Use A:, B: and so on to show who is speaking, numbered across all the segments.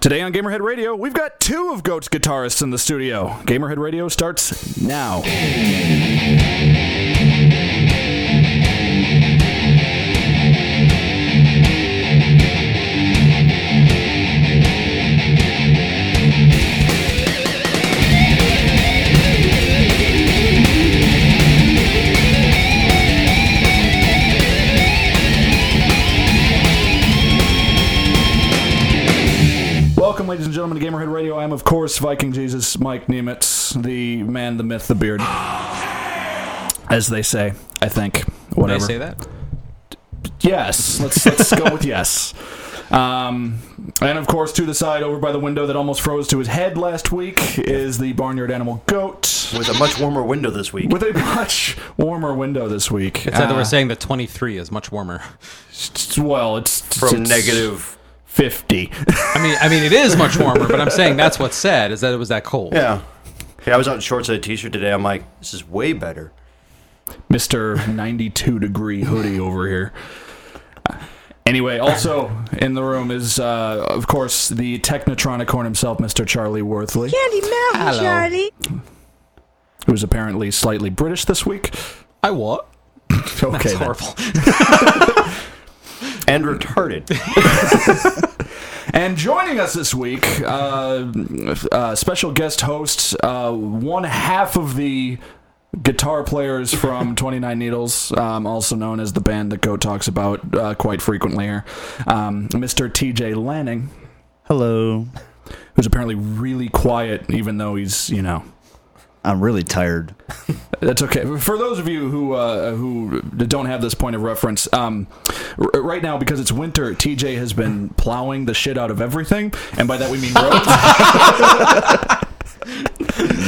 A: Today on Gamerhead Radio, we've got two of Goat's guitarists in the studio. Gamerhead Radio starts now. Welcome, ladies and gentlemen, to Gamerhead Radio. I'm, of course, Viking Jesus Mike Nemitz, the man, the myth, the beard. As they say, I think. Whatever.
B: Did I say that?
A: Yes. Let's let's go with yes. Um, and of course, to the side over by the window that almost froze to his head last week is the barnyard animal goat
C: with a much warmer window this week.
A: with a much warmer window this week.
B: It's either
A: Uh,
B: we're saying that 23 is much warmer.
A: it's- well, it's
C: from
A: it's
C: negative.
A: fifty.
B: I mean, I mean, it is much warmer, but I'm saying that's what's said is that it was that cold.
C: Yeah. Yeah, I was out in shorts and a t-shirt today. I'm like, this is way better.
A: Mister ninety-two degree hoodie over here. Anyway, also in the room is, uh, of course, the Technotronicorn himself, Mr. Charlie Worthley,
D: Candy Mountain,
B: Hello.
D: Charlie.
A: who's apparently slightly British this week.
B: I what?
A: Okay,
B: It's
A: then.
B: horrible.
C: And retarded.
A: And joining us this week, uh, uh, special guest host, uh, one half of the guitar players from 29 Needles, um, also known as the band that Go talks about uh, quite frequently here, um, Mr. TJ Lanning,
E: Hello.
A: who's apparently really quiet, even though he's, you know.
E: I'm really tired.
A: That's okay. For those of you who uh, who don't have this point of reference, um, r- right now because it's winter, TJ has been plowing the shit out of everything, and by that we mean roads.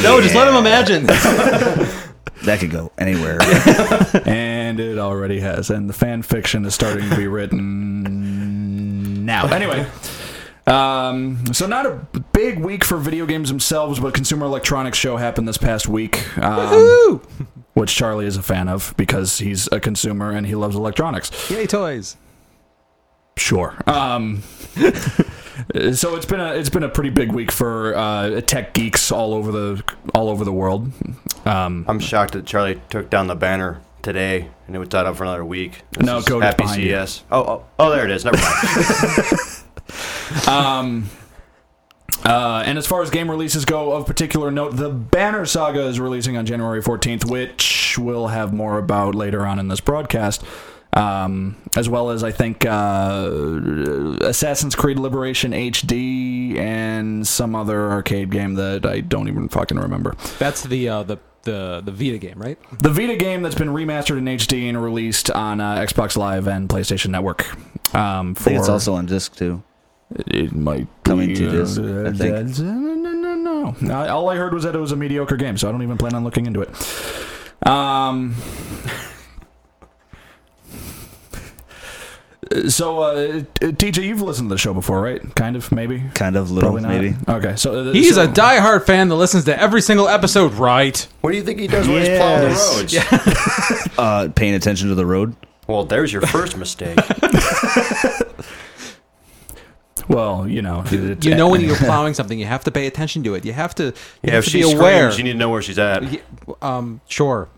B: No, just let him imagine.
E: That could go anywhere.
A: And it already has. And the fan fiction is starting to be written now. Anyway. Um, so not a big week for video games themselves, but Consumer Electronics Show happened this past week, um, which Charlie is a fan of because he's a consumer and he loves electronics.
B: Yay, toys.
A: Sure. Um, so it's been a it's been a pretty big week for uh, tech geeks all over the all over the world. Um,
C: I'm shocked that Charlie took down the banner today and it was tied up for another week. This
A: No,
C: is
A: Cody's
C: Happy
A: behind you.
C: CES. Oh, oh, oh, there it is. Never mind.
A: Um, uh, and as far as game releases go, of particular note, the Banner Saga is releasing on January 14th, which we'll have more about later on in this broadcast. Um, as well as I think uh, Assassin's Creed Liberation HD and some other arcade game that I don't even fucking remember.
B: That's the uh, the the the Vita game, right?
A: The Vita game that's been remastered in HD and released on uh, Xbox Live and PlayStation Network. Um,
E: I
A: for
E: think it's also on disc too.
A: it might
E: Coming
A: be,
E: to
A: uh,
E: this, I
A: uh,
E: think.
A: No, no, no, no. no. All I heard was that it was a mediocre game, so I don't even plan on looking into it. Um. So, uh, TJ, you've listened to the show before, right? Kind of, maybe.
E: Kind of little,
A: Probably not.
E: maybe.
A: Okay, so uh,
B: He's
A: so-
B: a diehard fan that listens to every single episode, right?
C: What do you think he does when he's plowing the
E: Yes.
C: roads?
E: Uh, paying attention to the road.
C: Well, there's your first mistake.
A: well, you know, it's-
B: You know when you're plowing something, you have to pay attention to it. You have to, you
C: Yeah,
B: have
C: if
B: to
C: she
B: be aware.
C: screams, you need to know where she's at.
B: Y- um, sure.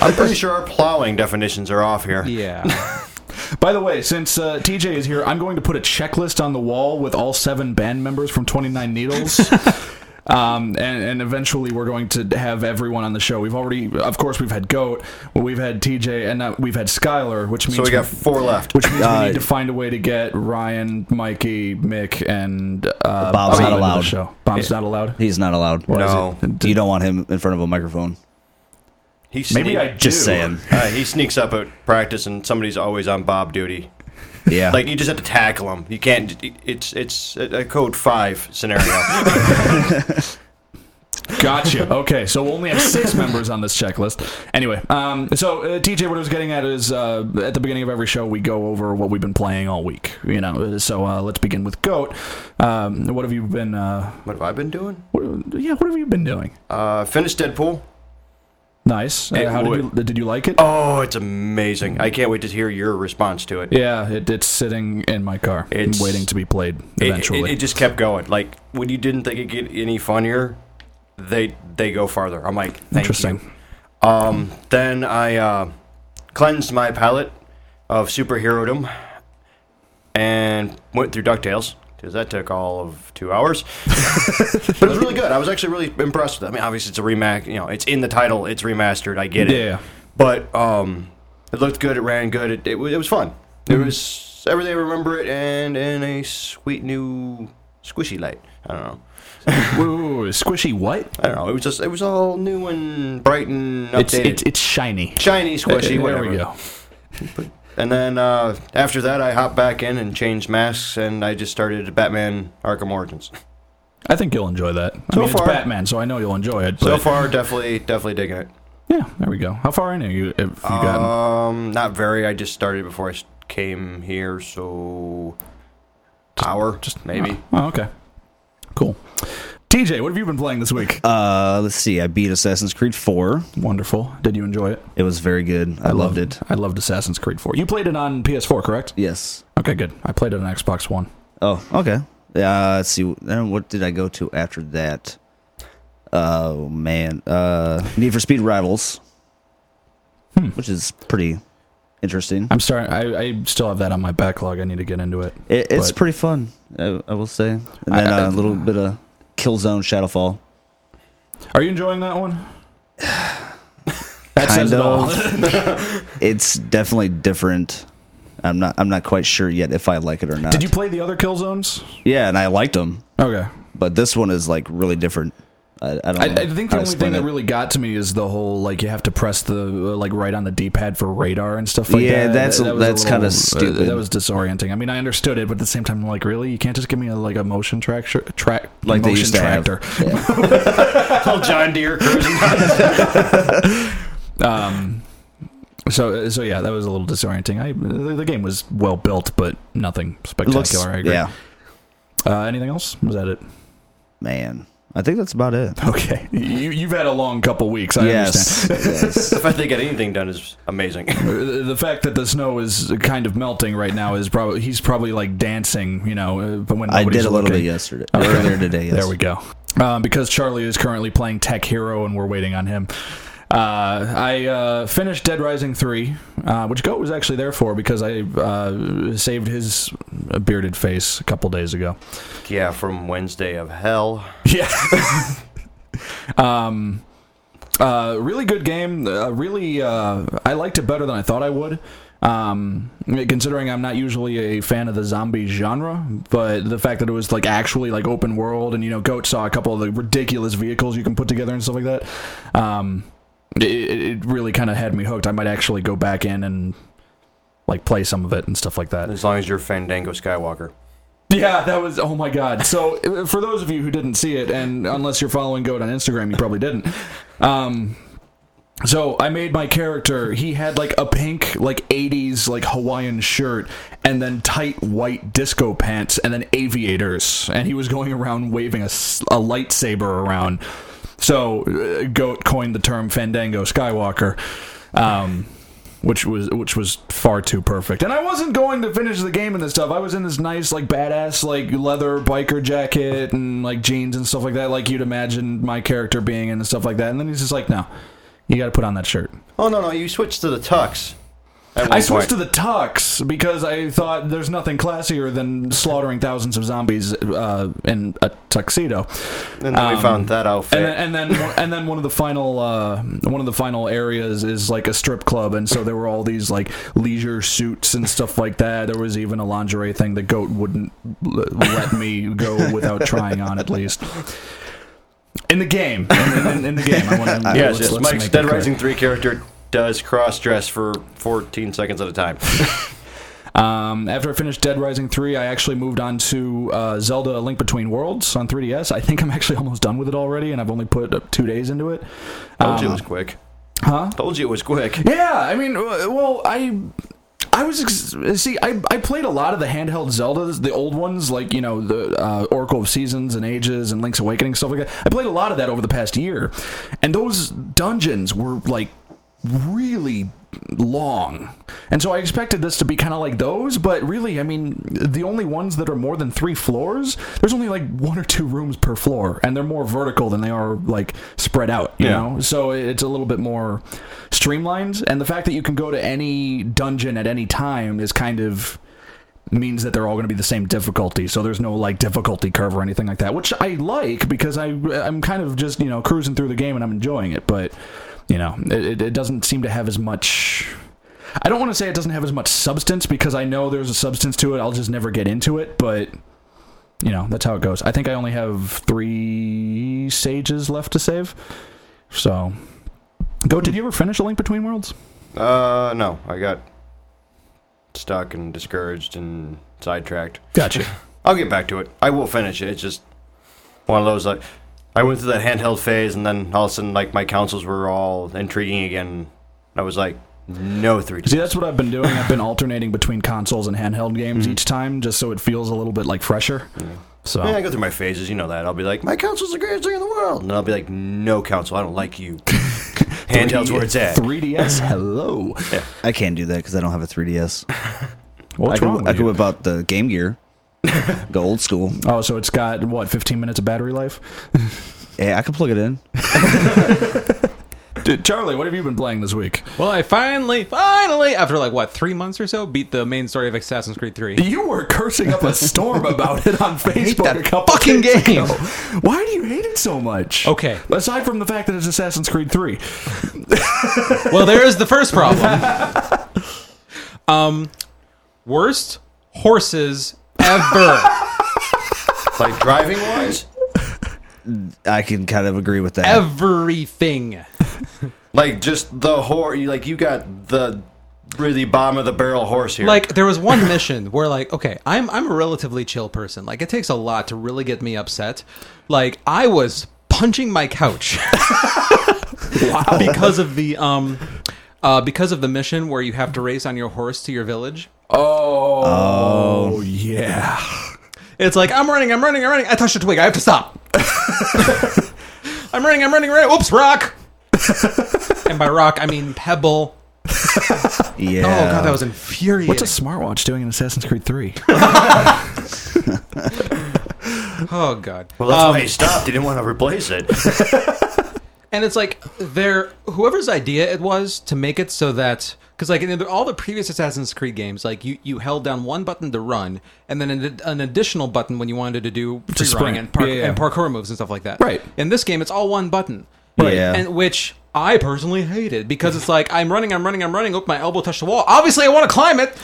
C: I'm pretty sure our plowing definitions are off here.
B: Yeah.
A: By the way, since uh, TJ is here, I'm going to put a checklist on the wall with all seven band members from 29 Needles. Um, and, and eventually we're going to have everyone on the show. We've already, of course, we've had Goat, we've had TJ, and now we've had Skylar, which means
C: So we got four left.
A: which means we
E: Uh,
A: need to find a way to get Ryan, Mikey, Mick, and uh,
E: Bob's
A: Bob
E: not
A: into the
E: allowed.
A: Show. Bob's not allowed.
E: He's not allowed.
A: Why is
C: No.
A: it?
E: You don't want him in front of a microphone.
C: He
A: Maybe
C: sneak-
A: I do.
E: Just saying.
C: Uh, he sneaks up at practice and somebody's always on Bob duty.
E: Yeah.
C: Like you just have to tackle him. You can't. It's it's a a code five scenario.
A: Gotcha. Okay, so we'll only have six members on this checklist. Anyway, um, so uh, TJ, what I was getting at is uh, at the beginning of every show, we go over what we've been playing all week. You know, so uh, let's begin with Goat. Um, what have you been? Uh,
C: what have I been doing?
A: what, yeah, what have you been doing?
C: Uh, finished Deadpool.
A: Nice. Uh,
C: It
A: how did
C: would.
A: you did you like it?
C: Oh, it's amazing. I can't wait to hear your response to it.
A: Yeah, it, it's sitting in my car,
C: It's-
A: waiting to be played
C: It-
A: eventually.
C: It, it just kept going. Like when you didn't think it get any funnier, they they go farther. I'm like, thank
A: Interesting.
C: you. Um, then I uh, cleansed my palate of superherodom and went through Ducktales because that took all of two hours. but it was really good. I was actually really impressed with it. I mean, obviously it's a remax. You know, it's in the title. It's remastered. I get it.
A: Yeah.
C: But um, it looked good. It ran good. It it, wa- it was fun. It
A: Mm-hmm.
C: was everything I remember it, and and a sweet new squishy light. I don't know.
A: Whoa, whoa, whoa, squishy what?
C: I don't know. It was just it was all new and bright and updated.
A: It's, it's it's shiny. Uh,
C: Shiny, squishy,
A: there
C: whatever.
A: we go.
C: And then uh, after that, I hopped back in and changed masks, and I just started Batman Arkham Origins.
A: I think you'll enjoy that. I
C: So
A: mean,
C: far-
A: it's Batman, so I know you'll enjoy it.
C: So
A: But
C: far, definitely, definitely digging it.
A: yeah, there we go. How far in are you? If you
E: Uh,
A: got
C: Um, not very. I just started before I s- came here, so hour, just maybe.
A: oh, okay, cool. TJ, what have you been playing this week?
E: Uh, let's see. I beat Assassin's Creed 4.
A: Wonderful. Did you enjoy it?
E: It was very good. I, loved it.
A: I loved Assassin's Creed 4. You played it on PS4, correct?
E: Yes.
A: Okay, good. I played it on Xbox One.
E: Oh, okay. Uh, let's see. Then what did I go to after that? Oh man, uh, Need for Speed Rivals, which is pretty interesting.
A: Hmm. I'm sorry, I, I still have that on my backlog. I need to get into it.
E: It, it's
A: but-
E: pretty fun, I, I will say. And
A: I-
E: then
A: I-
E: uh, a little bit of Killzone Shadowfall.
A: Are you enjoying that one? That says
E: Kind
A: it all.
E: It's definitely different. I'm not. I'm not quite sure yet if I like it or not.
A: Did you play the other kill zones?
E: Yeah, and I liked them,
A: Okay.
E: but this one is like really different. I, I don't.
A: I,
E: know
A: I think the
E: how to
A: only
E: explain
A: thing that
E: it.
A: really got to me is the whole like you have to press the uh, like right on the D pad for radar and stuff like
E: Yeah,
A: that.
E: that's-
A: That was a
E: that's kinda
A: little, uh,
E: stupid.
A: that was disorienting. I mean, I understood it, but at the same time, I'm like, really, you can't just give me a, like a motion tractor, track
E: Like they
A: motion
E: used to have.
A: tractor.
C: Old John Deere cruising.
A: Um, so uh, so yeah, that was a little disorienting. I the the game was well built, but nothing
E: It
A: spectacular.
E: looks.
A: I agree.
E: Yeah,
A: Uh, anything else? Was that it?
E: man. I think that's about it.
A: Okay. You you've had a long couple weeks. I understand.
E: yes. yes.
C: the fact they got anything done is amazing.
A: Uh, The fact that the snow is kind of melting right now is probably he's probably like dancing, you know. uh, But when
E: I
A: nobody's
E: did a little
A: looking.
E: bit yesterday. Earlier today. Yes.
A: There we go. Um, because Charlie is currently playing Tech Hero, and we're waiting on him. Uh, I uh, finished Dead Rising three, uh, which Goat was actually there for because I uh, saved his bearded face a couple days ago.
C: yeah, from Wednesday of Hell.
A: Yeah. um, uh, really good game. Uh, really, uh, I liked it better than I thought I would. Um, considering I'm not usually a fan of the zombie genre, but the fact that it was like actually like open world, and you know, Goat saw a couple of the ridiculous vehicles you can put together and stuff like that. Um, it, it it really kind of had me hooked. I might actually go back in and like play some of it and stuff like that.
C: As long as you're Fandango Skywalker.
A: Yeah, that was oh my god. So uh, for those of you who didn't see it, and unless you're following Goat on Instagram, you probably didn't. Um, so I made my character. He had like a pink, like '80s, like Hawaiian shirt, and then tight white disco pants, and then aviators, and he was going around waving a, s- a lightsaber around. So uh, Goat coined the term Fandango Skywalker. Um, which was which was far too perfect. And I wasn't going to finish the game in this stuff. I was in this nice like badass like leather biker jacket and like jeans and stuff like that, like you'd imagine my character being in and stuff like that. And then he's just like, no. You got to put on that shirt.
C: Oh no, no, you switched to the tux. at one
A: I switched to
C: point.
A: the tux because I thought there's nothing classier than slaughtering thousands of zombies uh, in a tuxedo.
C: and then we
A: um,
C: found that outfit.
A: And then, and then and then one of the final uh, one of the final areas is like a strip club, and so there were all these like leisure suits and stuff like that. There was even a lingerie thing. The goat wouldn't l- let me go without trying on at least. In the game, in, in- in the game, I want to.
C: yes, yes, Mike's Dead
A: clear.
C: Rising Three character does cross dress for 14 seconds at a time.
A: Um, after I finished Dead Rising 3, I actually moved on to uh, Zelda A Link Between Worlds on 3DS. I think I'm actually almost done with it already, and I've only put uh, two days into it.
C: Told you it was quick.
A: Um, Huh?
C: Told you it was quick.
A: Yeah, I mean, w- well, I I was ex- see, I, I played a lot of the handheld Zeldas, the old ones, like you know the uh, Oracle of Seasons and Ages and Link's Awakening stuff like that. I played a lot of that over the past year, and those dungeons were like really long, and so I expected this to be kind of like those. But really, I mean, the only ones that are more than three floors, there's only like one or two rooms per floor, and they're more vertical than they are like spread out. You
B: Yeah.
A: know, so it's a little bit more streamlined and the fact that you can go to any dungeon at any time is kind of means that they're all going to be the same difficulty so there's no like difficulty curve or anything like that which i like because i i'm kind of just you know cruising through the game and i'm enjoying it but you know it, it- it doesn't seem to have as much i don't want to say it doesn't have as much substance because i know there's a substance to it i'll just never get into it but you know that's how it goes i think i only have three sages left to save so Go, did you ever finish A Link Between Worlds?
C: Uh, no, I got stuck and discouraged and sidetracked.
A: Gotcha.
C: I'll get back to it. I will finish it. It's just one of those like I went through that handheld phase, and then all of a sudden, like my councils were all intriguing again. I was like, no 3D.
A: See, that's what I've been doing. I've been alternating between consoles and handheld games each time just so it feels a little bit like fresher. So,
C: Yeah, I go through my phases, you know that. I'll be like, my council's the greatest thing in the world, and I'll be like, no council, I don't like you. Handheld's where it's at.
A: 3DS, hello.
E: I can't do that because I don't have a 3DS. I
A: What's
E: could,
A: wrong with
E: I could
A: you?
E: whip out the Game Gear. Go old school.
A: Oh, so it's got, what, 15 minutes of battery life?
E: Yeah, I could plug it in.
A: Dude, Charlie, what have you been playing this week?
B: Well, I finally, finally, after like what three months or so, beat the main story of Assassin's Creed Three.
A: You were cursing up a storm about it on Facebook
E: that
A: a couple
E: fucking
A: days
E: game.
A: ago. Why do you hate it so much?
B: Okay.
A: Aside from the fact that it's Assassin's Creed 3.
B: Well, there is the first problem. um, worst horses ever,
C: Like driving wise,
E: I can kind of agree with that.
B: everything.
C: like just the horse. Like you got the really bottom of the barrel horse here.
B: Like there was one mission where like okay, I'm I'm a relatively chill person. Like it takes a lot to really get me upset. Like I was punching my couch. because of the um uh, because of the mission where you have to race on your horse to your village.
A: Oh, yeah.
B: It's like I'm running, I'm running, I'm running. I touched a twig. I have to stop. I'm running, I'm running, running. Oops, rock. and by rock, I mean pebble.
E: yeah.
B: Oh god, that was infuriating.
A: What's a smartwatch doing in Assassin's Creed 3?
B: oh god.
C: well, that's why he stopped. He didn't want to replace it.
B: And it's like their whoever's idea it was to make it so that because like in all the previous Assassin's Creed games, like you, you held down one button to run, and then an, an additional button when you wanted to do free running
A: sprint.
B: and, park,
A: Yeah, yeah.
B: and parkour moves and stuff like that.
A: Right.
B: In this game, it's all one button.
E: Right. Yeah.
B: And which I personally hated because it's like I'm running, I'm running, I'm running. Oop, my elbow touched the wall. Obviously, I want to climb it.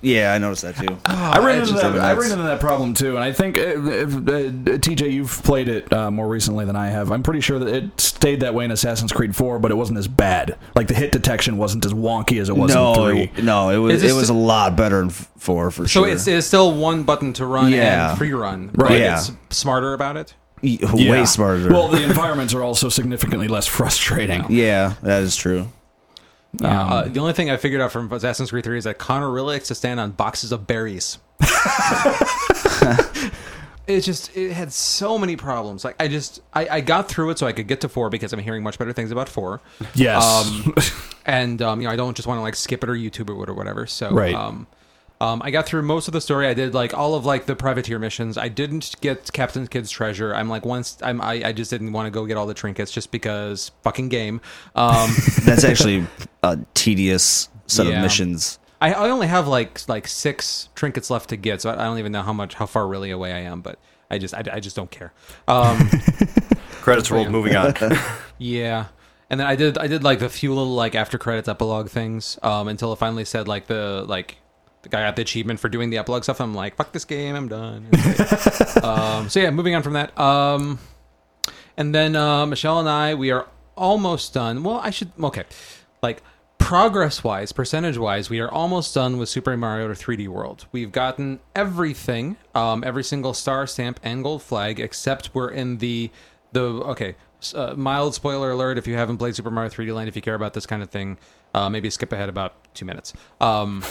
E: yeah, I noticed that too.
A: I ran into
E: just
A: that.
E: haven't
A: I
E: had-
A: ran into that problem too, and I think uh, if, uh, TJ, you've played it uh, more recently than I have. I'm pretty sure that it stayed that way in Assassin's Creed 4, but it wasn't as bad. Like the hit detection wasn't as wonky as it was
E: no,
A: in 3.
E: it- no, it
B: Is
E: was
B: this
E: it was a
B: the-
E: lot better in f- four for
B: So
E: sure.
B: it's, it's still one button to run
E: Yeah.
B: and free run.
A: Right.
B: but
E: Yeah.
B: It's smarter about it.
E: Y-
A: Yeah.
E: E, way smarter.
A: Well, the environments are also significantly less frustrating.
E: yeah, that is true.
B: Yeah, uh, the only thing I figured out from Assassin's Creed 3 is that Connor really likes to stand on boxes of berries. it just it had so many problems. Like I just I, I got through it so I could get to four because I'm hearing much better things about four.
A: Yes.
B: Um, and um, you know I don't just want to like skip it or YouTube it or whatever. So
A: Right.
B: um, um, I got through most of the story. I did like all of like the privateer missions. I didn't get Captain Kidd's treasure. I'm like once I'm I, I just didn't want to go get all the trinkets just because fucking game. Um,
E: That's actually a tedious set
B: Yeah.
E: of missions.
B: I, I only have like like six trinkets left to get, so I, I don't even know how much how far really away I am. But I just I, I just don't care. Um,
C: Credits rolled. Moving on.
B: yeah, and then I did I did like a few little like after credits epilogue things um, until it finally said like the like I got the achievement for doing the epilogue stuff. I'm like fuck this game, I'm done. um, so yeah, moving on from that. Um, and then uh, Michelle and I we are almost done. Well, I should okay, like progress wise, percentage wise, we are almost done with Super Mario 3D World. We've gotten everything, um, every single star stamp and gold flag, except we're in the the okay. s- uh, mild spoiler alert if you haven't played Super Mario 3D Land, if you care about this kind of thing, uh, maybe skip ahead about two minutes. Um,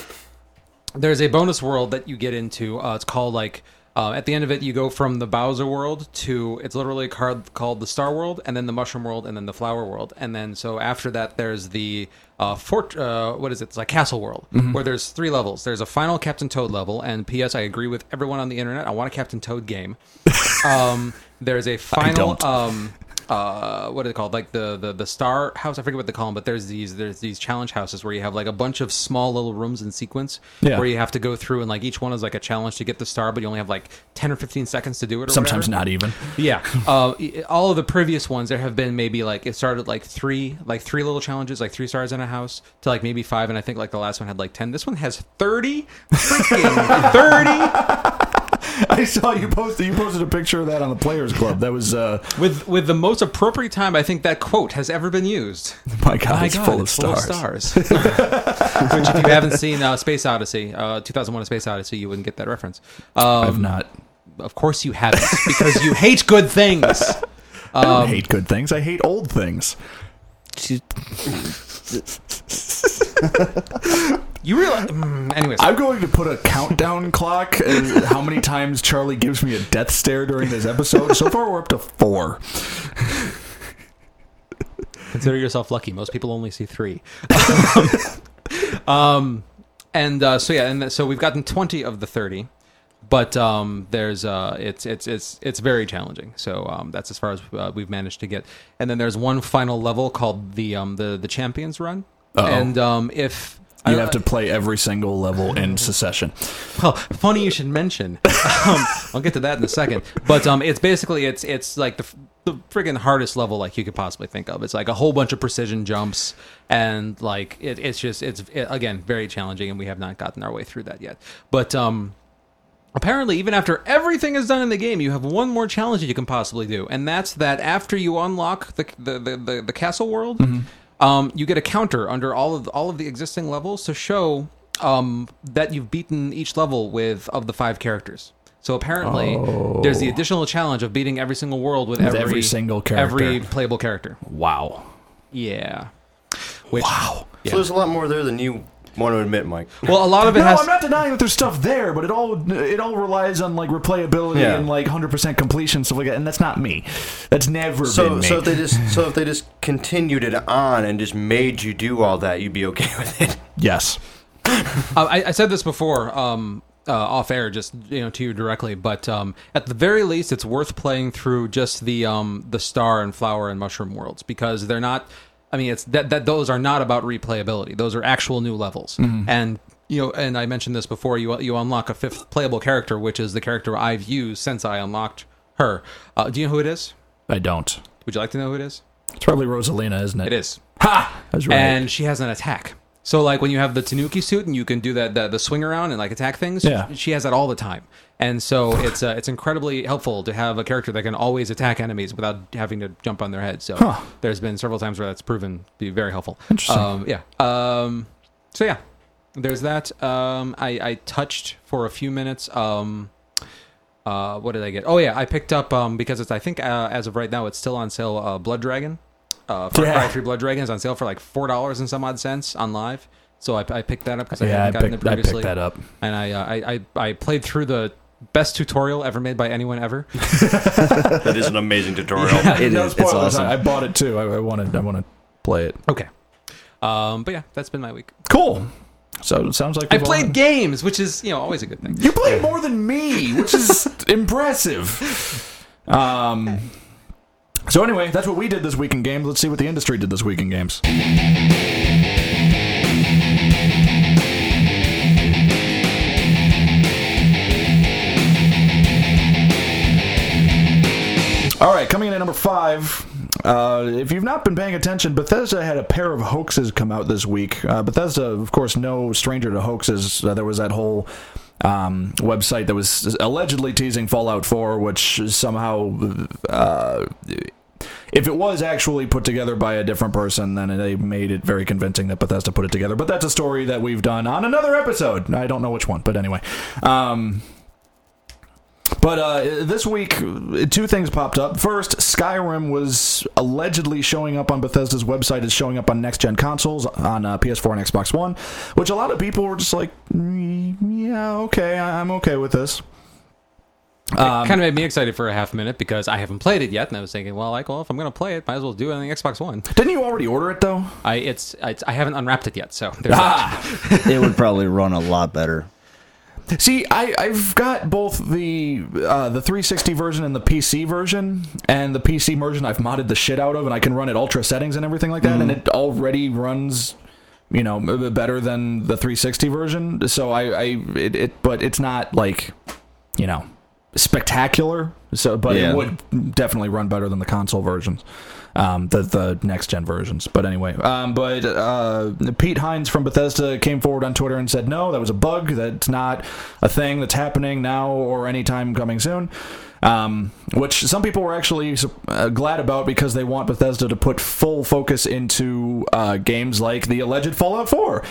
B: there's a bonus world that you get into. Uh, it's called like uh, at the end of it, you go from the Bowser world to it's literally card, called the Star World, and then the Mushroom World, and then the Flower World, and then so after that, there's the uh, fort. Uh, what is it? It's like Castle World, where there's three levels. There's a final Captain Toad level, and P.S. I agree with everyone on the internet. I want a Captain Toad game. um, there's a final.
A: don't.
B: Um, uh, what are they called? Like the, the the star house. I forget what they call them, but there's these there's these challenge houses where you have like a bunch of small little rooms in sequence
A: Yeah.
B: where you have to go through and like each one is like a challenge to get the star, but you only have like ten or fifteen seconds to do it. Or
A: Sometimes
B: whatever.
A: not even.
B: Yeah. Uh, i- all of the previous ones, there have been maybe like it started like three, like three little challenges, like three stars in a house to like maybe five, and I think like the last one had like ten. This one has thirty, freaking thirty,
A: I saw you posted. You posted a picture of that on the Players Club. That was uh,
B: with with the most appropriate time I think that quote has ever been used.
A: Oh my God.
B: My
A: it's
B: God,
A: full of
B: it's
A: stars.
B: stars. Which, if you haven't seen uh, Space Odyssey, uh, 2001: A Space Odyssey, you wouldn't get that reference. Um,
A: I've not.
B: Of course you haven't, because you hate good things.
A: I don't hate good things. I hate old things.
B: You realize? Mm, anyways,
A: I'm going to put a countdown clock as how many times Charlie gives me a death stare during this episode. So far, we're up to four.
B: consider yourself lucky. Most people only see three. um, and uh, so yeah, and so we've gotten twenty of the thirty, but um, there's uh, it's it's it's it's very challenging. So um, that's as far as uh, we've managed to get. And then there's one final level called the um, the the Champions Run, and um, if I
A: You
B: don't-
A: have to play every single level in succession.
B: Well, funny you should mention. Um, I'll get to that in a second. But um, it's basically it's it's like the f- the friggin' hardest level like you could possibly think of. It's like a whole bunch of precision jumps and like it, it's just it's it, again very challenging, and we have not gotten our way through that yet. But um. Apparently, even after everything is done in the game, you have one more challenge that you can possibly do, and that's that after you unlock the the, the, the, the castle world, um, you get a counter under all of all of the existing levels to show um, that you've beaten each level with of the five characters. So apparently, there's the additional challenge of beating every single world Oh. with, every,
A: every single
B: every
A: character.
B: playable character.
A: Wow.
B: Yeah. Which,
A: Wow.
B: Yeah.
C: So there's a lot more there than you want to admit, Mike.
B: Well, a lot of it
A: No,
B: has.
A: I'm not denying that there's stuff there, but it all it all relies on like replayability
C: Yeah.
A: and like 100% completion stuff like that. And that's not me. That's never been
C: So,
A: me.
C: so if they just so if they just continued it on and just made you do all that, you'd be okay with it.
A: yes.
B: Uh, I, I said this before um, uh, off air, just you know to you directly, but um, at the very least, it's worth playing through just the um, the star and flower and mushroom worlds because they're not. I mean, it's that that those are not about replayability; those are actual new levels and. You know, and I mentioned this before. You you unlock a fifth playable character, which is the character I've used since I unlocked her. Uh, do you know who it is?
A: I don't.
B: Would you like to know who it is?
A: It's probably Rosalina, isn't it?
B: It is
A: Ha! I was right.
B: and she has an attack. So like when you have the Tanuki suit and you can do that the, the swing around and like attack things,
A: Yeah.
B: she has that all the time. And so it's uh, it's incredibly helpful to have a character that can always attack enemies without having to jump on their head. So
A: Huh.
B: there's been several times where that's proven to be very helpful.
A: Interesting.
B: Um, yeah. Um, so yeah, there's that. Um, I, I touched for a few minutes. Um, uh, what did I get? Oh yeah, I picked up um, because it's I think uh, as of right now it's still on sale. Uh, Blood Dragon, uh, Far
A: Yeah.
B: Cry Three Blood Dragon is on sale for like four dollars and some odd cents on live. So I, I picked that up because I
A: yeah, I
B: hadn't gotten
A: picked,
B: it
A: I
B: previously,
A: picked that up.
B: and I, uh, I I I played through the best tutorial ever made by anyone ever.
C: That is an amazing tutorial.
E: It
A: no
E: is. It's
A: spoilers.
E: awesome.
A: I, I bought it too. I, I wanted. I want to play it.
B: Okay, um, but yeah, that's been my week. uh,
A: Cool. So it sounds like
B: I
A: we've all-
B: played games, which is you know always a good thing.
A: You played more than me, which is impressive. Um. So anyway, that's what we did this week in games. Let's see what the industry did this week in games. All right, coming in at number five. Uh, if you've not been paying attention, Bethesda had a pair of hoaxes come out this week. Uh, Bethesda, of course, no stranger to hoaxes. Uh, there was that whole um, website that was allegedly teasing Fallout 4, which somehow, uh, if it was actually put together by a different person, then they made it very convincing that Bethesda put it together. But that's a story that we've done on another episode. I don't know which one, but anyway. Um, but uh, this week, two things popped up. First, Skyrim was is allegedly showing up on Bethesda's website is showing up on next gen consoles on uh, PS4 and Xbox One, which a lot of people were just like, "Mm, yeah, okay, I- I'm okay with this.
B: it kind of made me excited for a half minute because I haven't played it yet, and I was thinking, well, like, well, if I'm gonna play it, might as well do it on the Xbox One.
A: Didn't you already order it though?
B: I it's, it's I haven't unwrapped it yet, so there's that.
E: it would probably run a lot better.
A: See, I, I've got both the uh, the 360 version and the PC version, and the PC version I've modded the shit out of, and I can run it ultra settings and everything like that, and it already runs, you know, m- m- better than the 360 version. So I, I it, it but it's not like, you know, spectacular. So, but
E: Yeah.
A: it would definitely run better than the console versions, um, the the next gen versions. But anyway, um, but uh, Pete Hines from Bethesda came forward on Twitter and said, "No, that was a bug. That's not a thing that's happening now or anytime coming soon." Um, which some people were actually uh, glad about because they want Bethesda to put full focus into uh, games like the alleged Fallout 4,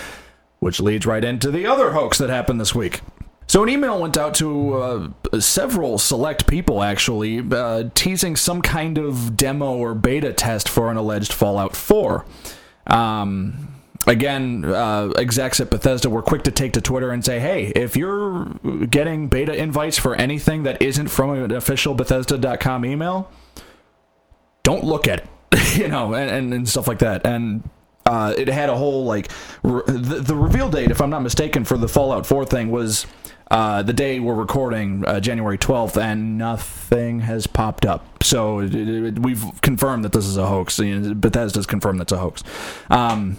A: which leads right into the other hoax that happened this week. So an email went out to uh, several select people, actually, uh, teasing some kind of demo or beta test for an alleged Fallout 4. Um, again, uh, execs at Bethesda were quick to take to Twitter and say, "Hey, if you're getting beta invites for anything that isn't from an official Bethesda.com email, don't look at it, you know, and, and, and stuff like that. And uh, it had a whole like re- the, the reveal date, if I'm not mistaken, for the Fallout 4 thing was uh, the day we're recording, uh, January 12th, and nothing has popped up. So it, it, it- we've confirmed that this is a hoax. You know, Bethesda's confirmed that's a hoax. Um,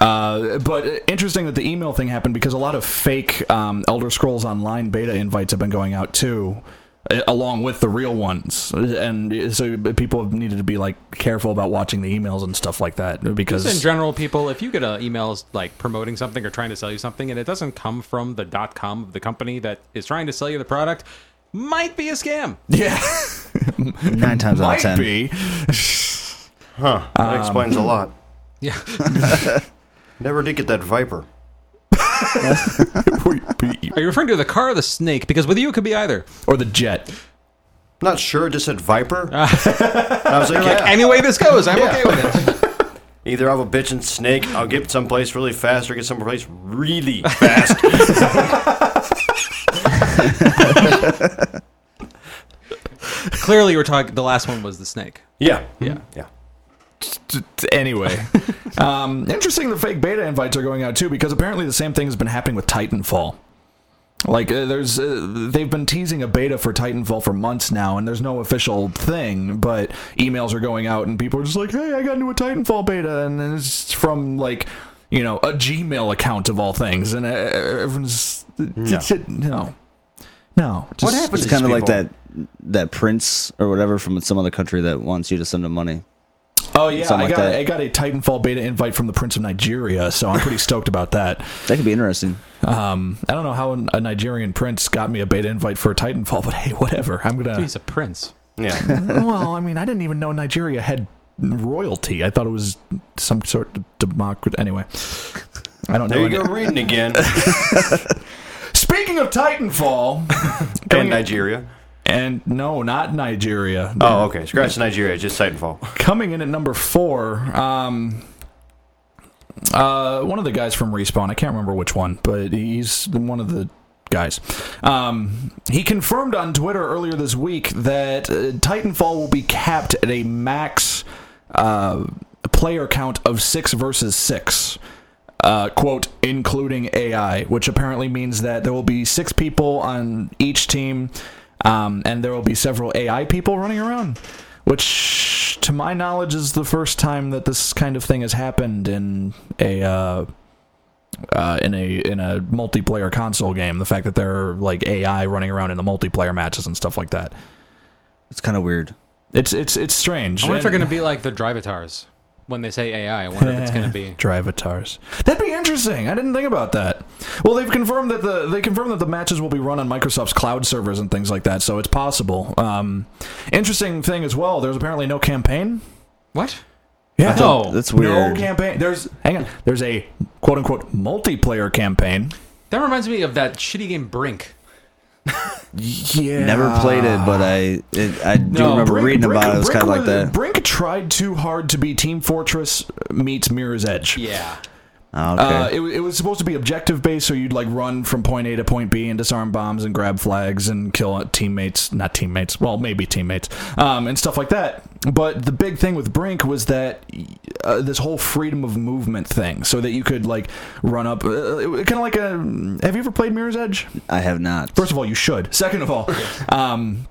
A: uh, but interesting that the email thing happened because a lot of fake um, Elder Scrolls Online beta invites have been going out too, a- along with the real ones, and so people have needed to be like careful about watching the emails and stuff like that because
B: Just in general, people, if you get uh, emails like promoting something or trying to sell you something, and it doesn't come from the dot com of the company that is trying to sell you the product, might be a scam.
A: yeah,
E: Nine times out of
A: might
E: ten.
A: be.
C: Huh. That explains a lot.
B: Yeah,
C: Never did get that Viper.
B: are you referring to the car or the snake? Because with you, it could be either.
A: or the jet.
C: Not sure, it just said Viper. I was like, yeah.
B: Any way this goes, I'm
C: Yeah.
B: okay with it.
C: Either I'll have a bitch and snake, I'll get someplace really fast, or get someplace really fast.
B: Clearly, we're talking. The last one was the snake.
C: yeah. Yeah. Yeah.
A: t- t- anyway, um, interesting. The fake beta invites are going out too because apparently the same thing has been happening with Titanfall. Like uh, there's, uh, they've been teasing a beta for Titanfall for months now, and there's no official thing. But emails are going out, and people are just like, "Hey, I got into a Titanfall beta," and then it's from like, you know, a Gmail account of all things, and uh, everyone's it's- it- no, no.
C: What
A: just-
C: happened?
E: It's
C: to
E: kind of
C: these
E: like
C: people?
E: that that prince or whatever from some other country that wants you to send him money.
A: Oh yeah, I
E: Something like
A: got
E: that.
A: I got a Titanfall beta invite from the Prince of Nigeria, so I'm pretty stoked about that.
E: That could be interesting.
A: Um, I don't know how a Nigerian prince got me a beta invite for a Titanfall, but hey, whatever. I'm gonna.
B: He's a prince.
C: Yeah.
A: well, I mean, I didn't even know Nigeria had royalty. I thought it was some sort of democracy. Anyway, I don't know.
C: There you go,
A: any-
C: reading again.
A: Speaking of Titanfall,
C: and
A: coming-
C: Nigeria.
A: and no, not Nigeria.
C: Oh, okay. Scratch Nigeria, just Titanfall.
A: coming in at number four, um, uh, one of the guys from Respawn, I can't remember which one, but he's one of the guys. Um, he confirmed on Twitter earlier this week that uh, Titanfall will be capped at a max uh, player count of six versus six. Uh, quote, including AI, which apparently means that there will be six people on each team, um, and there will be several AI people running around. Which, to my knowledge, is the first time that this kind of thing has happened in a uh, uh, in a in a multiplayer console game. The fact that there are like AI running around in the multiplayer matches and stuff like that.
E: It's kind of weird.
A: It's it's it's strange.
B: I wonder if they're
A: And-
B: going to be like the Drivatars when they say AI. I wonder if it's going to be.
A: drive avatars. That'd be interesting. I didn't think about that. Well, they've confirmed that the they confirmed that the matches will be run on Microsoft's cloud servers and things like that, so it's possible. Um, interesting thing as well. There's apparently no campaign.
B: What?
A: Yeah,
B: No.
E: That's
A: no
E: weird.
A: campaign. There's hang on. There's a quote unquote multiplayer campaign.
B: That reminds me of that shitty game Brink.
A: Yeah.
E: Never played it, but I it, I do
B: No,
E: remember
A: Brink-
E: reading about
A: Brink-
E: it. It was
A: Brink
E: kind of like
A: was-
E: that.
A: Brink tried too hard to be Team Fortress meets Mirror's Edge.
B: Yeah.
E: Oh, okay.
A: Uh, it, wa- it was supposed to be objective based, so you'd like run from point A to point B and disarm bombs and grab flags and kill teammates, not teammates, well, maybe teammates, um, and stuff like that. But the big thing with Brink was that uh, this whole freedom of movement thing, so that you could like run up, uh, kind of like a. Have you ever played Mirror's Edge?
E: I have not.
A: First of all, you should. Second of all, um,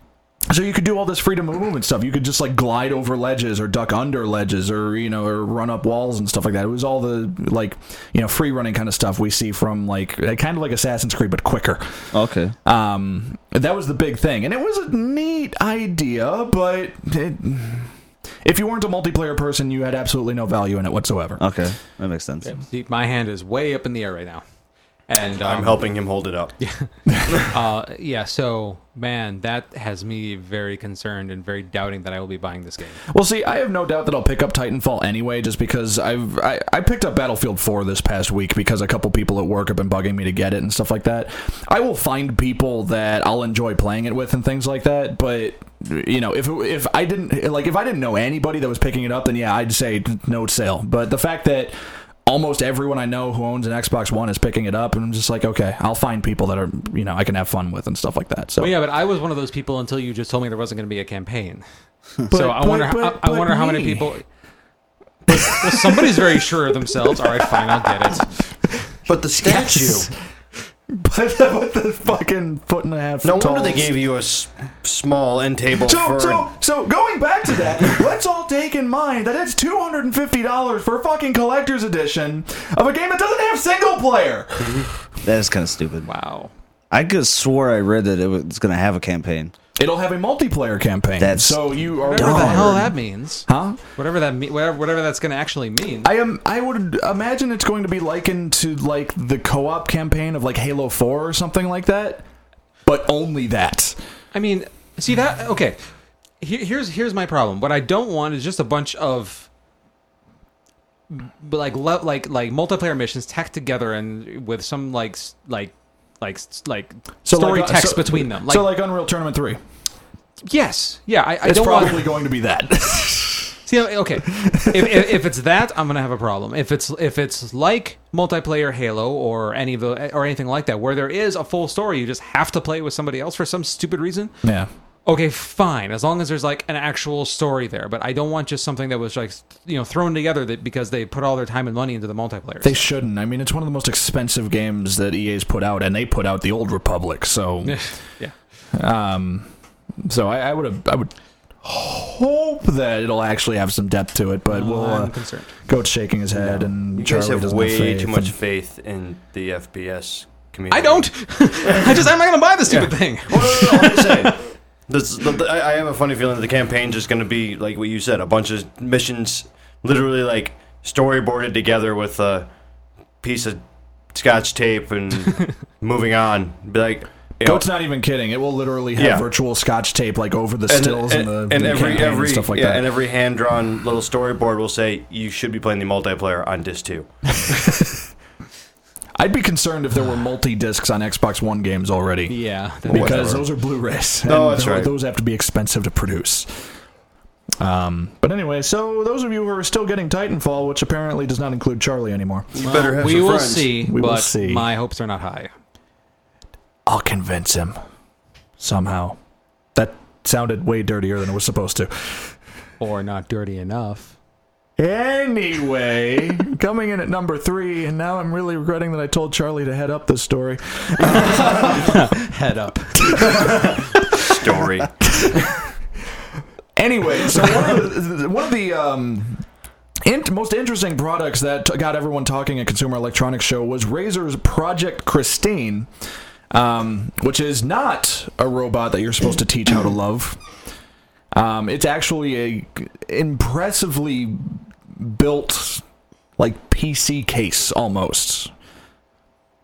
A: so you could do all this freedom of movement stuff. You could just like glide over ledges or duck under ledges or you know or run up walls and stuff like that. It was all the like you know free running kind of stuff we see from like eh, kind of like Assassin's Creed but quicker.
E: Okay.
A: Um, that was the big thing, and it was a neat idea, but it, if you weren't a multiplayer person, you had absolutely no value in it whatsoever.
E: Okay. That makes sense.
B: See, my hand is way up in the air right now, and um,
C: I'm helping him hold it up.
B: Uh, yeah. So, man, that has me very concerned and very doubting that I will be buying this game.
A: Well, see, I have no doubt that I'll pick up Titanfall anyway, just because I've I, I picked up Battlefield 4 this past week because a couple people at work have been bugging me to get it and stuff like that. I will find people that I'll enjoy playing it with and things like that, but you know, if it- if I didn't like if I didn't know anybody that was picking it up, then yeah, I'd say no sale. But the fact that almost everyone I know who owns an Xbox One is picking it up, and I'm just like, okay, I'll find people that are you know I can have fun with and stuff like that. So
B: Well, yeah, but I was one of those people until you just told me there wasn't going to be a campaign. so I
A: but-
B: wonder. how-
A: but-
B: I, I
A: but
B: wonder how many
A: me.
B: people. well, somebody's very sure of themselves. All right, fine, I'll get it.
C: But the statue.
A: but with the fucking foot and a half.
C: No
A: tall
C: wonder they gave you a s- small end table
A: So,
C: for
A: so, so going back to that, let's all take in mind that it's two hundred and fifty dollars for a fucking collector's edition of a game that doesn't have single player.
E: That is kind of stupid.
B: Wow.
E: I could have swore I read that it was going to have a campaign.
A: It'll have a multiplayer campaign.
E: That's
A: so you are
B: Whatever the hell
A: dumb.
B: that means.
A: Huh?
B: Whatever that mean. Whatever, whatever that's going to actually mean.
A: I am. I would imagine it's going to be likened to like the co-op campaign of like Halo Four or something like that, but only that.
B: I mean, see that? Okay. Here, here's here's my problem. What I don't want is just a bunch of but like le- like like multiplayer missions tacked together and with some like s- like like s- like story
A: like, uh,
B: text
A: so-
B: between them. Like,
A: so like Unreal Tournament Three,
B: yes, yeah. I, I
A: it's
B: don't
A: probably
B: want.
A: going to be that.
B: See, okay. if, if, if it's that, I'm gonna have a problem. If it's if it's like multiplayer Halo or any of the or anything like that, where there is a full story, you just have to play with somebody else for some stupid reason.
A: yeah.
B: okay, fine, as long as there's like an actual story there. But I don't want just something that was like you know thrown together that because they put all their time and money into the multiplayer.
A: They shouldn't. I mean, it's one of the most expensive games that EA's put out, and they put out the Old Republic. So,
B: yeah.
A: um, so I, I would have, I would hope that it'll actually have some depth to it. But we'll
B: I'm
A: uh,
B: concerned.
A: Goat's shaking his head, and
C: You guys
A: Charlie
C: have
A: doesn't
C: way
A: faith,
C: too much
A: and-
C: faith in the FPS community.
B: I don't. I just I'm not gonna buy this stupid thing.
C: Well, no, no, no, I'm just saying. This, the, the, I I have a funny feeling that the campaign's just going to be like what you said, a bunch of missions, literally like storyboarded together with a piece of scotch tape and moving on. Be like, you know,
A: Goat's not even kidding. It will literally have
C: Yeah.
A: virtual scotch tape like over the
C: and,
A: stills and,
C: and,
A: the
C: and
A: the
C: every
A: campaign
C: every
A: and stuff like
C: yeah,
A: that.
C: and every hand drawn little storyboard will say you should be playing the multiplayer on disc two.
A: I'd be concerned if there were multi discs on Xbox One games already.
B: Yeah.
A: because
C: Whatever.
A: those are Blu-rays.
C: No,
A: and
C: that's
A: tho-
C: right.
A: Those have to be expensive to produce. Um, but anyway, so those of you who are still getting Titanfall, which apparently does not include Charlie anymore,
C: You better have
B: we
C: some
B: will
C: friends.
B: see.
A: We will
B: but
A: see.
B: my hopes are not high.
A: I'll convince him somehow. That sounded way dirtier than it was supposed to.
B: Or not dirty enough.
A: Anyway, coming in at number three, and now I'm really regretting that I told Charlie to head up this story.
B: Head up.
C: Story.
A: Anyway, so one of the, one of the um, int- most interesting products that t- got everyone talking at Consumer Electronics Show was Razer's Project Christine, um, which is not a robot that you're supposed to teach how to love. Um, it's actually a impressively built, like PC case almost.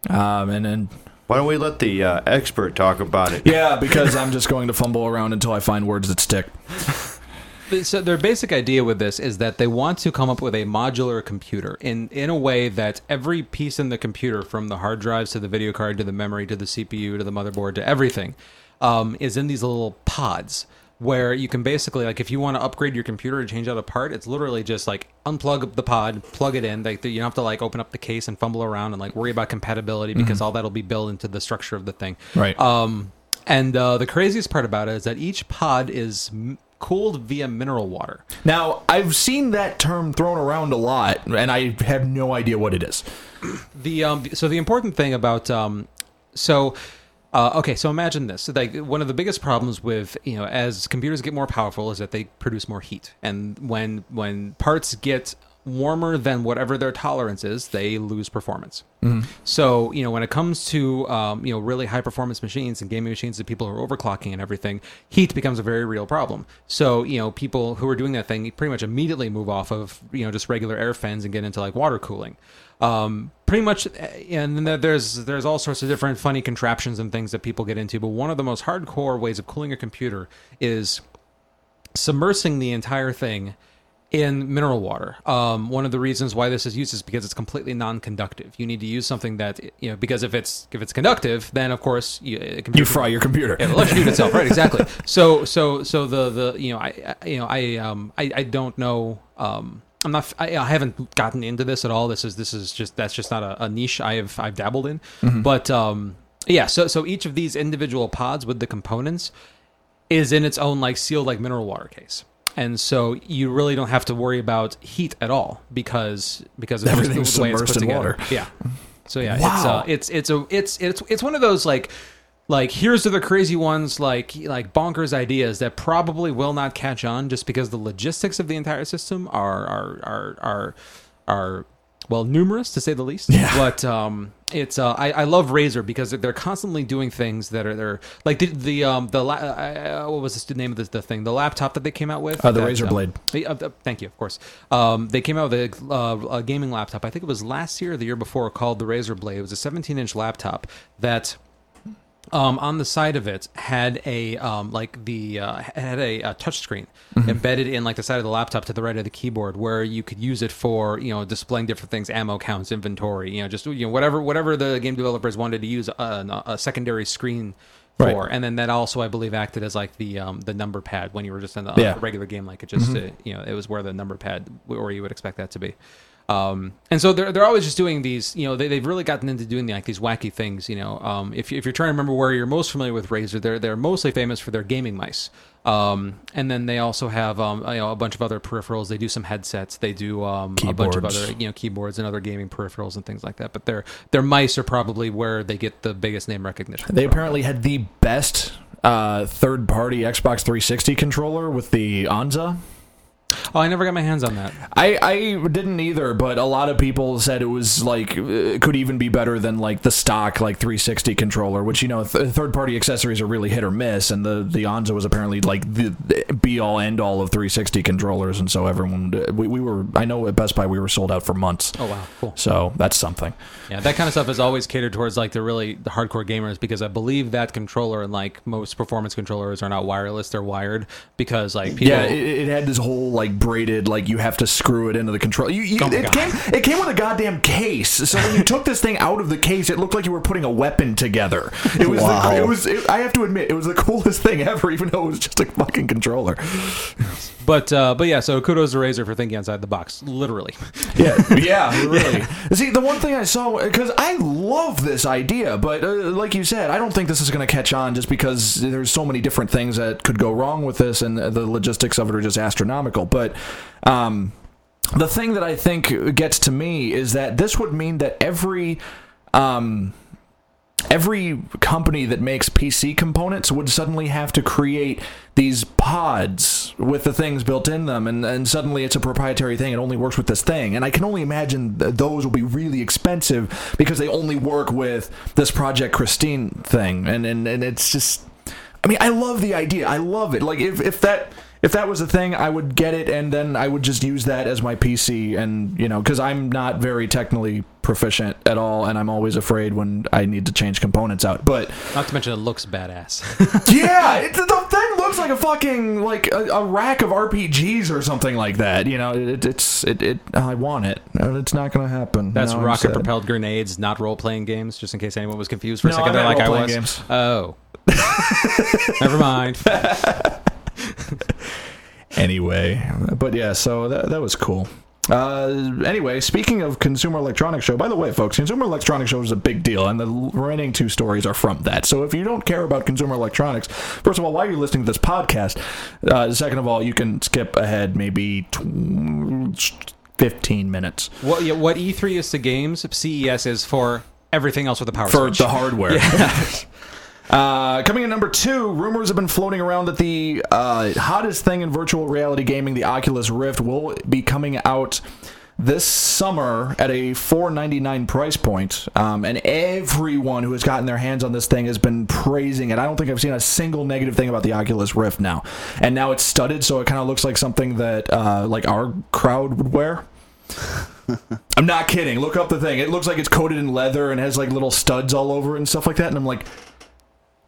A: Um, and then
C: Why don't we let the uh, expert talk about it?
A: yeah, because I'm just going to fumble around until I find words that stick.
B: So their basic idea with this is that they want to come up with a modular computer in in a way that every piece in the computer, from the hard drives to the video card to the memory to the CPU to the motherboard to everything, um, is in these little pods where you can basically like if you want to upgrade your computer to change out a part, it's literally just like unplug the pod, plug it in. Like you don't have to like open up the case and fumble around and like worry about compatibility because all that'll be built into the structure of the thing.
A: Right.
B: Um, and uh, the craziest part about it is that each pod is m- cooled via mineral water.
A: Now, I've seen that term thrown around a lot, and I have no idea what it is.
B: the um so the important thing about um so uh, okay so imagine this like one of the biggest problems with you know as computers get more powerful is that they produce more heat and when when parts get warmer than whatever their tolerance is they lose performance so you know when it comes to um, you know really high performance machines and gaming machines that people are overclocking and everything heat becomes a very real problem so you know people who are doing that thing pretty much immediately move off of you know just regular air fans and get into like water cooling um, pretty much and then there- there's there's all sorts of different funny contraptions and things that people get into but one of the most hardcore ways of cooling a computer is submersing the entire thing in mineral water. Um, one of the reasons why this is used is because it's completely non-conductive. You need to use something that you know because if it's if it's conductive, then of course you, it can
A: You fry your computer.
B: it electrocute itself, right? Exactly. So, so, so the the you know I, I you know I um I, I don't know um I'm not I, I haven't gotten into this at all. This is this is just that's just not a, a niche I have I've dabbled in.
A: Mm-hmm.
B: But um yeah, so so each of these individual pods with the components is in its own like sealed like mineral water case. And so you really don't have to worry about heat at all because because of just
A: Everything's
B: the way it's
A: submersed
B: put
A: in
B: together.
A: water.
B: Yeah. So yeah,
A: Wow.
B: it's uh, it's it's a it's it's it's one of those like like here's to the crazy ones like like bonkers ideas that probably will not catch on just because the logistics of the entire system are are are are are well numerous to say the least.
A: Yeah.
B: But um it's uh, I, I love Razor because they're- they're constantly doing things that are they're like the the um the la- uh, what was the name of this the thing the laptop that they came out with
A: Uh, the
B: that,
A: Razer
B: um,
A: Blade.
B: Hey, uh, uh, thank you, of course. Um, they came out with a, uh, a gaming laptop. I think it was last year or the year before, called the Razer Blade. It was a 17-inch laptop that, um, on the side of it, had a um, like the uh, had a, uh touchscreen
A: Mm-hmm.
B: embedded in like the side of the laptop to the right of the keyboard, where you could use it for you know displaying different things, ammo counts, inventory, you know, just you know whatever whatever the game developers wanted to use a, a secondary screen. For.
A: Right.
B: And then that also, I believe, acted as like the um, the number pad when you were just in the
A: Yeah.
B: regular regular game like it just uh, you know it was where the number pad where you would expect that to be um, and so they're, they're always just doing these you know they, they've really gotten into doing like these wacky things you know um, if, you- if you're trying to remember where you're most familiar with razer they're, they're mostly famous for their gaming mice um, and then they also have um, you know a bunch of other peripherals they do some headsets they do um, a bunch of
A: Keyboards.
B: other you know keyboards and other gaming peripherals and things like that but their their mice are probably where they get the biggest name recognition
A: They
B: from.
A: apparently had the best uh, third party Xbox 360 controller with the Anza.
B: oh i never got my hands on that
A: I, I didn't either, but a lot of people said it was like, uh, could even be better than like the stock, like 360 controller, which, you know, th- third party accessories are really hit or miss. And the, the Anza was apparently like the, the be all end all of 360 controllers. And so everyone, we, we were, I know at Best Buy we were sold out for months.
B: oh wow cool
A: So that's something.
B: Yeah, that kind of stuff is always catered towards like the really the hardcore gamers because I believe that controller and like most performance controllers are not wireless; they're wired because like people.
A: Yeah, it, it had this whole like braided, like you have to screw it into the control. You, you,
B: Oh my
A: it
B: God.
A: came, it came with a goddamn case. So when you took this thing out of the case, it looked like you were putting a weapon together. It was,
E: Wow.
A: the, it was. It, I have to admit, it was the coolest thing ever, even though it was just a fucking controller.
B: but uh, but yeah, so kudos to Razer for thinking outside the box, literally.
A: Yeah, yeah, really. See, the one thing I saw because I love this idea, but uh, like you said, I don't think this is going to catch on just because there's so many different things that could go wrong with this, and the logistics of it are just astronomical. But um, the thing that I think gets to me is that this would mean that every um, every company that makes PC components would suddenly have to create these pods with the things built in them, and, and suddenly it's a proprietary thing. It only works with this thing, and I can only imagine th- those will be really expensive because they only work with this Project Christine thing, and and, and it's just. I mean, I love the idea. I love it. Like if, if that if that was a thing, I would get it, and then I would just use that as my PC, and you know, because I'm not very technically proficient at all, and I'm always afraid when I need to change components out. But
B: Not to mention it looks badass.
A: yeah, it, the thing looks like a fucking like a, a rack of RPGs or something like that. You know, it, it's it, it. I want it. No, It's not gonna happen.
B: That's
A: Now I'm
B: rocket
A: sad.
B: propelled grenades, not role playing games. Just in case anyone was confused for
A: No,
B: a
A: I'm
B: second, they're
A: at
B: like I
A: role-playing
B: was.
A: games.
B: Oh. Never mind.
A: anyway. But yeah, so that, that was cool. Uh, anyway, speaking of Consumer Electronics Show, by the way, folks, Consumer Electronics Show is a big deal, and the remaining two stories are from that. So if you don't care about consumer electronics, first of all, why are you listening to this podcast? Uh, second of all, you can skip ahead maybe tw- 15 minutes
B: What, yeah, what E3 is to games, CES is for everything else with a power
A: for
B: switch.
A: the hardware. Uh, coming in number two, rumors have been floating around that the uh, hottest thing in virtual reality gaming, the Oculus Rift, will be coming out this summer at a $4.99 price point. Um, and everyone who has gotten their hands on this thing has been praising it. I don't think I've seen a single negative thing about the Oculus Rift now. And now it's studded, so it kind of looks like something that uh, like our crowd would wear. I'm not kidding. Look up the thing. It looks like it's coated in leather and has like little studs all over it and stuff like that. And I'm like,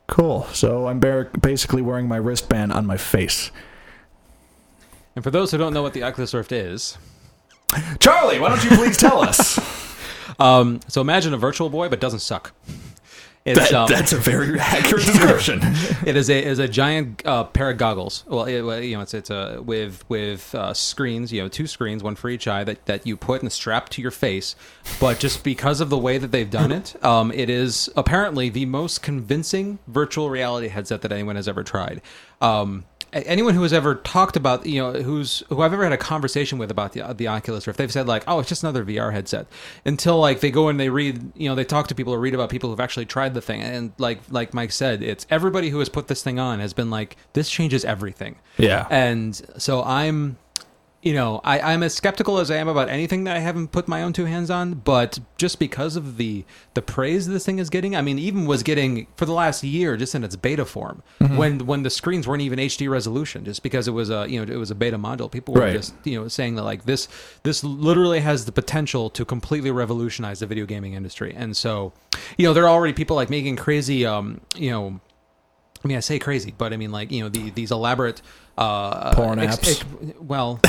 A: cool. So I'm bar- basically wearing my wristband on my face.
B: and for those who don't know what the Oculus Rift is,
A: Charlie, why don't you please tell us?
B: um, so imagine a virtual boy but doesn't suck. It's,
A: That-
B: um,
A: that's a very accurate description.
B: it is a is a giant uh, pair of goggles. Well, it, well, you know, it's it's a with with uh, screens. You know, two screens, one for each eye that that you put and strap to your face. But just because of the way that they've done it, um, it is apparently the most convincing virtual reality headset that anyone has ever tried. Um, a- anyone who has ever talked about you know who's who I've ever had a conversation with about the the Oculus Rift, they've said like, oh, it's just another VR headset. Until like they go and they read, you know, they talk to people or read about people who've actually tried the thing, and like like Mike said, it's everybody who has put this thing on has been like, this changes everything.
A: Yeah.
B: and so I'm. You know, I, I'm as skeptical as I am about anything that I haven't put my own two hands on, but just because of the the praise this thing is getting, I mean, even was getting for the last year just in its beta form when when the screens weren't even HD resolution, just because it was a you know it was a beta module, people were
A: Right.
B: just you know saying that like this this literally has the potential to completely revolutionize the video gaming industry, and so you know there are already people like making crazy um you know. I mean, I say crazy, but I mean, like you know, the, these elaborate uh,
A: Porn apps.
B: well,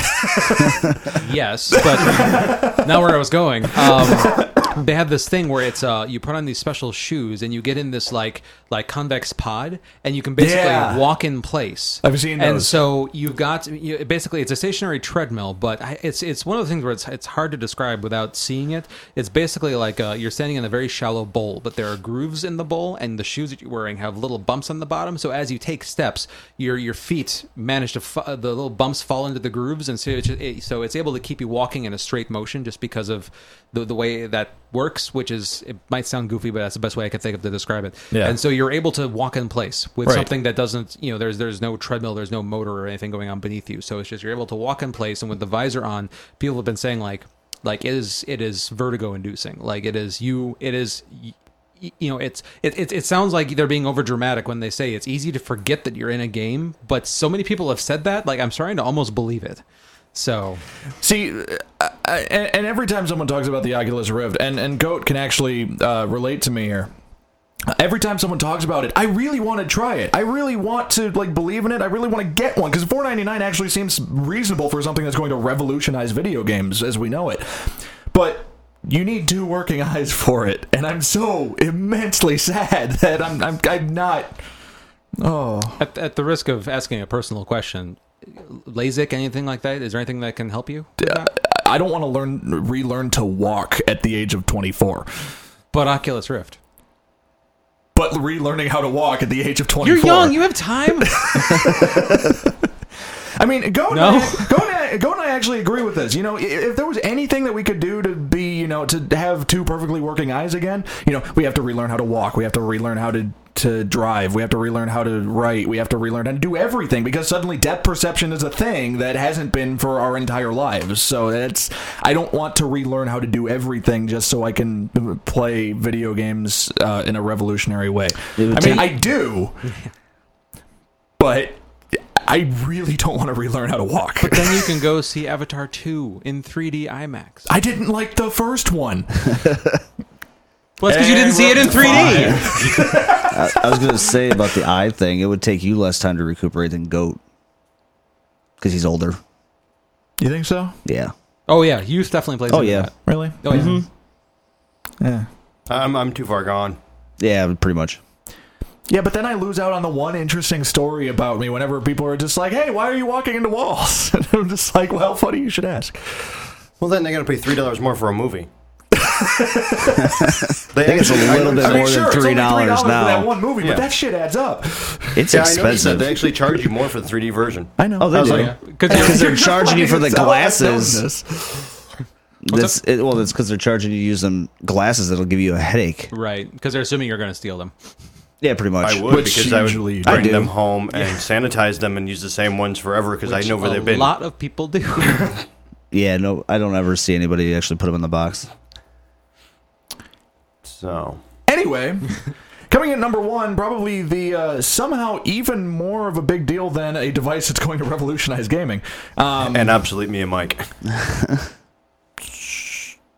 B: yes, but not where I was going. Um, they have this thing where it's uh, you put on these special shoes and you get in this like like convex pod and you can basically
A: Yeah.
B: walk in place.
A: I've seen
B: And
A: those.
B: so you've got you, basically it's a stationary treadmill, but I- it's it's one of the things where it's it's hard to describe without seeing it. It's basically like uh, you're standing in a very shallow bowl, but there are grooves in the bowl, and the shoes that you're wearing have little bumps on the bottom. So as you take steps, your your feet manage to fa- the little bumps fall into the grooves, and so it's, it, so it's able to keep you walking in a straight motion just because of the the way that works. Which is it might sound goofy, but that's the best way I could think of to describe it.
A: Yeah.
B: And so you're able to walk in place with
A: Right.
B: something that doesn't you know there's there's no treadmill there's no motor or anything going on beneath you so it's just you're able to walk in place and with the visor on people have been saying like like it is it is vertigo inducing like it is you it is y- y- you know it's it, it, it sounds like they're being over dramatic when they say it's easy to forget that you're in a game but so many people have said that like i'm starting to almost believe it so
A: See, I, I, and every time someone talks about the Oculus Rift, and, and Goat can actually uh, relate to me here. Every time someone talks about it, I really want to try it. I really want to like believe in it. I really want to get one because 4.99 actually seems reasonable for something that's going to revolutionize video games as we know it. But you need two working eyes for it, and I'm so immensely sad that I'm I'm, I'm not. Oh,
B: at, at the risk of asking a personal question LASIK, anything like that? Is there anything that can help you? with that?
A: I don't want to learn relearn to walk at the age of 24.
B: But Oculus Rift.
A: but relearning how to walk at the age of 24.
B: You're young. You have time.
A: I mean, go
B: No.
A: and I, go and I, go and I actually agree with this. You know, i- if there was anything that we could do to be, you know, to have two perfectly working eyes again, you know, we have to relearn how to walk. We have to relearn how to to drive. We have to relearn how to write. We have to relearn how to do everything because suddenly depth perception is a thing that hasn't been for our entire lives. So that's I don't want to relearn how to do everything just so I can play video games uh, in a revolutionary way. I
E: It
A: mean,
E: would take-
A: I do, but I really don't want to relearn how to walk.
B: then you can go see Avatar 2 in 3D IMAX.
A: I didn't like the first one.
B: Well, that's because you didn't see it in 3D.
E: I, I was gonna say about the eye thing. It would take you less time to recuperate than Goat because he's older.
A: You think so?
E: Yeah.
B: Oh, yeah. Youth definitely plays
E: Oh,
B: into
E: yeah.
B: that.
A: Really?
B: Oh, yeah.
A: Yeah.
C: I'm, I'm too far gone.
E: Yeah, pretty much.
A: Yeah, but then I lose out on the one interesting story about me whenever people are just like, hey, why are you walking into walls? And I'm just like, well, funny you should ask.
C: Well, then they got to pay three dollars more for a movie.
E: I think it's a little bit
A: I mean,
E: more
A: sure,
E: than
A: it's only
E: three dollars
A: for that
E: now.
A: one movie,
C: Yeah.
A: but that shit adds up.
E: It's
C: Yeah, I noticed that
E: expensive.
C: they actually charge you more for the 3D version.
A: I know.
E: Oh, they
A: I was
E: do.
A: like,
B: Yeah, because
E: Because they're charging you for the
A: It's all I've known
E: glasses.
A: this.
E: That's it, well, that's because they're charging you to use them glasses that'll give you a headache.
B: right because they're assuming you're going to steal them.
E: Yeah, pretty much.
C: I would
A: Which
C: because I would
A: usually you
C: bring
A: do.
E: I do.
C: them home and sanitize them and use the same ones forever because I
B: which
C: know where
B: a
C: they've been.
B: lot of people do.
E: Yeah, no, I don't ever see anybody actually put them in the box.
C: So
A: Anyway, coming in number one, probably the uh, somehow even more of a big deal than a device that's going to revolutionize gaming. Um,
C: and obsolete me and Mike.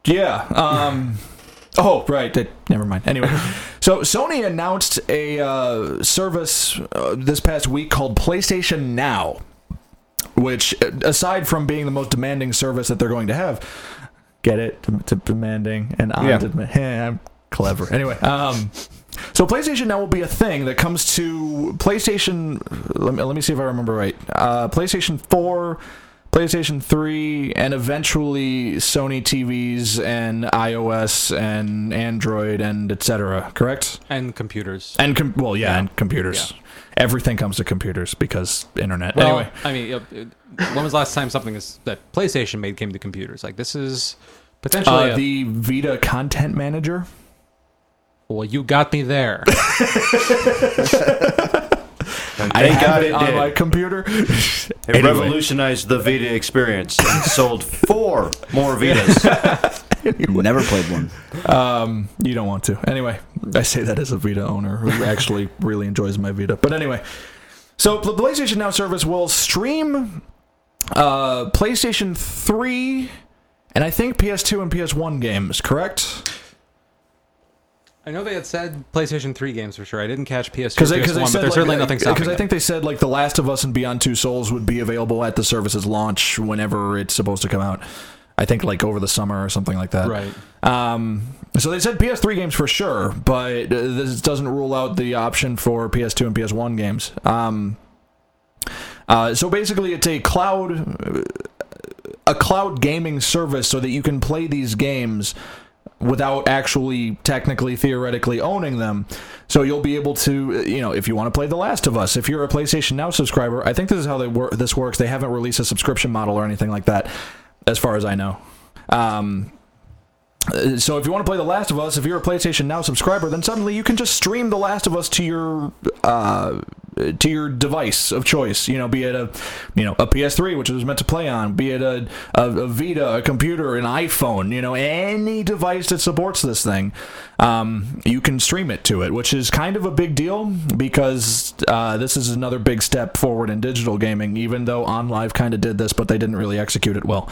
A: yeah. Um, oh, right. that- never mind. Anyway, so Sony announced a uh, service uh, this past week called PlayStation Now, which, uh, aside from being the most demanding service that they're going to have, get it? Dem- dem- demanding and on
C: Yeah.
A: dema- Heh, I'm clever. Anyway, um, so PlayStation Now will be a thing that comes to PlayStation. Let me, let me see if I remember right. Uh, PlayStation Four, PlayStation Three, and eventually Sony TVs and iOS and Android and etc. Correct?
B: and computers.
A: And com- well, yeah, and computers. Everything comes to computers because internet.
B: Well,
A: anyway,
B: I mean, yep, it- when was the last time something is, that PlayStation made came to computers? Like this is potentially
A: uh,
B: a-
A: the Vita Content Manager.
B: well, you got me there.
C: And
A: I
C: thank
A: have
C: God
A: it
C: it
A: on my
C: did.
A: computer.
C: It
A: Anyway.
C: revolutionized the Vita experience and sold four more Vitas.
E: Never played one.
A: Um, you don't want to. Anyway, I say that as a Vita owner who actually really enjoys my Vita. But anyway, so the PlayStation Now service will stream uh, PlayStation 3 and I think PS2 and PS1 games, correct?
B: I know they had said PlayStation 3 games for sure. I didn't catch PS2
A: Because
B: or PS1, but there's certainly nothing stopping
A: Because uh, I
B: it.
A: think they said like The Last of Us and Beyond Two Souls would be available at the service's launch whenever it's supposed to come out. I think like over the summer or something like that.
B: Right.
A: Um, so they said PS3 games for sure, but uh, this doesn't rule out the option for PS2 and PS1 games. Um, uh, so basically, it's a cloud, uh, a cloud gaming service, so that you can play these games without actually technically theoretically owning them. So you'll be able to, uh, you know, if you want to play The Last of Us, if you're a PlayStation Now subscriber, I think this is how they wor- this works. They haven't released a subscription model or anything like that, as far as I know. Um, uh, so if you want to play The Last of Us, if you're a PlayStation Now subscriber, then suddenly you can just stream The Last of Us to your uh, to your device of choice. You know, be it a you know a PS3, which it was meant to play on, be it a, a, a Vita, a computer, an iPhone. You know, any device that supports this thing, um, you can stream it to it, which is kind of a big deal because uh, this is another big step forward in digital gaming. Even though OnLive kind of did this, but they didn't really execute it well.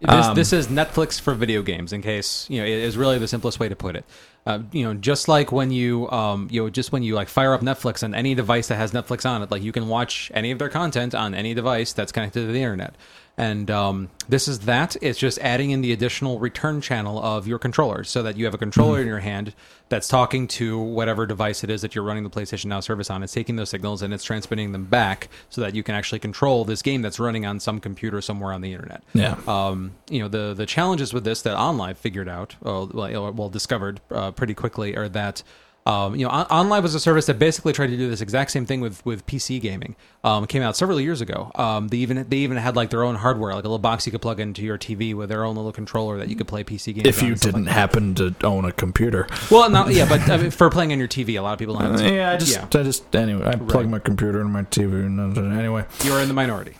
B: This, this is Netflix for video games. In case you know, it is really the simplest way to put it. Uh, you know, just like when you, um, you know, just when you like fire up Netflix on any device that has Netflix on it, like you can watch any of their content on any device that's connected to the internet. And um, this is that. It's just adding in the additional return channel of your controller, so that you have a controller in your hand that's talking to whatever device it is that you're running the PlayStation Now service on. It's taking those signals and it's transmitting them back, so that you can actually control this game that's running on some computer somewhere on the internet
A: Yeah.
B: um, you know the the challenges with this that OnLive figured out, uh, well, well discovered uh, pretty quickly, are that um, you know On- OnLive was a service that basically tried to do this exact same thing with with PC gaming. Um, it came out several years ago. Um, they even they even had like their own hardware, like a little box you could plug into your TV with their own little controller that you could play PC games.
A: If
B: on
A: you
B: and stuff
A: didn't
B: like
A: happen to own a computer.
B: that. well, not yeah, but I mean, for playing on your TV, a lot of people don't. Have
A: Yeah, I just, I just, anyway, I plug my computer into my TV. And, anyway,
B: you're in the minority.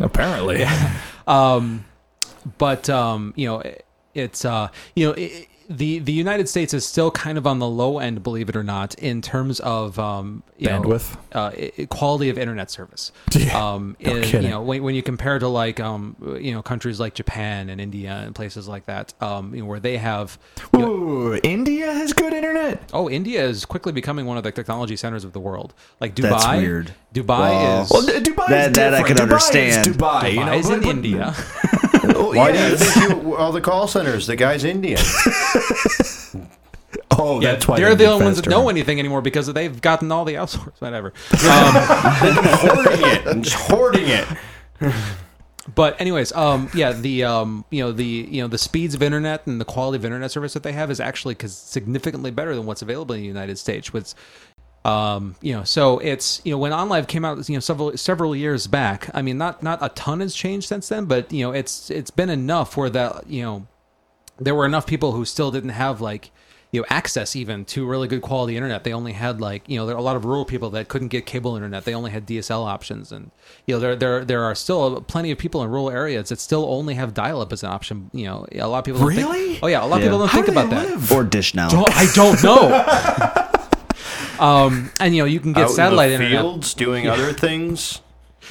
A: apparently,
B: um, but um, you know, it, it's uh, you know, it, the the United States is still kind of on the low end, believe it or not, in terms of um, you know,
A: Bandwidth?
B: uh, i- i- quality of internet service.
A: Yeah,
B: um,
A: no
B: in-
A: kidding.
B: you know, when, when you compare to like um, you know, countries like Japan and India and places like that, um, you know, where they have you know,
A: Ooh, India has good internet.
B: Oh, India is quickly becoming one of the technology centers of the world. Like Dubai,
E: That's weird.
B: Dubai
E: Wow.
B: is
A: Well, D- Dubai
E: That-
A: is
E: that I
A: different.
E: can
A: Dubai
E: understand.
A: Is Dubai,
B: Dubai
A: you know,
B: is
A: but-
B: in
A: but-
B: India.
A: Oh,
C: Why
A: yes.
C: do you think you, all the call centers? The guy's Indian.
A: Oh,
B: Yeah,
A: that's why
B: they're
A: they
B: the only ones that
A: faster.
B: know anything anymore because they've gotten all the outsourced, whatever. Um,
C: hoarding it. I'm just hoarding it.
B: but anyways, um, yeah, the um, you know the you know the speeds of internet and the quality of internet service that they have is actually 'cause significantly better than what's available in the United States. Which, um, you know, so it's you know when OnLive came out, you know, several several years back. I mean, not not a ton has changed since then, but you know, it's it's been enough where that you know there were enough people who still didn't have like you know access even to really good quality internet they only had like you know there are a lot of rural people that couldn't get cable internet they only had dsl options and you know there there there are still plenty of people in rural areas that still only have dial-up as an option you know a lot of people don't think-
A: Really?
B: oh yeah a lot of people don't
A: How
B: think
A: do they
B: about that
A: live?
E: Or Dish Now.
B: don't, I don't know. um, and you know you can get
C: Out
B: satellite
C: in the
B: internet.
C: fields doing other things.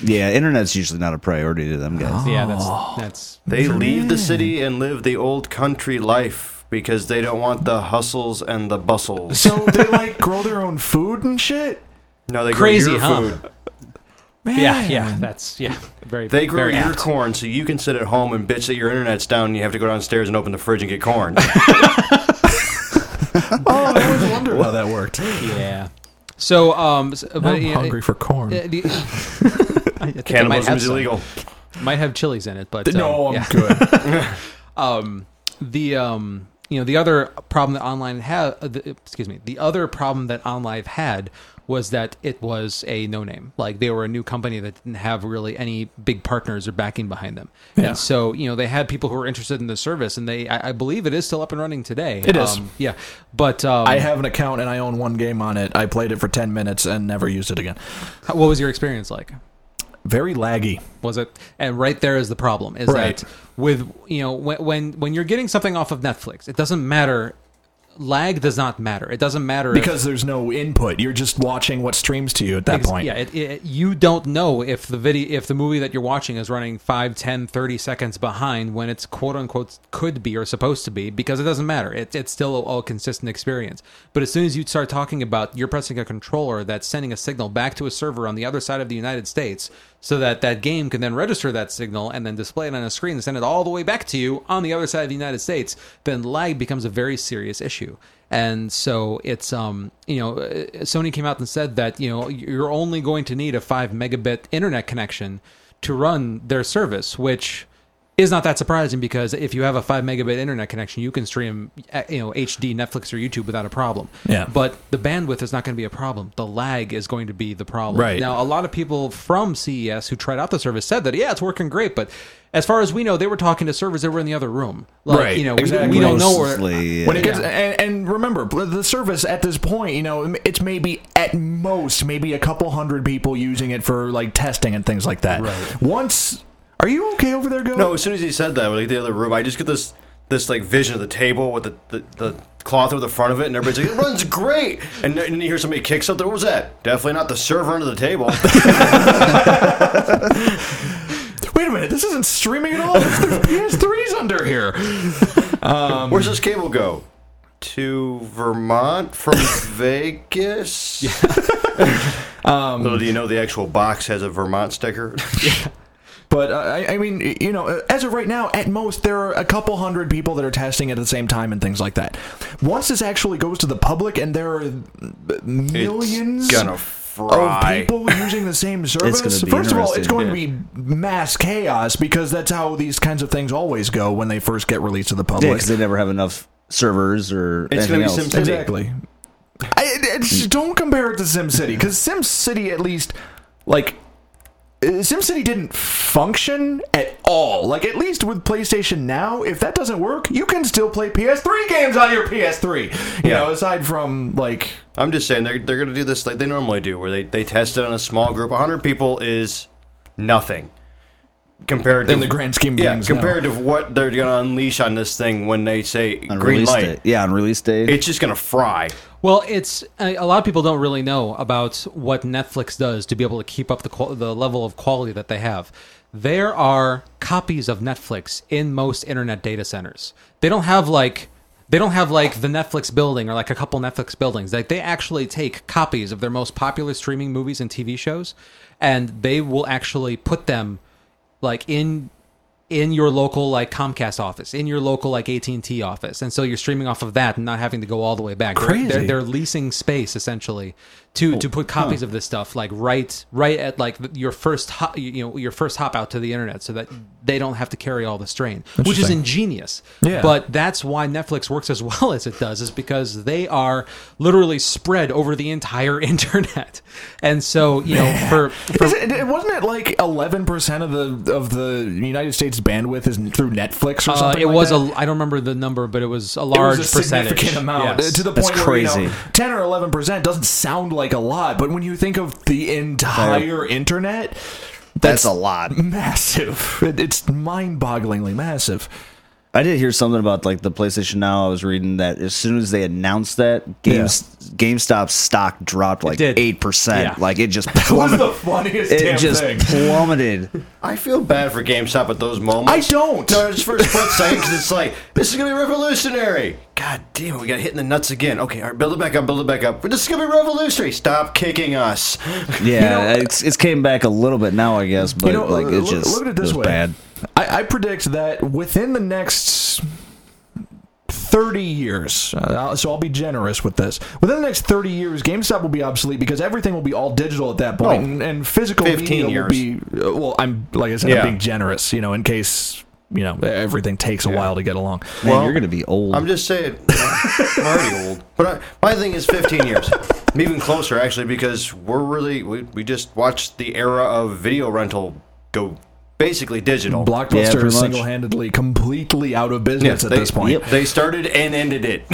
E: Yeah, internet's usually not a priority to them guys.
A: Oh.
B: Yeah, that's that's
C: They leave the city and live the old country life because they don't want the hustles and the bustles.
A: So they like grow their own food and shit.
C: No, they
B: Crazy,
C: grow your
B: huh?
C: food.
A: Man.
B: yeah, yeah, that's yeah. Very
C: They grow
B: very
C: your
B: apt.
C: corn so you can sit at home and bitch that your internet's down and you have to go downstairs and open the fridge and get corn.
A: Oh, I always wondered how that worked.
B: Yeah. So um, so-
A: Now
B: but,
A: I'm
B: yeah,
A: hungry for corn.
B: yeah, the- I think it might
C: Cannibalism
B: have
C: is
B: some.
C: illegal.
B: Might have chilies in it, but um,
A: no, I'm
B: yeah.
A: good.
B: um, the um, you know the other problem that online had uh, the, excuse me the other problem that OnLive had was that it was a no name like they were a new company that didn't have really any big partners or backing behind them
A: Yeah.
B: and so you know they had people who were interested in the service and they I, I believe it is still up and running today
A: It is.
B: um, yeah but um,
A: I have an account and I own one game on it. I played it for 10 minutes and never used it again.
B: what was your experience like
A: Very laggy.
B: was it and right there is the problem is
A: Right.
B: that with you know when, when when you're getting something off of netflix it doesn't matter lag does not matter it doesn't matter if-
A: Because there's no input. You're just watching what streams to you at that
B: Ex-
A: point.
B: Yeah, it, it, you don't know if the video, if the movie that you're watching is running 5, 10, 30 seconds behind when it's quote unquote could be or supposed to be because it doesn't matter. It, it's still a, a consistent experience. But as soon as you start talking about you're pressing a controller that's sending a signal back to a server on the other side of the United States so that that game can then register that signal and then display it on a screen and send it all the way back to you on the other side of the United States, then lag becomes a very serious issue and so it's um you know uh, sony came out and said that you know you're only going to need a 5 megabit internet connection to run their service which is not that surprising because if you have a 5 megabit internet connection you can stream uh, you know hd netflix or youtube without a problem
A: Yeah.
B: but the bandwidth is not going to be a problem the lag is going to be the problem
A: Right.
B: now a lot of people from ces who tried out the service said that yeah it's working great but as far as we know they were talking to servers that were in the other room like
A: Right,
B: you know we-
A: exactly.
B: we don't know where
E: Mostly, yeah.
A: When it gets, and, and remember, bl- the service at this point, you know, it's maybe at most maybe a couple hundred people using it for like testing and things like that. Right. Once, are you okay over there, Go?
C: No, as soon as he said that, like the other room, I just get this this like vision of the table with the, the, the cloth over the front of it, and everybody's like, "It runs great!" And, then- and you hear somebody kick something. What was that? Definitely not the server under the table.
A: Wait a minute, this isn't streaming at all. There's PS3s under here.
C: Where's this cable go? To Vermont from Vegas.
A: Um,
C: Little do you know, the actual box has a Vermont sticker.
A: But uh, I, I mean, you know, uh, as of right now, at most there are a couple hundred people that are testing at the same time and things like that. Once this actually goes to the public and there are millions
C: It's gonna
A: of
C: fry.
A: people using the same service,
E: gonna be
A: first of all, it's
E: interesting,
A: going to be mass chaos because that's how these kinds of things always go when they first get released to the
E: Yeah,
A: public.
E: because they never have enough servers or
C: It's
E: anything
C: gonna be
E: else.
C: SimCity.
A: Exactly. I, it- it's- don't compare it to SimCity because SimCity at least like uh, SimCity didn't function at all. Like at least with PlayStation Now, if that doesn't work, you can still play PS3 games on your PS3. You
C: Yeah.
A: know, aside from like
C: I'm just saying they're they're gonna do this like they normally do, where they they test it on a small group. 100 people is nothing compared to
A: in the grand scheme of
C: yeah,
A: things.
C: compared to what they're gonna unleash on this thing when they say
E: On
C: green
E: release
C: light.
E: day. Yeah, on release day.
C: It's just gonna fry.
B: Well, it's a a lot of people don't really know about what Netflix does to be able to keep up the qual- the level of quality that they have. There are copies of Netflix in most internet data centers. They don't have like they don't have like the Netflix building or like a couple Netflix buildings. Like they actually take copies of their most popular streaming movies and TV shows and they will actually put them like in in your local like Comcast office, in your local like AT and T office, and so you're streaming off of that and not having to go all the way back. They're-
A: Crazy. Oh,
B: They're, they're leasing space essentially to to put copies of this stuff like right right at like th- your first hop, you you know your first hop out to the internet, so that they don't have to carry all the strain, which is
A: Interesting.
B: ingenious.
A: Yeah.
B: But that's why Netflix works as well as it does, is because they are literally spread over the entire internet, and so you know for, for
A: Is it, it- wasn't it like eleven percent of the of the United States bandwidth is through Netflix or
B: Uh,
A: something?
B: it
A: like
B: was
A: that?
B: a I don't remember the number, but it was a
A: It was
B: large
A: a
B: percentage.
A: significant amount Uh,
B: Yes.
A: to the
E: That's
A: point where you know,
E: crazy.
A: ten or eleven percent doesn't sound like a lot, but when you think of the entire internet,
E: That's a lot.
A: massive. It- it's mind-bogglingly massive.
E: I did hear something about like the PlayStation Now. I was reading that as soon as they announced that, Games GameStop stock dropped like
B: did.
E: eight percent.
B: Yeah.
E: Like it just
A: It was the
E: plummeted.
A: funniest damn
E: It just
A: thing.
E: plummeted.
C: I feel bad for GameStop at those moments.
A: I don't.
C: No, it's for a split second 'cause it's like this is gonna be revolutionary. God damn, it, we got hit in the nuts again. Okay, all right, build it back up, build it back up. But this is gonna be revolutionary. Stop kicking us.
E: Yeah, it's, it's came back a little bit now, I guess, but like it
A: look,
E: just
A: look at it this
E: was
A: way.
E: bad.
A: I, I predict that within the next thirty years, uh, I'll- so I'll be generous with this. Within the next thirty years, GameStop will be obsolete because everything will be all digital at that point,
C: Oh,
A: and, and physical
C: 15
A: media
C: years.
A: will be. uh, Well, I'm like I said,
C: Yeah.
A: I'm being generous, you know, in case you know everything takes a while to get along.
E: Man,
C: Well,
E: you're gonna be old.
C: I'm just saying, I'm already old. But I, my thing is 15 years. I'm even closer actually because we're really we, we just watched the era of video rental go basically digital.
E: Yeah,
A: Blockbuster
E: pretty
A: is
E: much.
A: single-handedly completely out of
C: Yeah,
A: business at
C: they-
A: this point.
E: yep.
C: They started and ended it.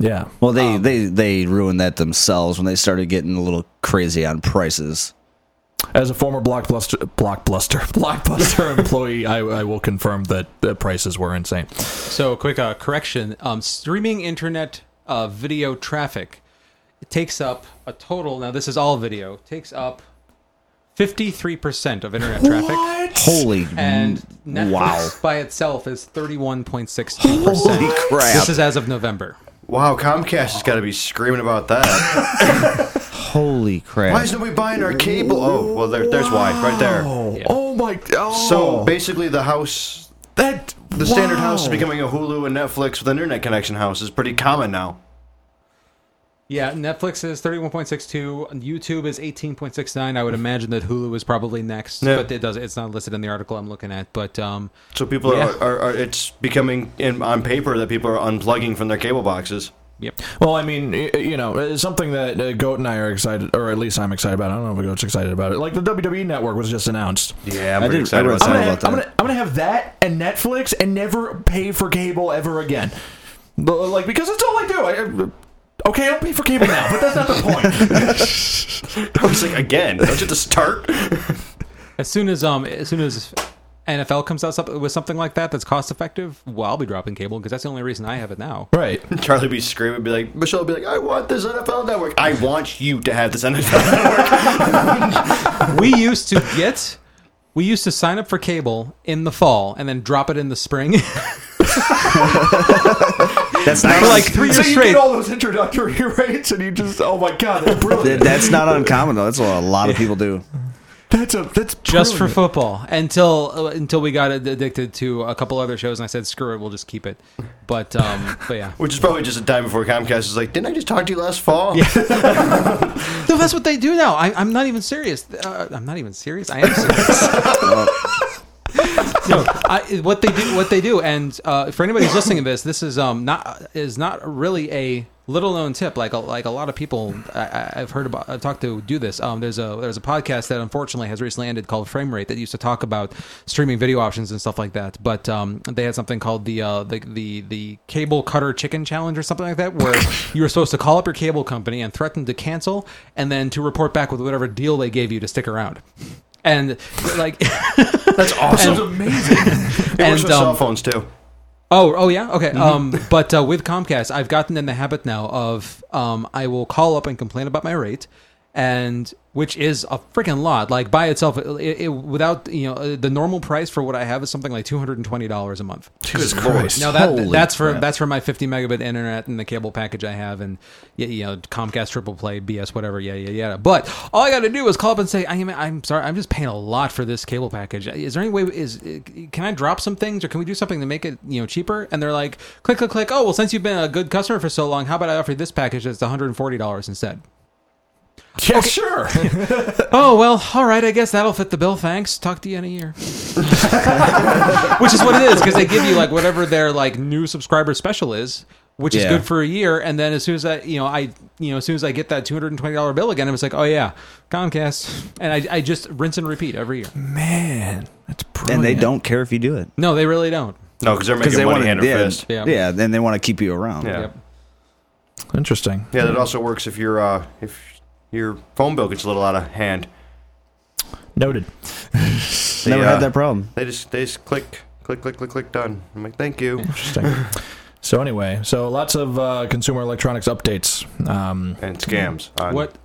A: Yeah.
E: well, they, they they ruined that themselves when they started getting a little crazy on prices.
A: As a former blockbuster blockbuster blockbuster employee, I, I will confirm that the prices were insane.
B: So, quick uh, correction: um, streaming internet uh, video traffic it takes up a total. Now, this is all video. Takes up fifty-three percent of internet traffic,
E: Holy
B: and Netflix
E: wow!
B: by itself is thirty-one point six percent.
E: crap.
B: This is as of November.
C: wow, Comcast has got to be screaming about that.
E: Holy crap!
C: Why is nobody buying our cable? Oh, well, there, there's why right there.
A: Oh, oh my! Oh,
C: So basically, the house,
A: that
C: the standard house is becoming a Hulu and Netflix with an internet connection house is pretty common now.
B: Yeah, Netflix is 31.62, and YouTube is 18.69. I would imagine that Hulu is probably next,
C: Yeah.
B: but it does it's not listed in the article I'm looking at, but um
C: So people
B: Yeah.
C: are, are, are it's becoming in, on paper that people are unplugging from their cable boxes.
B: yep.
A: Well, I mean, y- you know, it's something that uh, Goat and I are excited, or at least I'm excited about. I don't know if Goat's excited about it. Like the WWE Network was just announced.
C: Yeah, I'm
E: I
C: pretty
E: did-
C: excited
E: I read
C: about
A: I'm gonna,
C: that.
E: about
A: have, I'm,
E: that.
A: gonna, I'm gonna have that and Netflix and never pay for cable ever again. But, Like because it's all I do. I, okay, I don't pay for cable now, but that's not the point.
C: I was like, again, don't you just start?
B: As soon as um, as soon as NFL comes out some- with something like that that's cost effective, well, I'll be dropping cable because that's the only reason I have it now.
A: right.
C: Charlie be screaming, be like, Michelle be like, I want this NFL network. I want you to have this NFL network.
B: we used to get, we used to sign up for cable in the fall and then drop it in the spring.
E: That's not
B: like three
A: so
B: years
A: you
B: straight.
A: get all those introductory rates, and you just oh my god, that's brilliant.
E: that's not uncommon though. That's what a lot of people do.
A: that's a that's
B: just for
A: brilliant.
B: football until uh, until we got ad- addicted to a couple other shows and I said screw it we'll just keep it but um but yeah
C: Which is probably just a time before Comcast is like, didn't I just talk to you last fall? Yeah.
B: no that's what they do now I, I'm not even serious uh, I'm not even serious I am serious no, I, what they do, what they do, and uh, for anybody who's listening to this, this is um not is not really a little known tip. Like a, like a lot of people I- I, I've heard about, I've talked to do this. Um, there's a there's a podcast that unfortunately has recently ended called Frame Rate that used to talk about streaming video options and stuff like that. But um, they had something called the uh, the the the cable cutter chicken challenge or something like that, where you were supposed to call up your cable company and threaten to cancel, and then to report back with whatever deal they gave you to stick around. And like.
C: That's awesome.
A: That's amazing.
C: It works
B: And,
C: with cell
B: um,
C: phones too.
B: Oh, oh yeah, okay. Um, but uh, with Comcast, I've gotten in the habit now of um, I will call up and complain about my rate, and which is a freaking lot. Like by itself, it, it, without you know uh, the normal price for what I have is something like two hundred and twenty dollars a month.
A: Jesus
C: Lord.
A: Christ.
B: Now that
E: Holy
B: that's for
E: crap.
B: that's for my fifty megabit internet and the cable package I have, and y- you know Comcast triple play BS whatever yeah yeah yeah. But all I got to do is call up and say I am I'm sorry I'm just paying a lot for this cable package. Is there any way is can I drop some things or can we do something to make it you know cheaper? And they're like click click click. Oh well, since you've been a good customer for so long, how about I offer you this package that's one hundred and forty dollars instead?
A: yeah, sure.
B: Oh well, all right. I guess that'll fit the bill. Thanks. Talk to you in a year. which is what it is because they give you like whatever their like new subscriber special is, which is
E: Yeah.
B: good for a year. And then as soon as I, you know, I, you know, as soon as I get that two hundred and twenty dollar bill again, I was like, oh yeah, Comcast. And I, I just rinse and repeat every year.
A: Man, that's
E: and
A: brilliant.
E: they don't care if you do it
B: No, they really don't.
C: No, because they're
E: because
C: making
E: they
C: money
E: want
C: hand
E: to.
C: or
E: Yeah,
C: fist.
B: Yeah.
E: yeah. then they want to keep you around.
C: Yeah.
B: Yep.
A: Interesting.
C: Yeah, that also works if your uh, if your phone bill gets a little out of hand.
A: Noted.
C: They,
E: Never
C: uh,
E: had that problem.
C: They just they just click click click click click done. I'm like, thank you.
A: Interesting. so anyway, so lots of uh, consumer electronics updates. Um,
C: And scams. On,
B: What?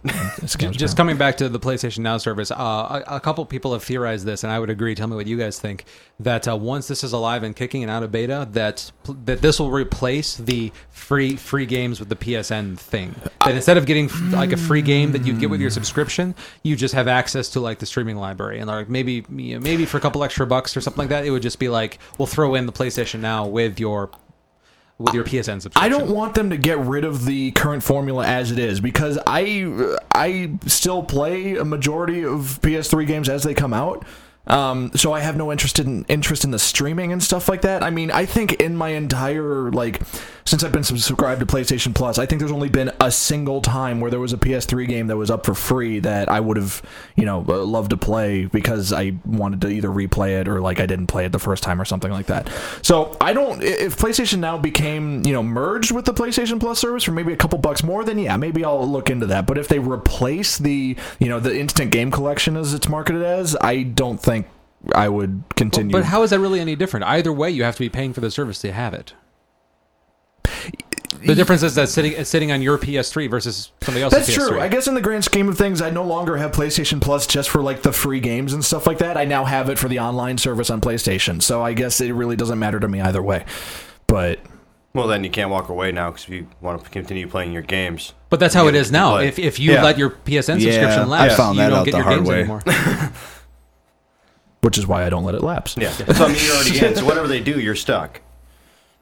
A: scams
B: Just
A: around.
B: coming back to the PlayStation Now service, uh, a, a couple people have theorized this, and I would agree. Tell me what you guys think. That uh, once this is alive and kicking and out of beta, that that this will replace the free free games with the PSN thing. That instead of getting like a free game that you get with your subscription, you just have access to like the streaming library, and like maybe you know, maybe for a couple extra bucks or something like that, it would just be like we'll throw in the PlayStation Now with your with your PSN subscription.
A: I don't want them to get rid of the current formula as it is because I I still play a majority of PS3 games as they come out. Um, so I have no interest in interest in the streaming and stuff like that. I mean, I think in my entire like since I've been subscribed to PlayStation Plus, I think there's only been a single time where there was a PS3 game that was up for free that I would have, you know, uh, loved to play because I wanted to either replay it or like I didn't play it the first time or something like that. So I don't. i- If PlayStation Now became, you know, merged with the PlayStation Plus service for maybe a couple bucks more, then yeah, maybe I'll look into that. But if they replace the, you know, the instant game collection as it's marketed as, I don't think I would continue.
B: But how is that really any different? Either way, you have to be paying for the service to have it. The difference is that sitting it's sitting on your PS3 versus somebody else's
A: That's
B: PS3.
A: true. I guess in the grand scheme of things, I no longer have PlayStation Plus just for like the free games and stuff like that. I now have it for the online service on PlayStation. So I guess it really doesn't matter to me either way. But
C: Well, then you can't walk away now because if you want to continue playing your games.
B: But that's how it is now.
C: But-
B: if if you
C: yeah.
B: let your PSN
E: Yeah,
B: subscription lapse,
E: I found
B: you
E: that
B: don't
E: out
B: get
E: the
B: your
E: hard
B: games
E: way.
B: anymore.
A: which is why I don't let it lapse.
C: Yeah. So I mean, you're already in. So whatever they do, you're stuck.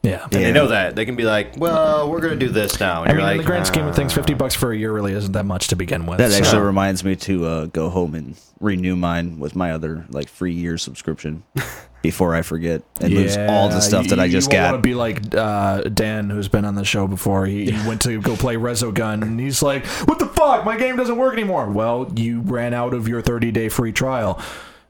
A: Yeah.
E: Yeah.
C: They know that. They can be like, well, we're going to do this now. And
A: I
C: you're
A: mean,
C: like,
A: in the grand scheme of things,
C: "Uh,
A: fifty bucks for a year really isn't that much to begin with.
E: That actually
A: so-
E: reminds me to uh, go home and renew mine with my other like free year subscription before I forget and lose all the stuff that I just
A: you Want
E: got.
A: to be like uh, Dan, who's been on the show before. He, he went to go play Resogun, and he's like, "What the fuck? My game doesn't work anymore." Well, you ran out of your 30-day free trial.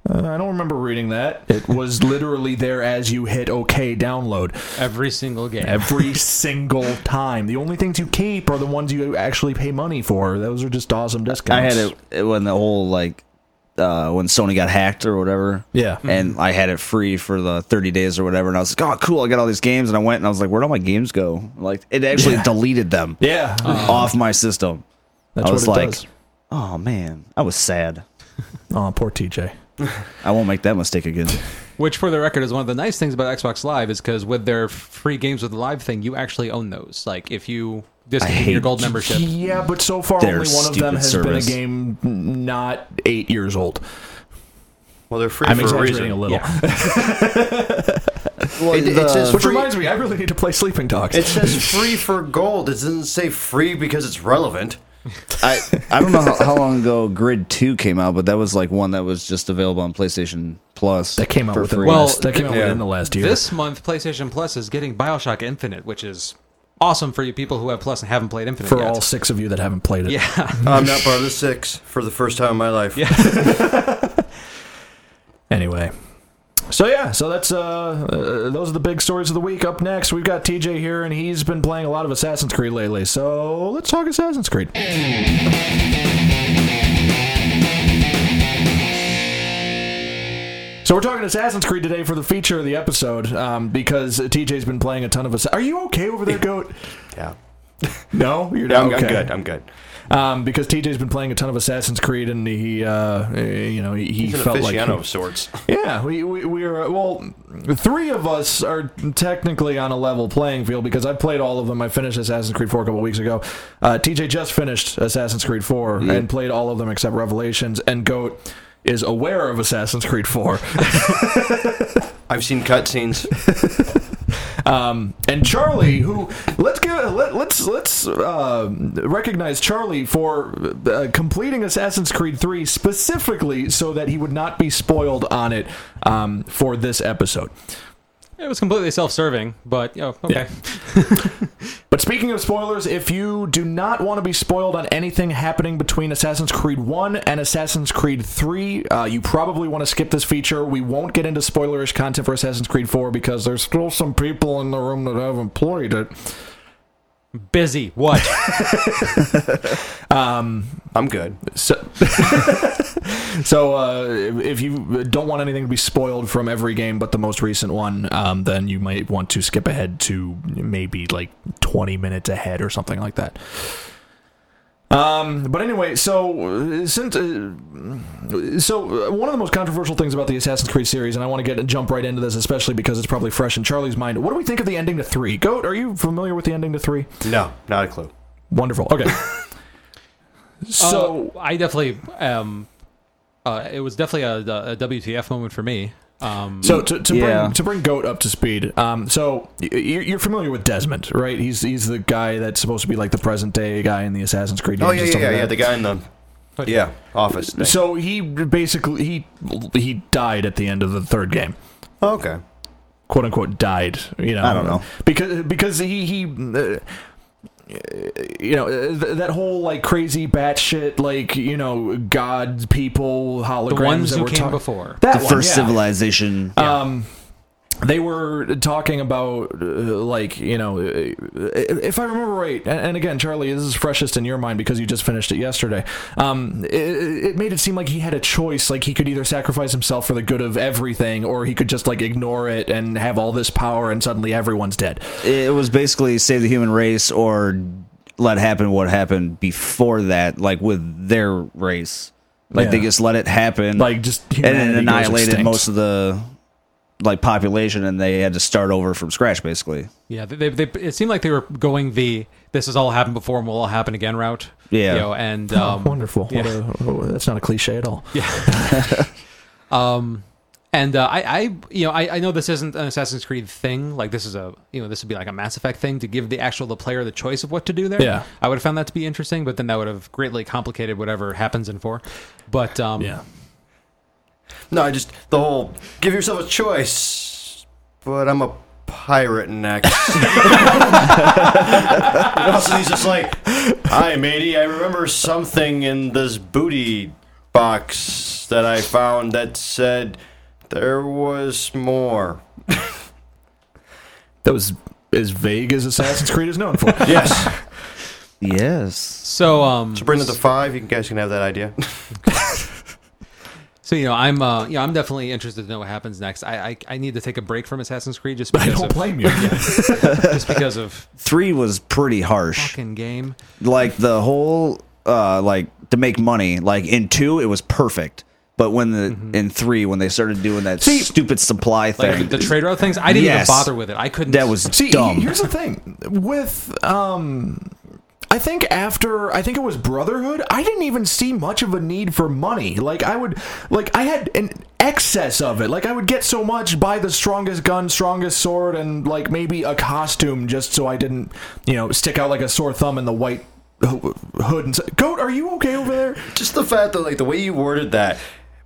A: Uh, I don't remember reading that. It was literally there as you hit OK download
B: Every single game.
A: every single time. The only things you keep are the ones you actually pay money for. Those are just awesome
E: I
A: discounts.
E: had it- it when the whole like uh, when Sony got hacked or whatever.
A: Yeah.
E: and I had it free for the 30 days or whatever, and I was like, "Oh, cool! I got all these games." And I went and I was like, "Where'd all my games go?" Like it actually deleted them
A: Yeah,
E: off my system.
A: that's
E: I was
A: what it
E: like,
A: does.
E: "Oh man, I was sad.
A: Oh, poor TJ.
E: I won't make that mistake again."
B: Which, for the record, is one of the nice things about Xbox Live is because with their free games with live thing, you actually own those. Like if you discontinue your
E: hate-
B: gold membership,
A: Yeah, but so far
E: Their
A: only one of them
E: stupid
A: has
E: service.
A: been a game not eight years old.
C: Well, they're free
A: I'm
C: for a
A: exaggerating
C: reason.
A: a little.
E: well,
C: It- it's just-
A: uh, Which
C: Free-
A: reminds me, I really need to play Sleeping Dogs.
C: It says free for gold. It doesn't say free because it's relevant.
E: I I don't know how, how long ago Grid Two came out, but that was like one that was just available on PlayStation Plus.
A: that came out
E: for
A: within
E: free.
A: the
B: Well,
A: last, that came out
C: yeah.
A: within the last year.
B: This month, PlayStation Plus is getting Bioshock Infinite, which is awesome for you people who have Plus and haven't played Infinite
A: for
B: yet.
A: all six of you that haven't played it.
B: yeah,
C: I'm not part of the six for the first time in my life. Yeah.
A: Anyway. So yeah, so that's uh, uh those are the big stories of the week. Up next, we've got TJ here, and he's been playing a lot of Assassin's Creed lately. So let's talk Assassin's Creed. So we're talking Assassin's Creed today for the feature of the episode um, because TJ's been playing a ton of Assassin's. Are you okay over there, Goat?
C: yeah.
A: No, you're
C: Yeah,
A: not
C: I'm, I'm
A: okay.
C: good. I'm good.
A: um, because TJ's been playing a ton of Assassin's Creed, and he, uh, you know, he, he
C: He's an
A: felt like
C: aficionado of sorts.
A: yeah, we, we we are uh, well. Three of us are technically on a level playing field because I played all of them. I finished Assassin's Creed Four a couple weeks ago. Uh, TJ just finished Assassin's Creed Four and played all of them except Revelations. And Goat is aware of Assassin's Creed Four.
C: I've seen cutscenes.
A: Um, and Charlie, who let's give let, let's let's uh, recognize Charlie for uh, completing Assassin's Creed Three specifically so that he would not be spoiled on it um, for this episode.
B: It was completely self-serving, but yo, okay.
A: But speaking of spoilers, if you do not want to be spoiled on anything happening between Assassin's Creed 1 and Assassin's Creed 3, uh, you probably want to skip this feature. We won't get into spoilerish content for Assassin's Creed 4 because there's still some people in the room that haven't played it.
B: Busy. What?
C: I'm good.
A: So, so uh, if you don't want anything to be spoiled from every game but the most recent one, um, then you might want to skip ahead to maybe like 20 minutes ahead or something like that. Um, but anyway, so uh, since uh, so uh, one of the most controversial things about the Assassin's Creed series, and I want to get jump right into this, especially because it's probably fresh in Charlie's mind. What do we think of the ending to three? Goat, are you familiar with the ending to three?
C: No, not a clue.
A: Wonderful. Okay. so
B: Uh, I definitely um, uh, it was definitely a, a WTF moment for me. Um,
A: So to, to
E: Yeah.
A: bring to bring Goat up to speed, um, so y- y- you're familiar with Desmond, right? He's he's the guy that's supposed to be like the present day guy in the Assassin's Creed.
C: Oh
A: games
C: yeah,
A: and
C: yeah,
A: stuff
C: yeah,
A: like
C: yeah.
A: that.
C: The guy in the Oh, yeah office. Thing.
A: So he basically he he died at the end of the third game.
C: okay.
A: quote unquote died. You know,
E: I don't know.
A: because because he he. Uh, you know th- that whole like crazy batshit like you know god people holograms
B: the ones
A: that
B: who
A: we're
B: came
A: talking
B: before.
A: that
E: The
A: one,
E: first
A: yeah.
E: civilization.
A: Um, they were talking about uh, like you know, uh, if I remember right, and, and again, Charlie, this is freshest in your mind because you just finished it yesterday. Um, it, it made it seem like he had a choice, like he could either sacrifice himself for the good of everything, or he could just like ignore it and have all this power, and suddenly everyone's dead.
E: it was basically save the human race or let happen what happened before that, like with their race. Like they
A: Yeah.
E: just let it happen,
A: Like just
E: and
A: humanity
E: then
A: goes
E: annihilated
A: extinct.
E: most of the like population, and they had to start over from scratch, basically.
B: Yeah, they, they, they, it seemed like they were going the "this has all happened before and will all happen again" route.
E: Yeah.
B: you know, and
A: Oh,
B: um,
A: Wonderful. What
B: yeah.
A: a- oh, that's not a cliche at all.
B: Um, and uh, I, I, you know, I, I know this isn't an Assassin's Creed thing. Like this is a, you know, this would be like a Mass Effect thing to give the actual the player the choice of what to do there.
A: Yeah.
B: I would have found that to be interesting, but then that would have greatly complicated whatever happens in four. But um,
A: Yeah.
C: No, I just the whole give yourself a choice. But I'm a pirate next. and also, he's just like, "Hi, matey. I remember something in this booty box that I found that said there was more."
A: That was as vague as Assassin's Creed is known for.
C: Yes.
E: Yes,
B: so um,
C: So bring it to five. You guys can have that idea.
B: so you know, I'm, uh, you know, I'm definitely interested to know what happens next. I, I, I need to take a break from Assassin's Creed just
A: I
B: because
A: don't
B: of,
A: blame you.
B: just because of
E: three was pretty harsh.
B: fucking game.
E: Like the whole, uh, like to make money. Like in two, it was perfect, but when the in three, when they started doing that
A: Mm-hmm. See-
E: stupid supply
B: Like
E: thing,
B: the trade route things, I didn't even
E: Yes.
B: bother with it. I couldn't.
E: that was
A: See,
E: dumb.
A: here's the thing with um I think after I think it was Brotherhood, I didn't even see much of a need for money. Like I would like I had an excess of it. Like I would get so much buy the strongest gun, strongest sword and like maybe a costume just so I didn't, you know, stick out like a sore thumb in the white ho- hood and s- goat are you okay over there
C: Just the fact that, like, the way you worded that,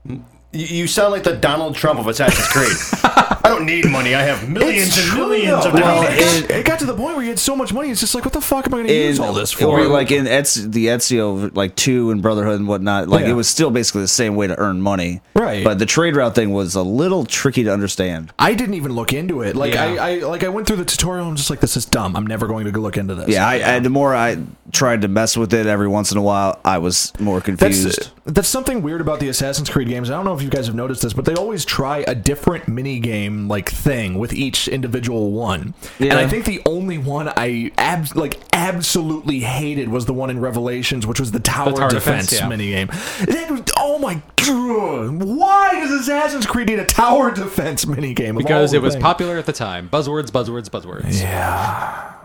C: m- you, you sound like the Donald Trump of Assassin's Creed. I don't need money. I have millions
A: It's
C: and
A: true,
C: millions
A: though.
C: of
A: I mean,
C: dollars.
A: it, got, it got to the point where you had so much money it's just like what the fuck am i going to use
E: in-
A: all this for
E: Or like in Ezio, the Ezio, like two and Brotherhood and whatnot. Like
A: Yeah.
E: it was still basically the same way to earn money,
A: Right.
E: But the trade route thing was a little tricky to understand.
A: I didn't even look into it. Like
B: Yeah.
A: I, I, like I went through the tutorial. and I'm just like, this is dumb. I'm never going to look into this.
E: Yeah, I, I the more I tried to mess with it every once in a while, I was more
A: that's
E: confused.
A: that's something weird about the Assassin's Creed games. I don't know if you guys have noticed this, but they always try a different mini game like thing with each individual one. And
E: Yeah.
A: I think the only one I ab- like absolutely hated was the one in Revelations, which was the Tower,
B: Tower
A: Defense,
B: Defense, yeah.
A: minigame. That was- oh my god! Why does Assassin's Creed need a Tower Defense minigame? of all
B: because
A: the
B: it was
A: things?
B: popular at the time. Buzzwords, buzzwords, buzzwords.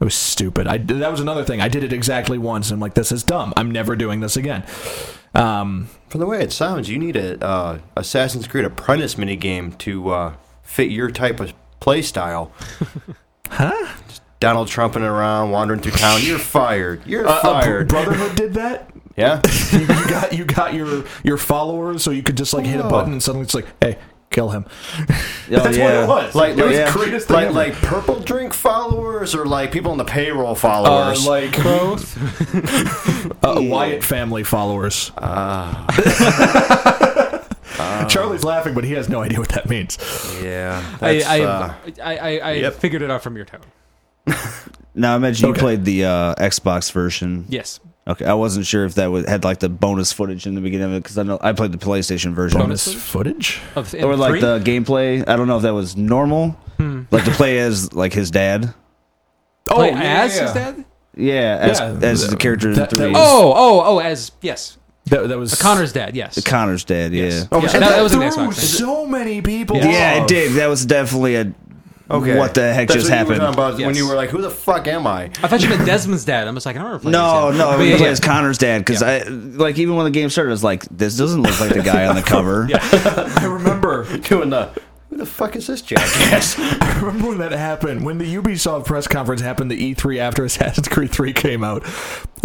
A: It was stupid. I that was another thing. I did it exactly once. I'm like, this is dumb. I'm never doing this again. Um,
C: From the way it sounds, you need a uh, Assassin's Creed Apprentice minigame to uh, fit your type of play style. huh? Donald Trumping around, wandering through town. You're fired. You're
A: uh, uh,
C: fired.
A: Brotherhood did that.
C: yeah.
A: you got you got your your followers, so you could just like hit a button and suddenly it's like, hey, kill him. That's
E: yeah.
A: what it was.
C: Like,
A: it was
C: like,
A: the
C: yeah.
A: greatest thing
C: like,
A: ever.
C: like purple drink followers or like people on the payroll followers.
A: Uh, like
B: Both.
A: uh, Wyatt family followers. Ah. Charlie's laughing, but he has no idea what that means.
C: yeah.
B: I,
C: That's,
B: I,
C: uh,
B: I, I, I
C: yep.
B: figured it out from your tone.
E: Now, I imagine you
A: Okay.
E: played the uh, Xbox version.
B: Yes.
E: Okay, I wasn't sure if that was, had like the bonus footage in the beginning of it because I know I played the PlayStation version.
A: Bonus footage.
B: Of, in
E: Or like
B: three?
E: the gameplay. I don't know if that was normal.
A: Hmm.
E: Like to play as like his dad.
A: Oh,
B: Play
A: yeah,
B: as
A: yeah.
B: his dad?
E: Yeah, as,
A: Yeah,
E: as the
A: that-
E: character in
A: that- that
E: three.
A: was-
B: Oh, oh, oh, as yes,
A: That, that was
B: Connor's dad. Yes,
E: Connor's dad. Yeah.
B: Yes.
C: Oh,
B: Yeah,
C: was
B: that,
C: that-
B: that was an
A: through
B: Xbox. thing.
A: so many people.
E: Yeah, it did. That was definitely a.
C: okay.
E: What the heck
C: That's
E: just
C: what
E: happened?
C: You were talking about When
B: Yes.
C: you were like, who the fuck am I?
B: I thought you meant Desmond's dad. I'm just like I don't remember.
E: No,
B: playing
E: no,
B: his dad.
E: we
B: But
E: play
B: yeah,
E: as Connor's dad because I like even when the game started, I was like, "This doesn't look like the guy on the cover."
A: I remember.
C: Doing the, who the fuck is this jackass?
A: I remember when that happened. When the Ubisoft press conference happened, the E3 after Assassin's Creed 3 came out,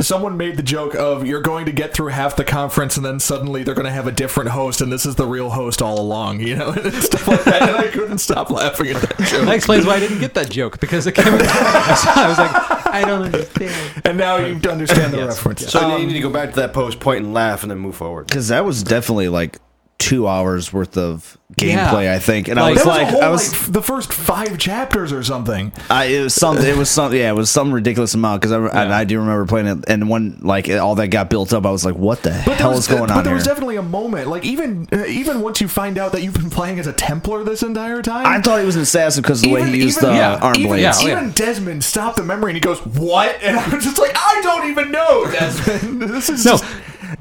A: someone made the joke of you're going to get through half the conference and then suddenly they're going to have a different host and this is the real host all along, you know, and stuff like that. And I couldn't stop laughing at that joke.
B: that explains why I didn't get that joke because it came. so I was like, I don't understand.
A: And now you understand the reference.
C: So now
B: Um,
C: you need to go back to that post, point and laugh, and then move forward.
E: Because that was definitely like two hours worth of gameplay,
B: Yeah.
E: I think, and I
B: Like-
E: was
A: that was a
E: like,
A: whole,
E: I was,
A: like, f- the first five chapters or something.
E: I, it was some, it was some, yeah, it was some ridiculous amount. Because I, and I do remember playing it, and when like all that got built up, I was like, "What the
A: But there
E: hell
A: was,
E: is going
A: but
E: on
A: there
E: here?"
A: was definitely a moment, like even uh, even once you find out that you've been playing as a Templar this entire time.
E: I thought he was an assassin because the way he used the
B: yeah,
E: arm
A: even,
E: blades.
B: yeah, oh,
A: even Desmond stopped the memory and he goes, "What?" And I was just like, "I don't even know, Desmond. This is
B: No,
A: just-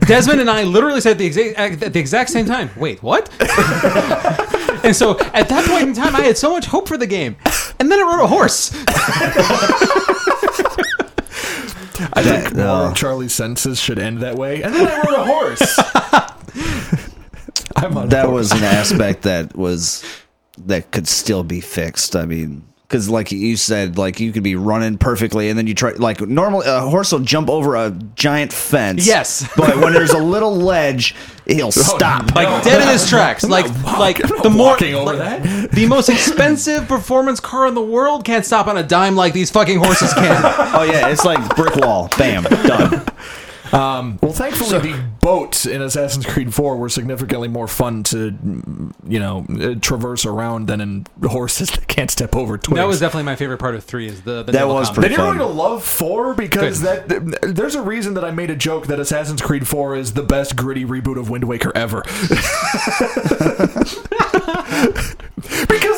B: Desmond and I literally said the exact at the exact same time. Wait, what? and so at that point in time, I had so much hope for the game, and then it rode a horse.
A: I think
E: no.
A: moral Charlie's senses should end that way." And then I rode a horse. I'm on
E: that
A: board.
E: was an aspect that was that could still be fixed. I mean, because like you said, like you could be running perfectly, and then you try like normal a horse will jump over a giant fence.
B: Yes.
E: but when there's a little ledge, he'll stop.
A: Oh, no.
B: like dead in his tracks. like
A: walk-
B: like
A: I'm not
B: the more
A: walking over
B: like,
A: that.
B: the most expensive performance car in the world can't stop on a dime like these fucking horses can.
E: Oh yeah, it's like brick wall. Bam, done.
A: Well, thankfully, the boats in Assassin's Creed 4 were significantly more fun to, mm, you know, uh, traverse around than in horses that can't step over twigs.
B: that was definitely my favorite part of three. Is the, the
E: That
B: naval
E: was
B: combat.
E: pretty-
A: Then you're going
E: fun.
A: to love 4 because that th- there's a reason that I made a joke that Assassin's Creed 4 is the best gritty reboot of Wind Waker ever. because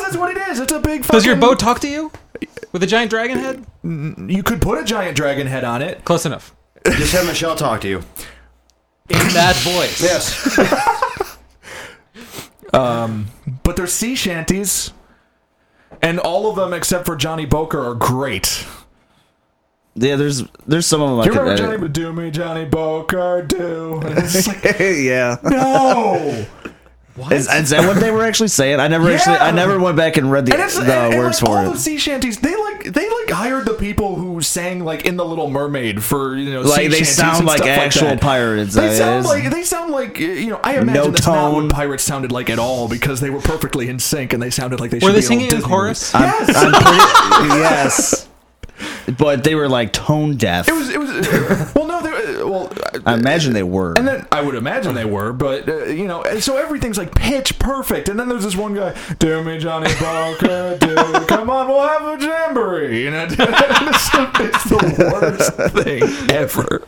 A: that's what it is. It's a big fucking
B: Does your boat talk to you with a giant dragon head?
A: You could put a giant dragon head on it.
B: Close enough.
C: Just have Michelle talk to you.
B: In that voice.
C: Yes.
A: But they're sea shanties and all of them except for Johnny Boker are great.
E: Yeah, there's there's some of them. I
A: You
E: could
A: remember Johnny
E: edit.
A: but do me, Johnny Boker, do. And it's just like,
E: yeah.
A: no.
E: Is, is that what they were actually saying? I never actually, I
A: Yeah.
E: never went back and read the,
A: And it's
E: the
A: and- and,
E: words
A: like, all
E: for
A: those
E: it.
A: sea shanties. They like they like hired the people who sang like in the Little Mermaid for you know. sea
E: Like they
A: shanties
E: sound
A: and
E: like
A: stuff
E: actual
A: like that.
E: pirates.
A: They
E: uh,
A: sound
E: it's-
A: like they sound like uh, you know. I imagine
E: No
A: that's not
E: tone.
A: what pirates sounded like at all because they were perfectly in sync and they sounded like they
B: Were
A: should
B: they
A: be on
B: singing in
A: Disney
B: chorus?
A: movies.
E: I'm-
A: Yes,
E: I'm pretty- yes. But they were like tone deaf.
A: it was it was. uh, well, no, they, uh, well, uh,
E: I imagine they were.
A: And then I would imagine they were, but uh, you know, and so everything's like pitch perfect. And then there's this one guy, "Do me, Johnny Barker, do come on, we'll have a jamboree." You know, it's, it's the worst thing ever.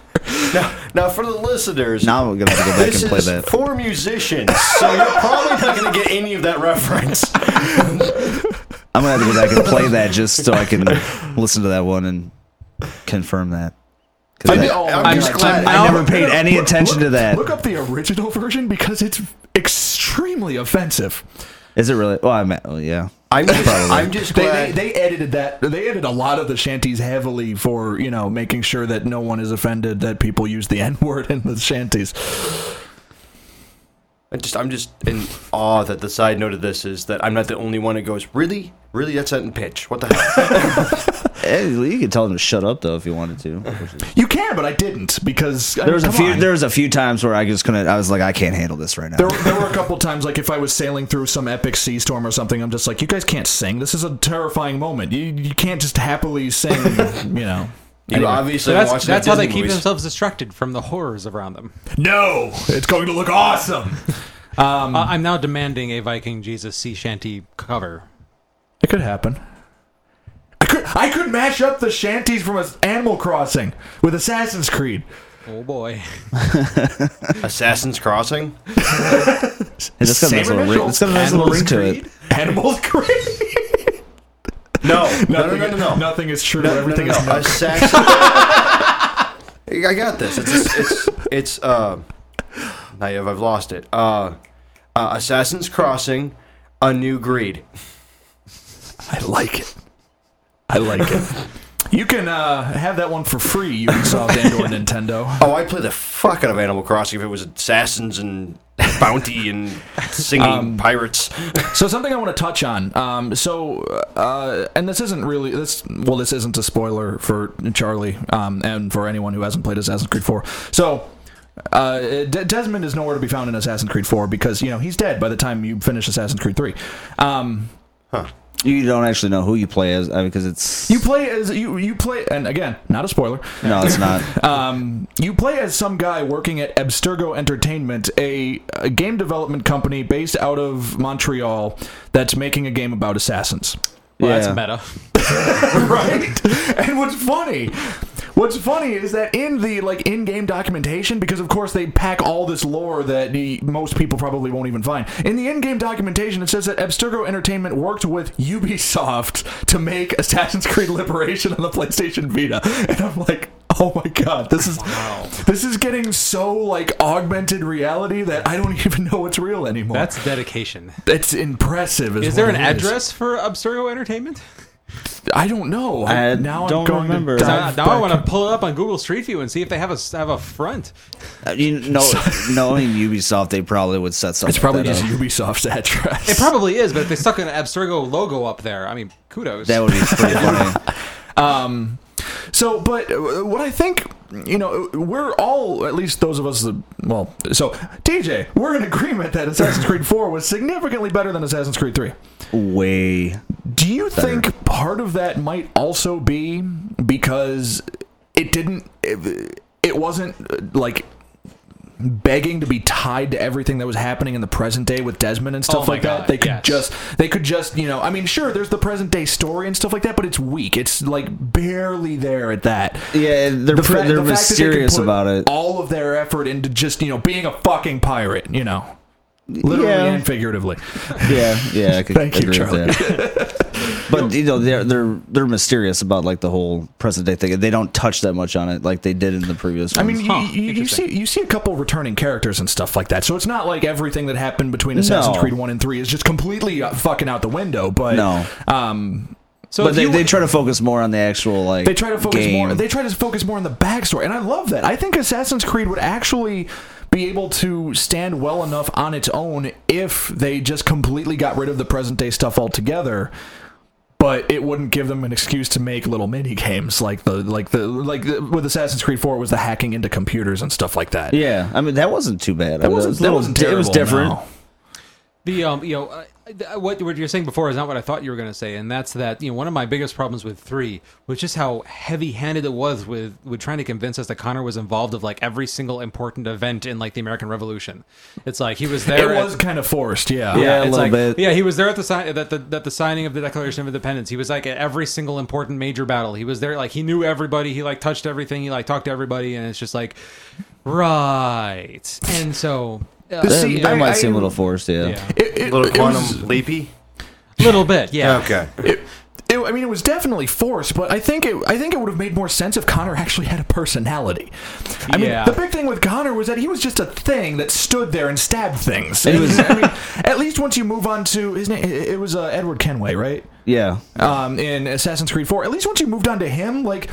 C: now, now, for the listeners,
E: now I'm gonna have to go back
C: this
E: and play
C: is
E: that.
C: for musicians, so you're probably not going to get any of that reference.
E: I'm gonna have to go back and play that just so I can listen to that one and confirm that. 'Cause
A: I
E: that-
A: did- oh,
C: I'm
A: my
C: just
A: God.
C: glad-
E: I never paid
A: Look-
E: any
A: look-
E: attention
A: look-
E: to that.
A: Look up the original version because it's extremely offensive.
E: Is it really? Well, I meant, oh, yeah.
C: I'm just, I'm just
A: They,
C: glad.
A: they, they edited that. They edited a lot of the shanties heavily for you know making sure that no one is offended that people use the N word in the shanties.
C: I just, I'm just in awe that the side note of this is that I'm not the only one that goes, really? Really? That's that in pitch. What the hell?
E: Eh, You could tell them to shut up though if you wanted to.
A: You can, but I didn't because I
E: There was
A: mean,
E: a
A: come
E: few.
A: on.
E: There was a few times where I just couldn't. I was like, I can't handle this right now.
A: There, there were a couple times, like if I was sailing through some epic sea storm or something, I'm just like, you guys can't sing. This is a terrifying moment. You you can't just happily sing. you know,
C: You obviously
B: So
C: haven't
B: that's
C: watched enough
B: that's how they
C: Disney
B: keep
C: movies.
B: themselves distracted from the horrors around them.
A: no, it's going to look awesome. Um,
B: Uh, I'm now demanding a Viking Jesus sea shanty cover.
A: it could happen. I could I could mash up the shanties from Animal Crossing with Assassin's Creed.
B: Oh boy.
C: Assassin's Crossing?
E: It's got a nice
A: Same
E: little ring.
A: initials.
E: It's got a nice little
A: Animals
E: ring to it.
A: Creed. Animals Creed.
C: No. no, no,
A: Nothing,
C: no, no, no.
A: Nothing is true.
C: No, no,
A: Everything
C: no,
A: is
C: no.
A: not.
C: Assassin. I got this. It's it's it's uh, now I've, I've lost it. Uh, uh, Assassin's Crossing, a new greed.
A: I like it. I like it. You can uh, have that one for free, Ubisoft and or Nintendo.
C: Oh, I'd play the fuck out of Animal Crossing if it was assassins and bounty and singing
A: Um,
C: pirates.
A: So something I want to touch on. Um, so, uh, and this isn't really this. Well, this isn't a spoiler for Charlie um, and for anyone who hasn't played Assassin's Creed 4. So, uh, De- Desmond is nowhere to be found in Assassin's Creed 4 because you know he's dead by the time you finish Assassin's Creed 3. Um,
E: You don't actually know who you play as I mean, because it's
A: you play as you you play, and again, not a spoiler.
E: no, it's not.
A: Um, you play as some guy working at Abstergo Entertainment, a, a game development company based out of Montreal that's making a game about assassins.
B: Well,
E: Yeah.
B: that's meta.
A: right? and what's funny? What's funny is that in the like in-game documentation, because of course they pack all this lore that the, most people probably won't even find. In the in-game documentation, it says that Abstergo Entertainment worked with Ubisoft to make Assassin's Creed Liberation on the PlayStation Vita, and I'm like, oh my god, this is this is getting so like augmented reality that I don't even know what's real anymore.
B: That's dedication.
A: it's impressive.
B: Is there an
A: what it is.
B: address for Abstergo Entertainment?
A: I don't know.
E: I don't remember.
A: To
B: Now,
A: dive
B: now I
A: back
B: want to pull it up on Google Street View and see if they have a have a front.
E: Uh, You know, knowing Ubisoft, they probably would set something.
A: It's probably
E: that
A: just
E: up.
A: uh, Ubisoft's address.
B: It probably is, but if they stuck an Abstergo logo up there, I mean, kudos.
E: that would be pretty funny.
A: Um, so, but uh, what I think, you know, we're all, at least those of us that, well, so, TJ, we're in agreement that Assassin's Creed 4 was significantly better than Assassin's Creed 3.
E: Way
A: Do you think part of that might also be because it didn't, it, it wasn't uh, like begging to be tied to everything that was happening in the present day with Desmond and
B: Oh
A: stuff
B: my
A: like that.
B: God,
A: They could
B: yes.
A: just they could just, you know, I mean, sure, there's the present day story and stuff like that, but it's weak. It's like barely there at that.
E: Yeah, they're
A: The
E: pre-
A: fa- the
E: they're
A: fact that they could
E: mysterious
A: put
E: about it.
A: All of their effort into just, you know, being a fucking pirate, you know. Literally
E: Yeah.
A: and figuratively.
E: Yeah, yeah. I could
A: Thank you,
E: agree
A: Charlie.
E: With that. But you know they're they're they're mysterious about like the whole present day thing. They don't touch that much on it like they did in the previous.
A: I
E: ones.
A: mean, you, you,
B: Huh,
A: you see,
B: interesting.
A: you see a couple returning characters and stuff like that. So it's not like everything that happened between Assassin's
E: No.
A: Creed One and Three is just completely uh, fucking out the window. But
E: No.
A: um,
B: so
E: but
B: if
E: they,
B: you-
E: they try to focus more on the actual like
A: They try to focus
E: game.
A: more. They try to focus more on the backstory, and I love that. I think Assassin's Creed would actually be able to stand well enough on its own if they just completely got rid of the present day stuff altogether. But it wouldn't give them an excuse to make little mini games like the like the like the, with Assassin's Creed Four it was the hacking into computers and stuff like that.
E: yeah, I mean that wasn't too bad. I
A: that
E: mean,
A: wasn't
E: a
A: that
E: little
A: wasn't
E: di-
A: terrible.
E: It was different.
A: no.
B: The um, you know, uh, uh, what what you're saying before is not what I thought you were going to say, and that's that you know one of my biggest problems with three was just how heavy-handed it was with with trying to convince us that Connor was involved of like every single important event in like the American Revolution. It's like he was there.
A: It
B: at-
A: was kind of forced. Yeah.
E: Yeah. a
B: it's
E: little
B: like-
E: bit.
B: Yeah, he was there at the sign that the that the signing of the Declaration of Independence. He was like at every single important major battle. He was there, like he knew everybody. He like touched everything. He like talked to everybody, and it's just like, right. And so, uh,
A: This-
E: That,
A: See,
E: that
A: I-
E: might
A: I-
E: seem a little forced. Yeah,
B: yeah,
A: It, it,
C: Little
A: it
C: quantum
A: was-
C: leapy.
B: little bit. Yeah.
C: Okay.
A: it, it, I mean, it was definitely forced, but I think it. I think it would have made more sense if Connor actually had a personality. I
B: Yeah.
A: mean, the big thing with Connor was that he was just a thing that stood there and stabbed things.
E: It was-
A: I mean, at least once you move on to his name, it it was uh, Edward Kenway, right?
E: Yeah.
A: um, in Assassin's Creed 4. At least once you moved on to him, like,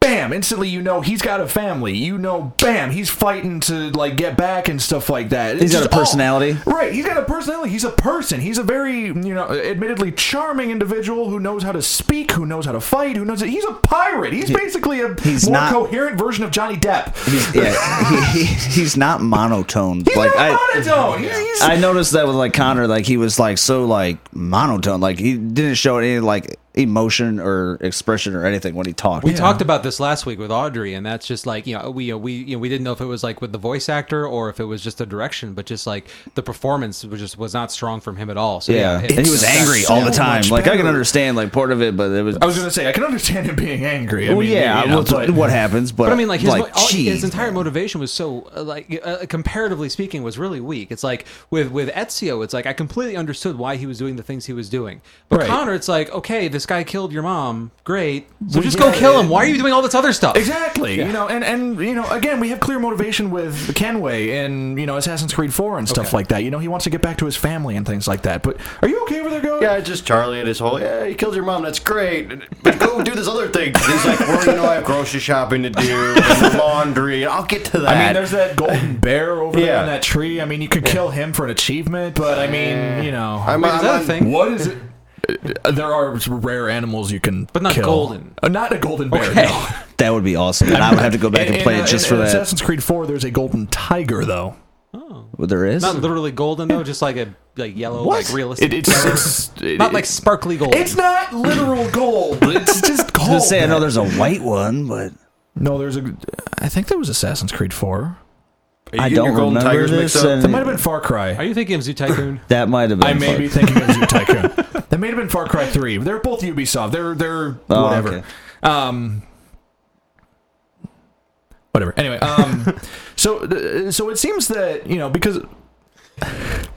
A: bam, instantly you know he's got a family. You know, bam, he's fighting to, like, get back and stuff like that.
E: He's got
A: just
E: a personality.
A: all- right, he's got a personality. He's a person. He's a very, you know, admittedly charming individual who knows how to speak, who knows how to fight, who knows. He's a pirate. He's basically a
E: He's
A: more
E: not-
A: coherent version of Johnny Depp.
E: He's, yeah. he, he, he's not monotoned.
A: He's
E: like
A: not
E: I.
A: monotone. He's, he's
E: I noticed that with like Connor, like he was like so like monotone, like he didn't show any like emotion or expression or anything when he talked.
B: We talked about this last week with Audrey, and that's just like you know we we you know, we didn't know if it was like with the voice actor or if it was just the direction, but just like the performance was just was not strong from him at all. So
E: yeah,
B: it-
E: and he was
A: It's
E: angry
A: so
E: all the time.
A: much
E: Like I can
A: better.
E: understand like part of it, but it was.
A: I was gonna say I can understand him being angry. I
E: well,
A: mean,
E: yeah,
A: you know,
E: well,
A: but-
E: what happens? But,
B: But I mean, like his, mo- all-
E: geez,
B: his entire motivation was so, uh, like, uh, comparatively speaking, was really weak. It's like with with Ezio, it's like I completely understood why he was doing the things he was doing. But
A: Right.
B: Connor, it's like, okay, this guy killed your mom, great. So
A: Well,
B: just
A: yeah,
B: go kill him.
A: yeah.
B: Why are you doing all this other stuff?
A: Exactly. You know, and and you know, again, we have clear motivation with Kenway in you know Assassin's Creed Four and stuff like that. You know, he wants to get back to his family and things like that. But are you okay with her going?
C: Yeah, just Charlie and his whole, yeah, he killed your mom, that's great. But go do this other thing. And He's like, well, you know, I have grocery shopping to do, and laundry, I'll get to that.
A: I mean, there's that golden bear over there
C: Yeah.
A: on that tree. I mean, you could kill him for an achievement, but I mean, you know,
C: I'm,
B: Wait, is
C: I'm
B: that a
C: on-
B: thing?
A: what is it? Uh, There are rare animals you can,
B: But not
A: kill.
B: golden.
A: Uh, not a golden bear.
B: Okay.
A: No.
E: that would be awesome, and I would have to go back and
A: In-
E: play
A: in,
E: it just
A: in-
E: for
A: in
E: that.
A: Assassin's Creed Four, there's a golden tiger though.
E: Well, there is.
B: Not literally golden though, just like a like yellow, like realistic.
A: It, it's, it's
B: not like sparkly gold.
A: It's not literal gold. It's just gold.
E: to say I know there's a white one, but
A: No, there's a. I think there was Assassin's Creed Four.
C: Are you
E: I
C: getting your
E: don't remember
C: golden tigers
E: this.
C: mixed up?
E: and
A: That might have been Far Cry.
B: Are you thinking of Zoo Tycoon?
E: that might have been.
A: I may
E: fun.
A: be thinking of Zoo Tycoon. that may have been Far Cry Three. They're both Ubisoft. They're they're
E: Oh,
A: whatever.
E: okay.
A: Um. Whatever. Anyway, um, so uh, so it seems that you know because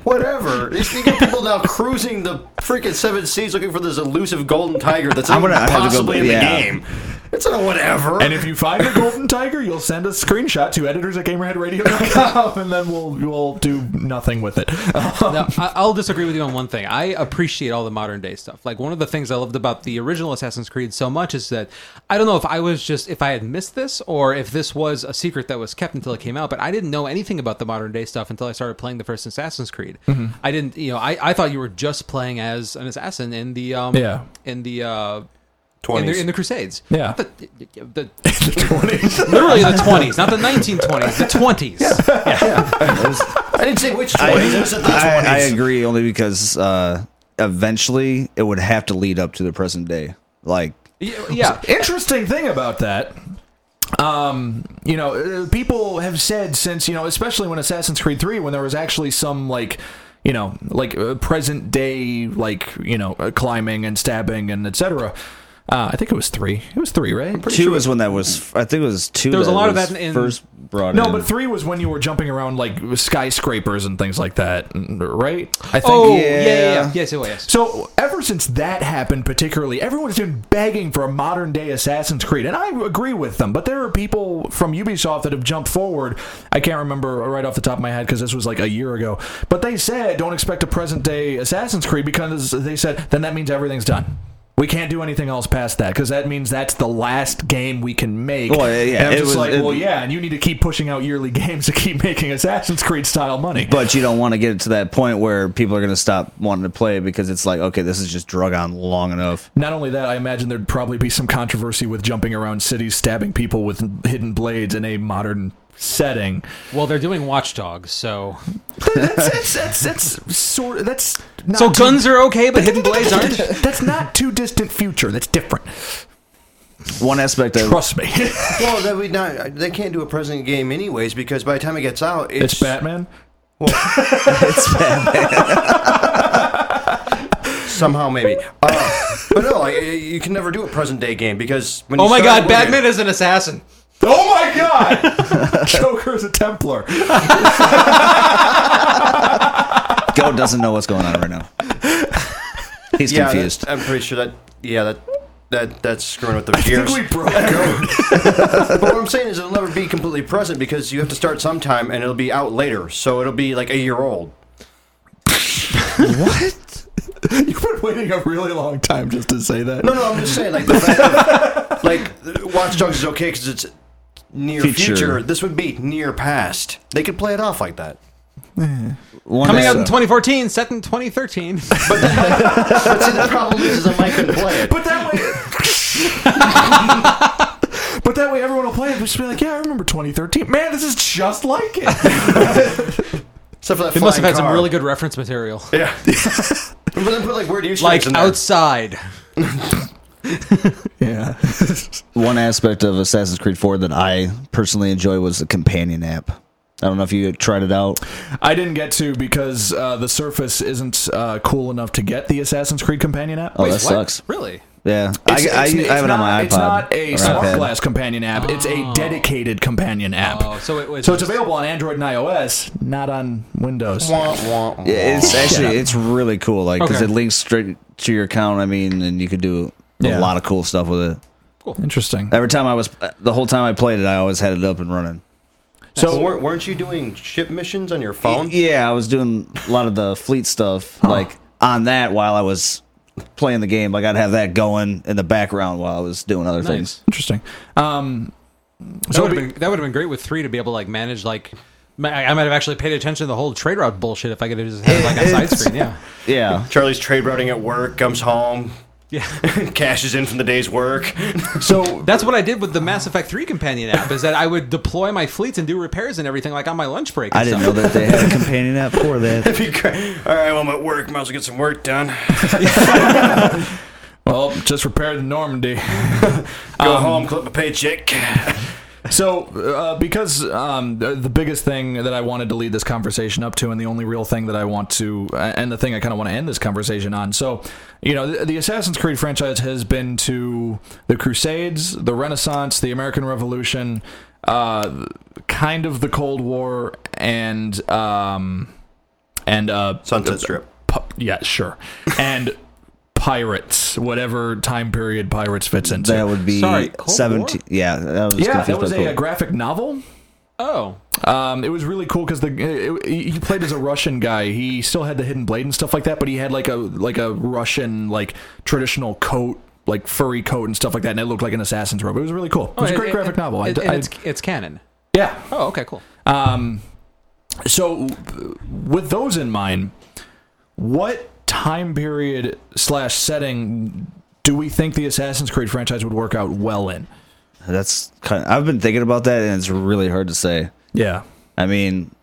C: Whatever. You get people now cruising the freaking seven seas looking for this elusive golden tiger that's
E: I'm
C: I'm
E: gonna have to go-
C: possibly in the
E: yeah.
C: game. It's a whatever.
A: and if you find a golden tiger, you'll send a screenshot to editors at GamerheadRadio.com, and then we'll we'll do nothing with it.
B: Now, I- I'll disagree with you on one thing. I appreciate all the modern day stuff. Like one of the things I loved about the original Assassin's Creed so much is that I don't know if I was just if I had missed this or if this was a secret that was kept until it came out, but I didn't know anything about the modern day stuff until I started playing the first Assassin's Creed. I didn't, you know, I, I thought you were just playing as an assassin in the um
A: Yeah.
B: in the uh in
C: 20s.
B: the, in the Crusades.
A: Yeah.
B: The- the- literally the 20s, not the 1920s, the 20s.
C: I didn't say which 20s.
E: I,
C: I, said the 20s.
E: I- I agree only because uh, eventually it would have to lead up to the present day. Like
B: Yeah. yeah.
A: interesting thing about that um you know uh, people have said since you know especially when assassin's creed 3 when there was actually some like you know like uh, present day like you know uh, climbing and stabbing and etc uh, I think it was three. It was three, right?
E: two is when that was. I think it was two.
B: There was a lot of
E: was
B: that in-
E: first brought
A: no,
E: in.
A: but three was when you were jumping around like skyscrapers and things like that, right? I think.
B: Oh, yeah, yeah,
E: Yeah.
B: yeah. Yes, oh, yes.
A: So ever since that happened, particularly, everyone's been begging for a modern day Assassin's Creed, and I agree with them. But there are people from Ubisoft that have jumped forward. I can't remember right off the top of my head because this was like a year ago. But they said don't expect a present day Assassin's Creed because they said then that means everything's done. We can't do anything else past that because that means that's the last game we can make.
E: Well, yeah, yeah,
A: and I'm
E: it
A: just
E: was-
A: like,
E: it-
A: well, yeah, and you need to keep pushing out yearly games to keep making Assassin's Creed style money.
E: But you don't want to get it to that point where people are going to stop wanting to play because it's like, okay, this is just drug on long enough.
A: Not only that, I imagine there'd probably be some controversy with jumping around cities, stabbing people with hidden blades in a modern setting.
B: Well, they're doing watchdogs, so
A: That's that's that's, that's sort of that's not
B: so
A: too-
B: guns are okay, but hidden blades aren't.
A: That's not too distant future. That's different.
E: One aspect of
A: Trust me.
C: Well, that we not, they can't do a present game anyways because by the time it gets out, it's,
A: it's Batman.
E: it's bad.
C: somehow maybe. Uh, but no, like, you can never do a present day game because when
B: Oh
C: you
B: my
C: start
B: God,
C: looking-
B: Batman is an assassin.
A: Oh my god! Joker's a Templar.
E: Go doesn't know what's going on right now. He's
C: yeah,
E: confused.
C: that- I'm pretty sure that yeah, that that that's screwing with the gears.
A: broke code.
C: but what I'm saying is it'll never be completely present because you have to start sometime and it'll be out later. So it'll be like a year old.
A: You've been waiting a really long time just to say that.
C: No, no, I'm just saying like the fact of, like Watch Dogs is okay because it's near
E: Future.
C: future. This would be near past. They could play it off like that.
E: One
B: Coming out in
E: episode.
B: 2014, set in 2013.
C: But see, the problem is, is I might couldn't play it.
A: But that way. But that way, everyone will play it. But just be like, "Yeah, I remember 2013. Man, this is just like it."
C: Except for that
B: It must have had
C: flying
B: some
C: car.
B: really good reference material.
C: Yeah. but then put like weird instruments
B: Like
C: in there.
B: outside.
A: Yeah.
E: one aspect of Assassin's Creed 4 that I personally enjoy was the companion app. I don't know if you tried it out.
A: I didn't get to because uh, the Surface isn't uh, cool enough to get the Assassin's Creed companion app.
E: Oh, that sucks.
B: Really?
E: Yeah,
A: It's-
E: I, I,
A: it's- it's
E: I have it on my
A: not-
E: iPod.
A: It's not a
E: or
A: smart
E: iPad.
A: glass companion app. It's a dedicated companion app.
B: Oh, so it was.
A: So it's available on Android and iOS, not on Windows.
C: Wah, wah, wah.
E: Yeah, It's actually it's really cool, like because
B: Okay.
E: it links straight to your account. I mean, and you could do a
A: Yeah.
E: lot of cool stuff with it.
A: Interesting.
E: Every time I was, the whole time I played it, I always had it up and running.
C: Well,
A: So
C: weren't, weren't you doing ship missions on your phone?
E: Yeah, I was doing a lot of the fleet stuff, like on that while I was playing the game. Like I'd have that going in the background while I was doing other
B: Nice.
E: things.
A: interesting. Um,
B: That
A: so
B: would
A: be-
B: have been, that would've been great with three to be able to like manage like. ma- I I might have actually paid attention to the whole trade route bullshit if I could have just had like a side screen. Yeah.
E: Yeah,
C: Charlie's trade routing at work, comes home,
B: Yeah.
C: cashes in from the day's work.
A: so
B: That's what I did with the Mass Effect 3 companion app is that I would deploy my fleets and do repairs and everything like on my lunch break. and
E: I didn't know
B: stuff.
E: that they had a companion app for that.
C: Be cra- All right, well, I'm at work. Might as well get some work done.
A: well, just repair the Normandy.
C: Go home, clip my paycheck.
A: So, uh, because um, the, the biggest thing that I wanted to lead this conversation up to, and the only real thing that I want to, and the thing I kind of want to end this conversation on. So, you know, the, the Assassin's Creed franchise has been to the Crusades, the Renaissance, the American Revolution, uh, kind of the Cold War, and um, and uh,
C: Sunset Strip.
A: pu- yeah, sure, and pirates, whatever time period pirates fits into.
E: That would be
B: Sorry, Cold War?
E: seventeen. Yeah, that was
A: yeah,
E: confused
A: that was
E: by
A: a,
E: Cold
A: a graphic novel.
B: Oh.
A: Um, it was really cool because the it, it- he played as a Russian guy. He still had the hidden blade and stuff like that, but he had like a like a Russian like traditional coat, like furry coat and stuff like that, and it looked like an assassin's robe. It was really cool. Oh, It was a great
B: And-
A: graphic
B: and-
A: novel. I-
B: and- and
A: I-
B: it's, it's canon.
A: yeah.
B: Oh, okay, cool.
A: Um, so uh, with those in mind, what time period slash setting do we think the Assassin's Creed franchise would work out well in?
E: War. That's kind. Of, I've been thinking about that, and it's really hard to say.
A: Yeah.
E: I mean,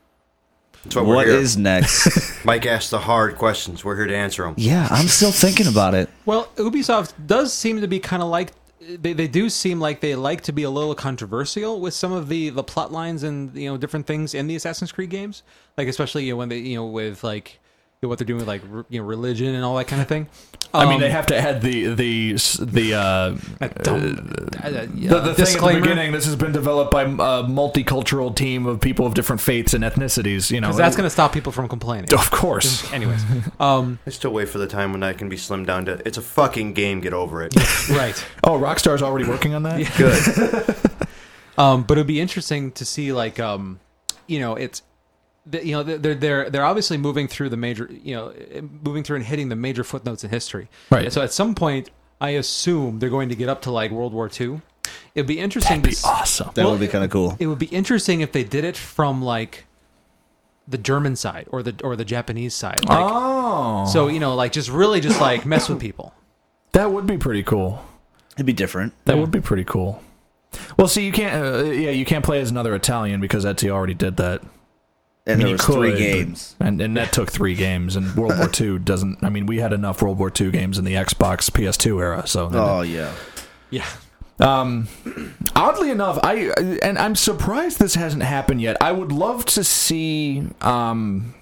C: That's what,
E: what
C: we're here.
E: is next?
C: Mike asked the hard questions. We're here to answer them.
E: yeah, I'm still thinking about it.
B: Well, Ubisoft does seem to be kind of like they, they do seem like they like to be a little controversial with some of the the plot lines and you know different things in the Assassin's Creed games, like especially you know when they you know with like you know, what they're doing with like re- you know religion and all that kind of thing.
A: I mean,
B: Um,
A: they have to add the the the uh,
B: that dumb- uh,
A: The, the thing at the
B: disclaimer.
A: beginning, this has been developed by a multicultural team of people of different faiths and ethnicities. You know,
B: 'Cause that's going to stop people from complaining.
A: of course.
B: Anyways, um,
C: I still wait for the time when I can be slimmed down to. It's a fucking game. Get over it.
B: right.
A: Oh, Rockstar's already working on that.
C: Good.
B: Um, but it'd be interesting to see, like, um, you know, it's, th- you know, they're they're they're obviously moving through the major, you know, moving through and hitting the major footnotes in history.
A: Right.
B: So at some point, I assume they're going to get up to like World War II. It'd be interesting.
A: Be
B: to s-
A: awesome.
E: That
B: Well,
E: would be kind of cool.
B: It would be interesting if they did it from like the German side or the or the Japanese side. Like,
A: Oh,
B: So you know, like, just really, just like mess with people.
A: that would be pretty cool.
E: It'd be different.
A: That would be pretty cool. Well, see, you can't. Uh, yeah, you can't play as another Italian because Etsy already did that. mean,
E: And there
A: you
E: was three
A: could,
E: games.
A: but- and and that took three games. And World War II doesn't. I mean, we had enough World War II games in the Xbox PS2 era. So
E: Oh yeah.
B: Yeah.
A: Um, oddly enough, I and I'm surprised this hasn't happened yet. I would love to see. Um,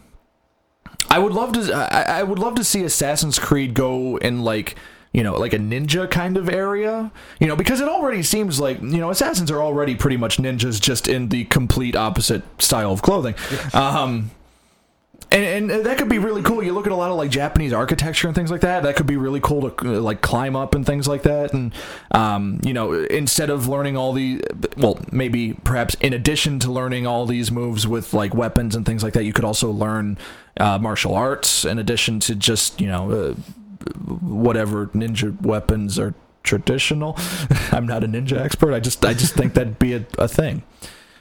A: I would love to. I, I would love to see Assassin's Creed go in like you know like a ninja kind of area. You know because it already seems like you know assassins are already pretty much ninjas, just in the complete opposite style of clothing. Um, And, and that could be really cool. You look at a lot of like Japanese architecture and things like that. That could be really cool to uh, like climb up and things like that. And um, you know, instead of learning all the well, maybe perhaps in addition to learning all these moves with like weapons and things like that, you could also learn uh, martial arts in addition to just you know uh, whatever ninja weapons are traditional. I'm not a ninja expert. I just I just think that'd be a, a thing.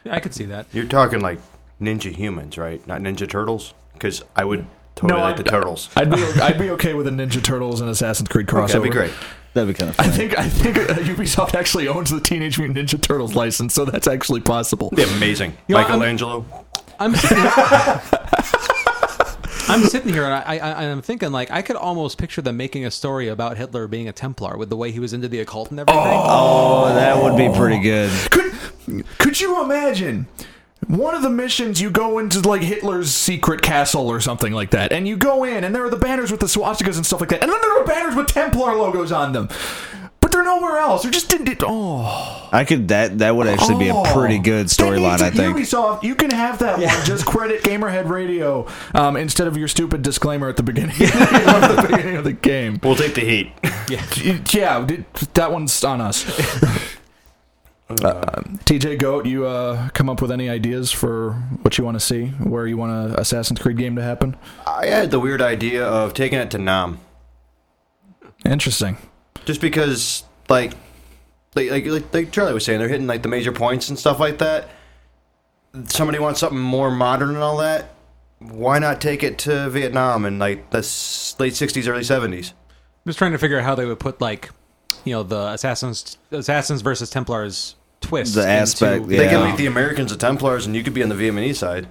B: I could see that.
C: You're talking like ninja humans, right? Not ninja turtles? Because I would totally
A: No,
C: like
A: I-
C: the turtles.
A: I'd be I'd be okay with a Ninja Turtles and Assassin's Creed crossover.
C: That'd be great.
E: That'd be kind of
A: I
E: funny.
A: think I think uh, Ubisoft actually owns the Teenage Mutant Ninja Turtles license, so that's actually possible.
C: That'd be amazing.
B: You know, I'm-
C: Michelangelo.
B: I'm sitting here, I'm sitting here and I, I, I'm thinking like I could almost picture them making a story about Hitler being a Templar with the way he was into the occult and everything.
E: oh, that would be pretty good.
A: Could could you imagine? One of the missions, you go into like Hitler's secret castle or something like that, and you go in, and there are the banners with the swastikas and stuff like that, and then there are banners with Templar logos on them, but they're nowhere else. They're just didn't. it- Oh,
E: I could that that would actually be a pretty good
A: They need
E: storyline.
A: to-
E: I think.
A: Ubisoft, you can have that one. Just credit Gamerhead Radio um, instead of your stupid disclaimer at the beginning, at the beginning of the game.
C: We'll take the heat.
A: Yeah, d- that one's on us. Uh, TJ Goat, you uh, come up with any ideas for what you want to see, where you want a Assassin's Creed game to happen?
C: I had the weird idea of taking it to Nam.
A: Interesting.
C: just because like like, like like like Charlie was saying, they're hitting like the major points and stuff like that. Somebody wants something more modern and all that. Why not take it to Vietnam in like the s- late '60s, early '70s?
B: I'm just trying to figure out how they would put like, you know, the assassins, assassins versus Templars twist.
E: The aspect,
B: into,
C: They can
E: Yeah.
C: make the Americans the Templars, and you could be on the Vietnamese side.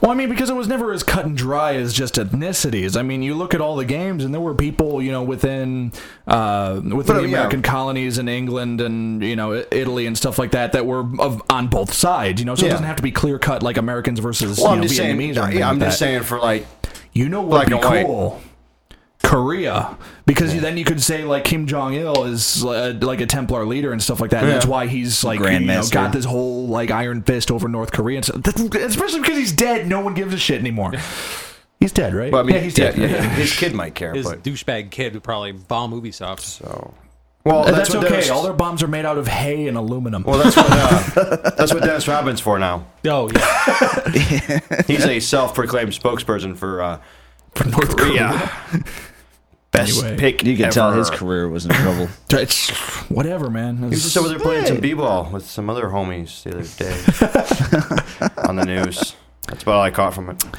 A: Well, I mean, because it was never as cut and dry as just ethnicities. I mean, you look at all the games, and there were people, you know, within uh, within
C: But,
A: the
C: yeah.
A: American colonies and England and you know I- Italy and stuff like that that were of, on both sides. You know, so it
C: Yeah.
A: doesn't have to be clear cut like Americans versus
C: Well,
A: you
C: I'm
A: know,
C: just saying.
A: Vietnamese. or
C: Yeah,
A: anything
C: I'm
A: like
C: just
A: that.
C: saying for like
A: You know what would
C: Black
A: be
C: and white.
A: cool? Korea, because then you could say like Kim Jong Il is uh, like a Templar leader and stuff like that. And that's
C: Yeah.
A: why he's like you know,
E: Grandmaster.
A: got this whole like iron fist over North Korea, and stuff. That's- especially because he's dead. No one gives a shit anymore. He's dead, right?
C: But I mean,
A: yeah, he's dead.
C: yeah, yeah, his kid might care,
B: his
C: but
B: douchebag kid would probably bomb Ubisoft.
C: so. Uh, Well,
A: That's,
C: what
A: okay.
C: Dennis-
A: All their bombs are made out of hay and aluminum.
C: well, that's what uh, that's what Dennis Robbins for now.
B: Oh yeah,
C: He's a self-proclaimed spokesperson for uh,
A: for North Korea.
C: Yeah. Best
A: Anyway.
C: pick.
E: You can
C: ever.
E: tell his career was in trouble.
A: It's- whatever, man.
C: He was just over there playing some
A: Hey.
C: b-ball with some other homies the other day on the news. That's about all I caught from it.
A: Uh,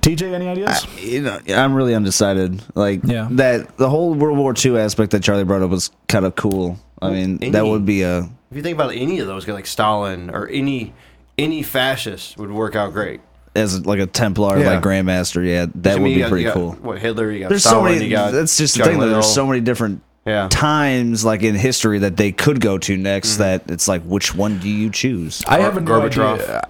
A: TJ, any ideas?
E: you know, I'm really undecided. Like
A: Yeah.
E: that, the whole World War II aspect that Charlie brought up was kind of cool. I mean, that
C: Indeed.
E: would be a
C: If you think about any of those, like Stalin or any any fascist would work out great.
E: as like a Templar,
C: Yeah.
E: like Grandmaster. Yeah, that
C: I
E: would
C: mean, you
E: be
C: got-
E: pretty
C: you got,
E: cool.
C: What Hitler? You got
E: There's so
C: Stalin.
E: many.
C: you got
E: That's just the
C: John
E: thing. Though. There's
C: Little.
E: so many different
C: Yeah. Mm-hmm.
E: times, like in history, that they could go to next. That it's like, which one do you choose?
A: I have a new
C: Gorbachev.
A: idea. I-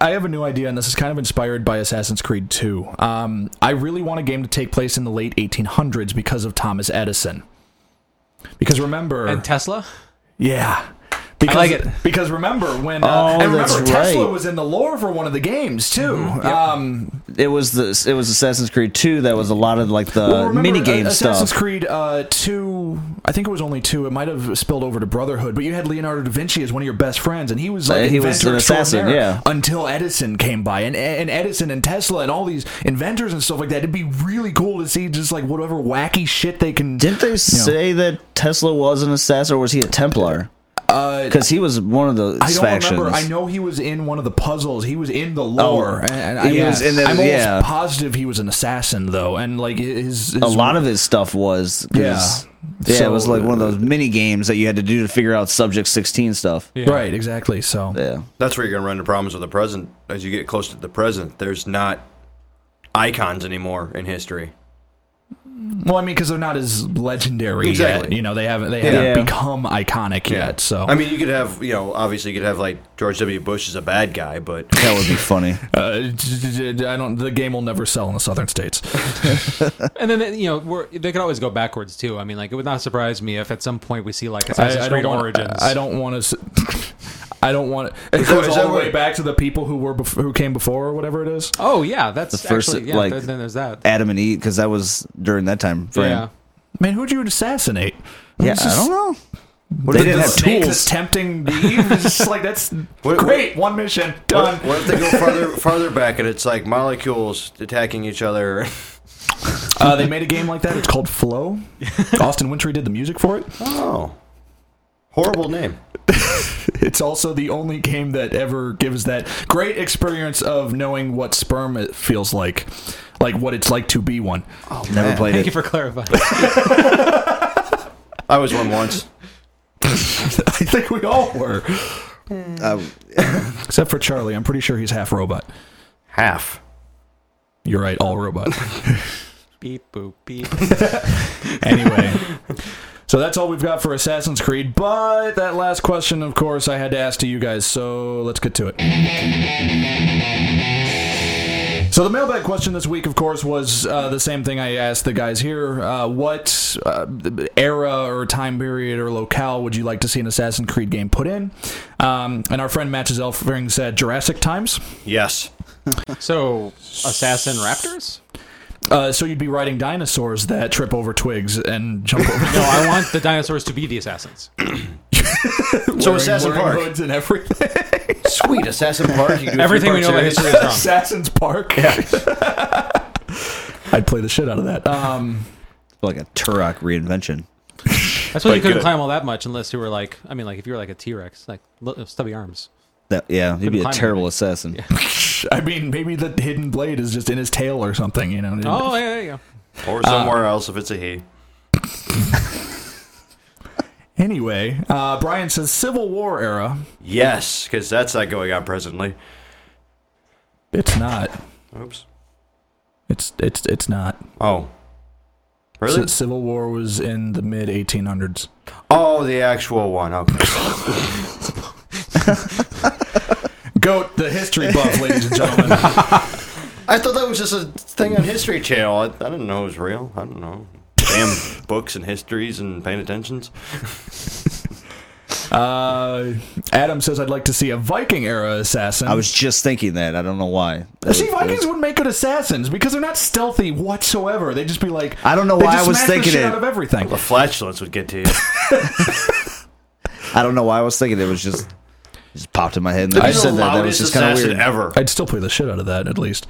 A: I have a new idea, and this is kind of inspired by Assassin's Creed 2. Um, I really want a game to take place in the late 1800s because of Thomas Edison. Because remember,
B: and Tesla.
A: yeah. Because,
B: like it.
A: because remember when uh,
E: Oh,
A: and remember
E: that's
A: Tesla
E: right.
A: was in the lore for one of the games too. Um,
E: It was the it was Assassin's Creed 2 that was a lot of like the
A: well, remember,
E: mini game
A: uh,
E: stuff.
A: Assassin's Creed uh, two, I think it was only two. It might have spilled over to Brotherhood, but you had Leonardo da Vinci as one of your best friends, and he was like
E: Uh, he was
A: inventor
E: an assassin,
A: extraordinaire.
E: yeah.
A: until Edison came by, and and Edison and Tesla and all these inventors and stuff like that. It'd be really cool to see just like whatever wacky shit they can.
E: Didn't they say that Tesla was an assassin, or was he a Templar? Because he was one of the
A: I don't
E: factions. Oh,
A: remember. I know he was in one of the puzzles. He was in the lore, and, and I
E: he was in the-
A: I'm almost
E: yeah.
A: positive he was an assassin though, and like his, his
E: A lot of his stuff was 'cause-
A: Yeah.
E: yeah. it was
A: So-
E: like one of those mini games that you had to do to figure out Subject 16 stuff. Yeah,
A: right exactly. So
C: That's where you're gonna run into problems with the present. As you get close to the present, there's not icons anymore in history.
A: well, I mean, because they're not as legendary yet.
C: Exactly.
A: You know, they haven't they
E: Yeah.
A: haven't become iconic yet. So
C: I mean, you could have, you know, obviously you could have like George W. Bush is a bad guy, but
E: that would be funny.
A: uh, d- d- d- I don't. The game will never sell in the southern states.
B: And then you know we're, they could always go backwards too. I mean, like it would not surprise me if at some point we see like
A: I,
B: Assassin's
A: I
B: Creed
A: don't. Want,
B: Origins.
A: I don't want to. I don't want it. It
C: that-
A: goes
C: is
A: all
C: that
A: the way
C: where-
A: back to the people who were bef- who came before or whatever it is.
B: Oh yeah, that's
E: The first,
B: actually yeah.
E: like-
B: then, then there's that.
E: Adam and Eve because that was during that time frame.
B: Yeah.
A: Man, who'd you assassinate?
E: Yeah,
A: It's
E: I
A: just-
E: don't know. they
A: the-
E: didn't
A: the
E: have
A: snakes
E: tools.
A: Attempting the Eve is just like that's
C: What-
A: great. one mission done.
C: What, what if they go farther farther back and it's like molecules attacking each other?
A: Uh, they made a game like that. It's called Flow. Austin Wintry did the music for it.
C: Oh, horrible name.
A: It's also the only game that ever gives that great experience of knowing what sperm it feels like, like what it's like to be one.
E: Never
C: man.
E: played
B: Thank you
E: it.
B: for clarifying.
C: I was one once.
A: I think we all were,
E: Uh,
A: except for Charlie. I'm pretty sure he's half robot.
C: Half.
A: You're right, all robot.
B: beep boop beep.
A: anyway. So that's all we've got for Assassin's Creed, but that last question, of course, I had to ask to you guys, so let's get to it. So the mailbag question this week, of course, was uh, the same thing I asked the guys here. Uh, what uh, era or time period or locale would you like to see an Assassin's Creed game put in? Um, and our friend Matches Elfring said Jurassic Times.
C: Yes.
B: So assassin raptors?
A: Uh, so you'd be riding dinosaurs that trip over twigs and jump over.
B: No, I want the dinosaurs to be the assassins.
C: So
A: wearing-
C: Assassin
A: wearing
C: Park.
A: hoods and everything.
C: Sweet Assassin Park. You can do a
B: Everything we know
C: three-part
B: about
C: series.
B: history
A: Assassin's
B: is wrong.
A: Park. I'd play the shit out of that. Um,
E: like a Turok reinvention.
B: That's why you
C: Like,
B: couldn't
C: uh,
B: climb all that much unless you were like, I mean, like if you were like a T Rex, like li- stubby arms.
E: That yeah, he'd be a
B: climb
E: terrible
B: anything.
E: assassin.
A: I mean, maybe the hidden blade is just in his tail or something. You know.
B: Oh yeah, yeah, yeah.
C: Or
B: Uh.
C: somewhere else if it's a he.
A: Anyway, uh, Brian says Civil War era.
C: Yes, because that's not going on presently.
A: It's not.
C: Oops.
A: It's it's it's not.
C: Oh. Really?
A: C- Civil War was in the mid 1800s.
C: Oh, the actual one. Okay.
A: Goat, the history buff, ladies and gentlemen.
C: I thought that was just a thing on History Channel. I, I didn't know it was real. I don't know. Damn books and histories and paying attentions.
A: Uh, Adam says I'd like to see a Viking era assassin.
E: I was just thinking that. I don't know why. That
A: See,
E: was- that
A: Vikings
E: was-
A: would make good assassins because they're not stealthy whatsoever. They'd just be like,
E: I don't know
A: they
E: why
A: just
E: I was
A: smash the
E: thinking
A: shit
E: it.
A: out of everything.
C: The flatulence would get to you.
E: I don't know why I was thinking it was just it just popped in my head. And then
A: I
E: I
A: just
E: said
C: the
E: that. That was
C: loudest
E: just kind of
C: assassin
E: weird.
C: ever.
A: I'd still play the shit out of that at least.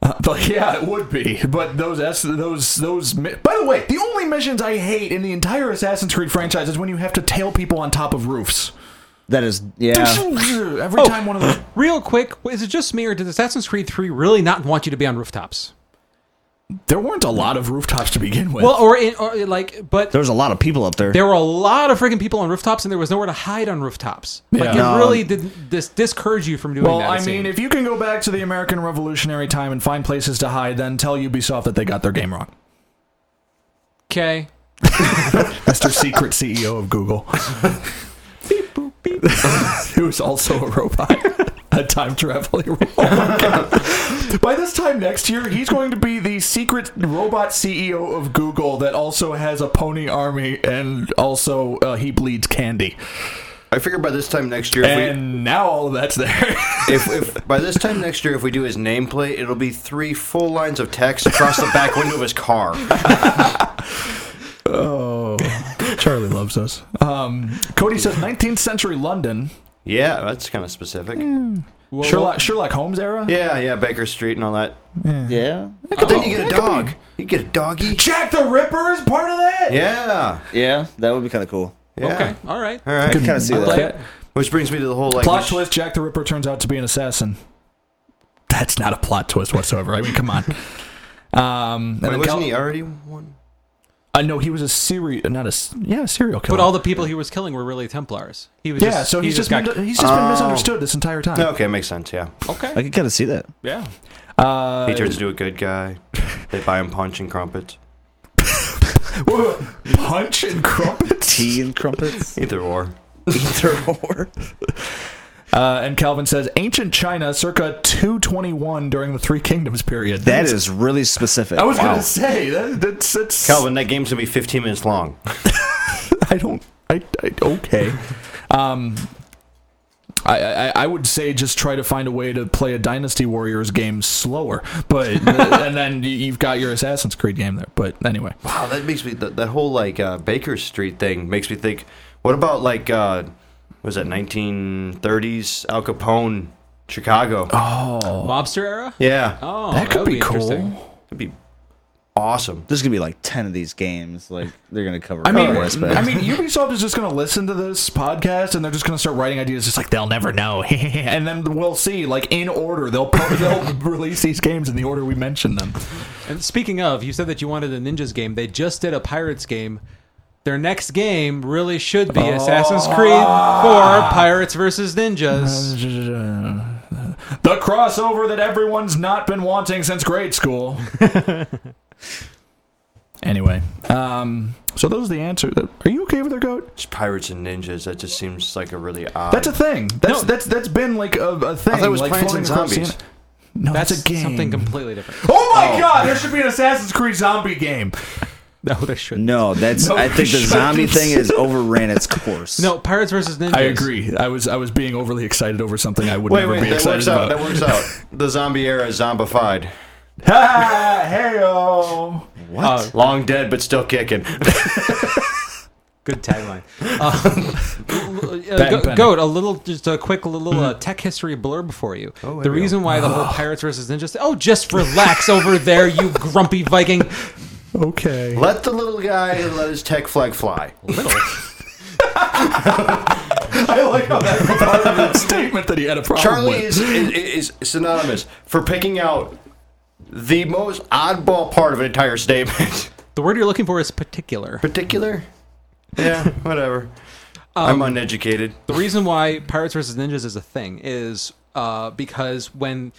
A: Uh, but yeah, it would be. But those ass- those those. Mi- By the way, the only missions I hate in the entire Assassin's Creed franchise is when you have to tail people on top of roofs.
E: That is yeah.
A: Every
B: Oh.
A: time one of those.
B: Real quick, is it just me or did Assassin's Creed 3 really not want you to be on rooftops?
A: There weren't a lot of rooftops to begin with.
B: Well, or, in, or uh, like, but
E: There was a lot of people up there.
B: there were a lot of freaking people on rooftops and there was nowhere to hide on rooftops. Like,
A: Yeah.
B: it really did this discourage you from doing
A: Well,
B: that.
A: I
B: it
A: mean,
B: seemed.
A: if you can go back to the American Revolutionary time and find places to hide, then tell Ubisoft that they got their game wrong.
B: Okay.
A: Mr. Secret CEO of Google. Who's also a robot. A time traveling robot. By this time next year, he's going to be the secret robot CEO of Google that also has a pony army and also uh, he bleeds candy.
C: I figure by this time next year, if,
A: And now all of that's there.
C: we, if, if by this time next year, if we do his nameplate, it'll be three full lines of text across the back window of his car.
A: oh, Charlie loves us. Um, Cody says 19th century London,
C: Yeah, that's kind of specific.
B: Well,
A: Sherlock, Sherlock Holmes era.
C: Yeah, yeah, Baker Street and all that. Oh.
E: yeah,
C: But then you get a dog. You get a doggy.
A: Jack the Ripper is part of that.
C: Yeah.
E: yeah. That would be kind of cool.
C: yeah.
B: Okay. All right.
C: All
E: I
C: right.
E: can kind of see that.
B: Like,
C: Which brings me to the whole like
A: plot
C: mach-
A: twist: Jack the Ripper turns out to be an assassin. That's not a plot twist whatsoever. I mean, come on. Um, and
C: Wait,
A: then
C: wasn't
A: Cal-
C: he already one?
A: uh, no, he was a serial, not a s- yeah, a serial killer.
B: but all the people he was killing were really Templars. He was
A: yeah,
B: just,
A: so
B: he
A: he's just
B: got,
A: been,
C: Oh.
A: he's just been misunderstood this entire time.
C: Okay, makes sense. Yeah,
E: I
B: okay.
E: can kind of see that.
B: Yeah.
A: Uh,
C: he turns into a good guy. They buy him punch and crumpets.
A: whoa, punch and crumpets.
E: Tea and crumpets.
C: Either or.
E: Either or.
A: Uh, and Calvin says ancient China, circa 221 during the Three Kingdoms period.
E: That is really specific.
A: I was
E: Wow.
A: gonna say that, that's that's
C: Calvin, that game's gonna be 15 minutes long.
A: I don't. I, I okay. Um, I, I I would say just try to find a way to play a Dynasty Warriors game slower, but and then you- you've got your Assassin's Creed game there. But anyway,
C: Wow, that makes me that, that whole like uh, Baker Street thing makes me think. What about like uh, what was that 1930s Al Capone Chicago?
B: Mobster era?
C: Yeah,
B: Oh,
A: that could
B: would
A: be,
B: interesting.
A: cool.
C: that'd be awesome.
E: There's gonna be like ten of these games. Like they're gonna cover.
A: I mean,
E: every aspect.
A: I mean, Ubisoft is just going to listen to this podcast and they're just going to start writing ideas, just like they'll never know, and then we'll see. Like in order, they'll they'll release these games in the order we mentioned them.
B: And speaking of, you said that you wanted a ninjas game. They just did a pirates game. Their next game really should
A: Oh.
B: be Assassin's Creed 4 Pirates versus Ninjas.
A: The crossover that everyone's not been wanting since grade school. anyway, um, so those are the answer. Are you okay with their goat?
C: Just pirates and ninjas. That just seems like a really odd.
A: That's a thing. That's
B: No.
A: that's that's been like a, a thing.
C: I thought it was
A: like
C: Plants
A: floating
C: and
A: across the
C: Zombies.
A: internet. No, that's,
B: That's
A: a game.
B: something completely different.
A: oh my god! There should be an Assassin's Creed zombie game.
B: No, there shouldn't.
E: no, that's.
A: No,
E: I think the
A: shut
E: zombie
A: this.
E: thing has overran its course.
B: No, Pirates versus Ninjas.
A: I agree. I was I was being overly excited over something I would
C: wait,
A: never
C: wait,
A: be
C: that
A: excited
C: works out.
A: about.
C: That works out. The zombie era is zombified.
A: Ha! Heyo!
B: Uh,
C: Long dead, but still kicking.
B: good tagline. Uh, uh, Go-
A: Penny.
B: Goat, a little, just a quick little
A: Mm-hmm.
B: uh, tech history blurb for you.
A: Oh,
B: the reason why the whole Pirates versus Ninjas. Oh, just relax over there, you grumpy Viking.
A: Okay.
C: let the little guy let his tech flag fly.
B: Little.
A: I like how that part of that statement that he had a problem
C: Charlie
A: with.
C: is, is is synonymous for picking out the most oddball part of an entire statement.
B: The word you're looking for is particular.
C: Particular? Yeah, whatever. I'm uneducated.
B: The reason why Pirates vs. Ninjas is a thing is uh, because when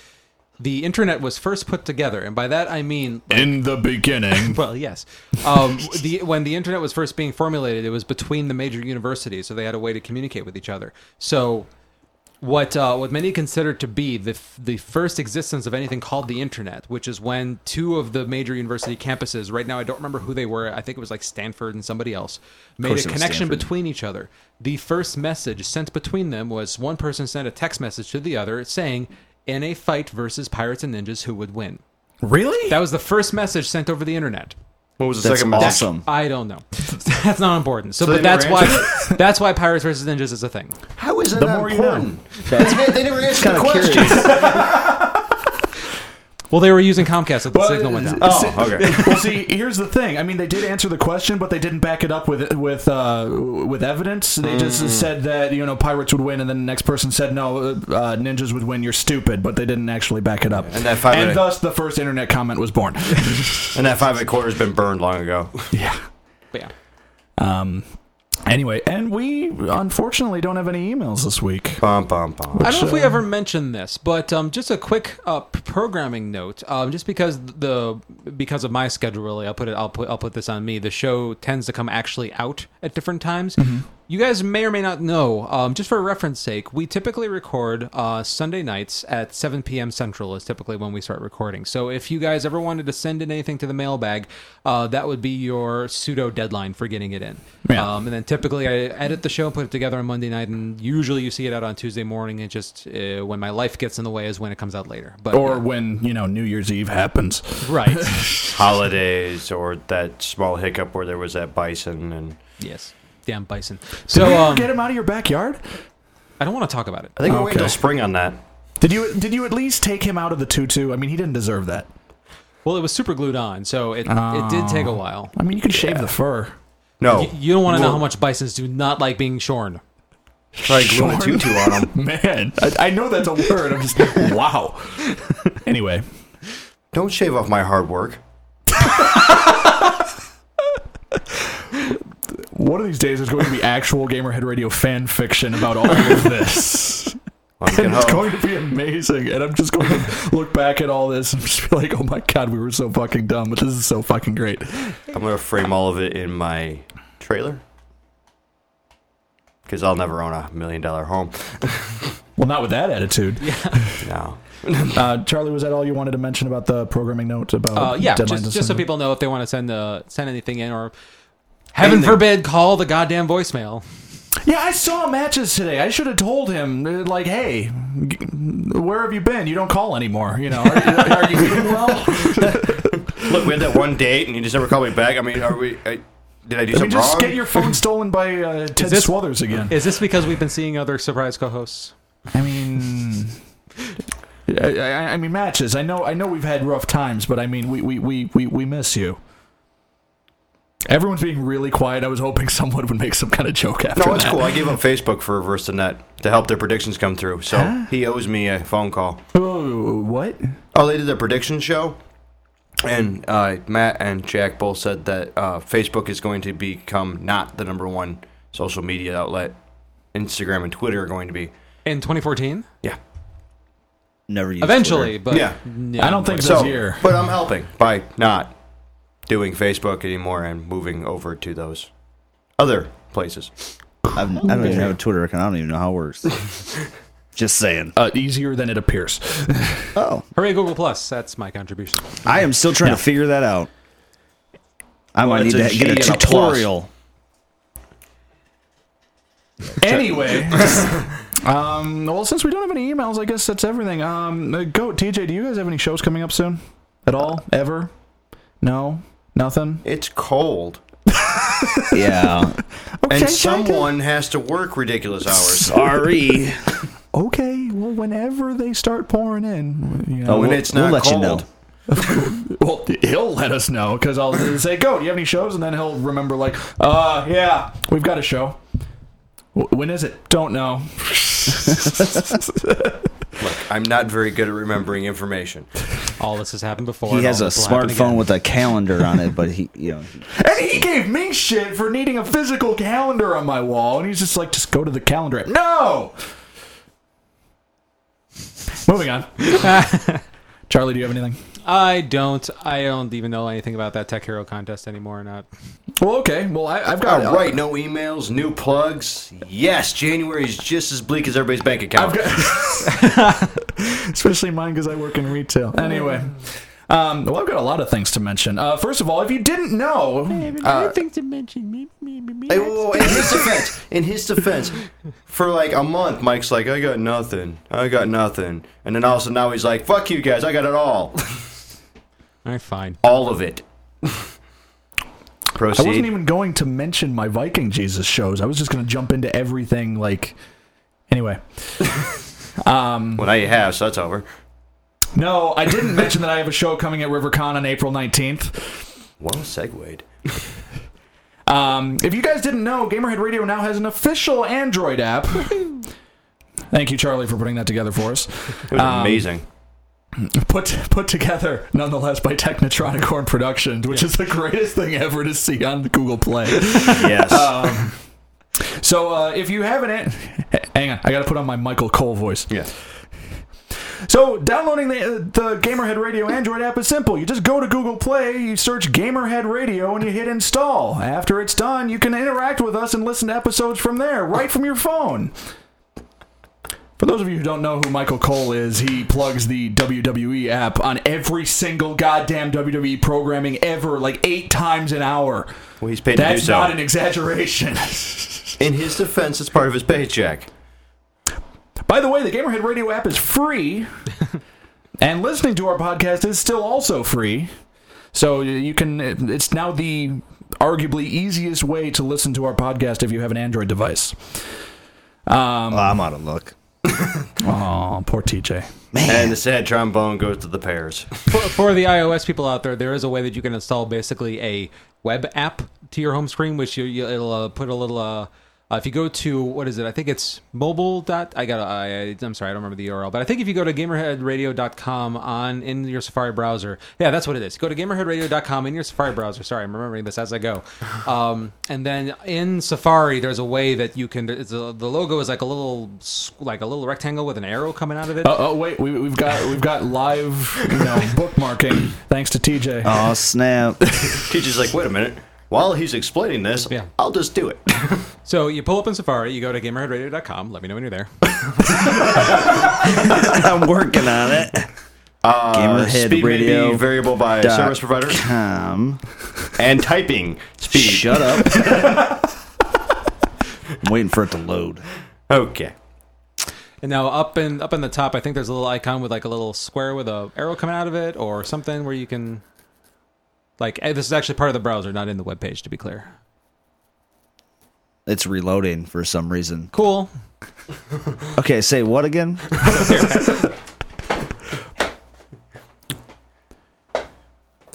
B: the internet was first put together, and by that I mean
A: In the beginning.
B: Well, yes. Um, the, when the internet was first being formulated, it was between the major universities, so they had a way to communicate with each other. So, what uh, what many consider to be the f- the first existence of anything called the internet, which is when two of the major university campuses, right now I don't remember who they were, I think it was like Stanford and somebody else, made
E: course
B: a
E: it was
B: connection
E: Stanford.
B: between each other. The first message sent between them was one person sent a text message to the other saying, "In a fight versus pirates and ninjas, who would win?"
A: really?
B: That was the first message sent over the internet.
C: What was the
E: that's
C: second message?
E: awesome.
B: I don't know. That's not important. So,
C: So
B: but
C: they never
B: that's why that's why Pirates versus Ninjas is a thing.
C: How is that
A: The more you know.
C: important? They- they never answered the
E: Kinda curious.
C: question.
B: Well, they were using Comcast, so the
A: But-
B: signal went down.
C: Oh, okay.
A: well, see, here's the thing. I mean, they did answer the question, but they didn't back it up with with uh, with evidence. They
C: Mm-hmm.
A: just said that you know pirates would win, and then the next person said no, uh, ninjas would win. You're stupid, but they didn't actually back it up.
C: And that five minute-
A: thus the first internet comment was born.
C: And that five and a quarter has been burned long ago.
A: yeah.
B: But yeah,
A: Um. Anyway, and we unfortunately don't have any emails this week.
C: Bum, bum, bum.
B: I don't know if we ever mentioned this, but um, just a quick uh, p- programming note. Um, just because the because of my schedule, really, I'll put it. I'll put I'll put this on me. The show tends to come actually out at different times. You guys may or may not know. Um, just for reference sake, we typically record uh, Sunday nights at 7 p.m. Central is typically when we start recording. So if you guys ever wanted to send in anything to the mailbag, uh, that would be your pseudo deadline for getting it in.
A: Yeah.
B: Um, and then typically I edit the show, put it together on Monday night, and usually you see it out on Tuesday morning. It just uh, when my life gets in the way is when it comes out later. But
A: Or when you know New Year's Eve happens.
B: right,
C: Holidays or that small hiccup where there was that bison and
B: yes, damn bison. So
A: Did you
B: um,
A: get him out of your backyard?
B: I don't want to talk about it.
C: I think we'll wait
A: Okay.
C: till spring on that.
A: Did you did you at least take him out of the tutu? I mean, he didn't deserve that.
B: Well, it was super glued on, so it it
A: Oh.
B: did take a while.
A: I mean, you could shave the fur. Oh.
C: No,
B: Y- you don't want to know
C: Well-
B: how much bisons do not like being shorn.
C: try gluing a tutu on them.
A: Man, I, I know that's a word. I'm just wow. Anyway,
C: Don't shave off my hard work.
A: one of these days there's going to be actual Gamerhead Radio fan fiction about all of this.
C: I'm
A: And
C: getting
A: it's
C: home.
A: going to be amazing. And I'm just going to look back at all this and just be like, oh my god, we were so fucking dumb, but this is so fucking great.
C: I'm gonna frame all of it in my trailer because I'll never own a million dollar home.
A: Well, not with that attitude.
C: No,
A: Uh, Charlie, was that all you wanted to mention about the programming note about
B: Uh, yeah,
A: deadlines
B: just,
A: and
B: just so
A: stuff?
B: people know if they want to send uh, send anything in or. Heaven
C: Anything.
B: forbid, call the goddamn voicemail.
A: Yeah, I saw matches today. I should have told him, uh, like, hey, g- where have you been? You don't call anymore. You know, are, are you eating well?
C: Look, we had that one date, and you just never called me back. I mean, are we? I, did
A: I
C: I do
A: mean,
C: something
A: just
C: wrong?
A: get your phone stolen by uh, Ted
B: this-
A: Swathers again.
B: Is this because we've been seeing other surprise co-hosts?
A: I mean, I, I, I mean matches. I know, I know we've had rough times, but I mean, we we we we, we miss you. Everyone's being really quiet. I was hoping someone would make some kind of joke after
C: no, it's
A: that.
C: cool. I gave up Facebook for reverse the net to help their predictions come through. So he owes me a phone call.
A: Oh, what?
C: Oh, they did the prediction show, and uh, Matt and Jack both said that uh, Facebook is going to become not the number one social media outlet. Instagram and Twitter are going to be.
B: In 2014?
C: Yeah,
E: Never used
B: Eventually, but
C: Yeah.
A: I don't think
C: so.
A: this year.
C: But I'm helping by not doing Facebook anymore and moving over to those other places.
E: Twitter. I've, I don't even have a Twitter account. I don't even know how it works. Just saying.
A: Uh, easier than it appears.
E: Oh,
B: Hooray, Google Plus. That's my contribution.
E: I am still trying to figure that out. I might need
C: it's a
E: to get
C: G and
E: a
C: a plus.
E: tutorial.
A: Anyway, um, well, since we don't have any emails, I guess that's everything. Um, uh, go TJ. Do you guys have any shows coming up soon? At all? Ever? No, nothing.
C: It's cold,
E: yeah.
A: Okay,
C: and
A: JJ.
C: someone has to work ridiculous hours.
E: Sorry.
A: Okay, well, whenever they start pouring in, you know,
E: Oh,
C: When
E: we'll-
C: it's
E: we'll
C: not
E: let you
C: cold,
E: know.
A: Oh, well, he'll let us know because I'll say, "Go, do you have any shows?" And then he'll remember, like, "Uh, yeah, we've got a show." "Wh- When is it? Don't know.
C: Look, I'm not very good at remembering information.
B: All this has happened before.
E: He
B: and
E: has a
B: all this will happen again.
E: smartphone with a calendar on it, but he, you know,
A: And he gave me shit for needing a physical calendar on my wall, and he's just like, "Just go to the calendar." app." No. Moving on. Charlie, do you have anything?
B: I don't. I don't even know anything about that Tech Hero contest anymore or not.
A: Well, okay. Well, I, I've got
C: All right, no emails, new plugs. Yes, January is just as bleak as everybody's bank account.
A: especially mine because I work in retail. Anyway, um, well, I've got a lot of things to mention. Uh, first of all, if you didn't know,
C: Hey, whoa, whoa, in his defense, in his defense, for like a month, Mike's like, I got nothing, I got nothing, and then all of a sudden now he's like, fuck you guys, I got it all,
B: All right, fine.
C: all of it.
A: I
C: Proceed.
A: wasn't even going to mention my Viking Jesus shows. I was just going to jump into everything. Like, anyway,
C: well, now you have, so that's over.
A: no, I didn't mention that I have a show coming at RiverCon on April nineteenth.
C: Well, segued.
A: Um, if you guys didn't know, Gamerhead Radio now has an official Android app. Thank you, Charlie, for putting that together for us.
C: It was
A: Um,
C: amazing.
A: put put together nonetheless by Technotronic Horn Productions, which is the greatest thing ever to see on Google Play.
C: Yes.
A: Um, so uh, if you haven't, a- hang on, I got to put on my Michael Cole voice.
C: yeah.
A: So downloading the the Gamerhead Radio Android app is simple. You just go to Google Play, you search Gamerhead Radio, and you hit install. After it's done, you can interact with us and listen to episodes from there, right from your phone. For those of you who don't know who Michael Cole is, he plugs the WWE app on every single goddamn WWE programming ever, like eight times an hour.
C: Well, he's paid to do
A: That's
C: so.
A: not an exaggeration.
C: in his defense, it's part of his paycheck.
A: By the way, the Gamerhead Radio app is free, and listening to our podcast is still also free. So you can. It's now the arguably easiest way to listen to our podcast if you have an Android device.
D: Um,
E: well, I'm out of luck.
A: Oh, poor TJ.
C: And the sad trombone goes to the pairs.
B: For, for the iOS people out there, there is a way that you can install basically a web app to your home screen, which you, you it'll uh, put a little. Uh, uh, if you go to what is it? I think it's mobile. Dot, I got. I, I'm sorry, I don't remember the URL, but I think if you go to gamerheadradio.com on in your Safari browser, yeah, that's what it is. Go to gamerheadradio.com in your Safari browser. Sorry, I'm remembering this as I go. Um, and then in Safari, there's a way that you can. It's a, the logo is like a little s- like a little rectangle with an arrow coming out of it.
A: Oh, oh wait, we, we've got we've got live you know, bookmarking thanks to TJ.
E: Oh snap!
C: Teacher's like, wait a minute. While he's explaining this,
B: Yeah.
C: I'll just do it.
B: So you pull up in Safari, you go to gamerheadradio.com. Let me know when you're there.
E: I'm working on it.
C: Uh,
E: Gamerhead
C: speed may
E: Radio.
C: be variable by
E: dot
C: service provider
E: com.
C: and typing speed.
E: Shut up. I'm waiting for it to load.
C: Okay.
B: And now up in up in the top, I think there's a little icon with like a little square with a arrow coming out of it, or something where you can. Like eh, this is actually part of the browser, not in the web page, to be clear.
E: It's reloading for some reason.
B: Cool.
E: Okay, say what again?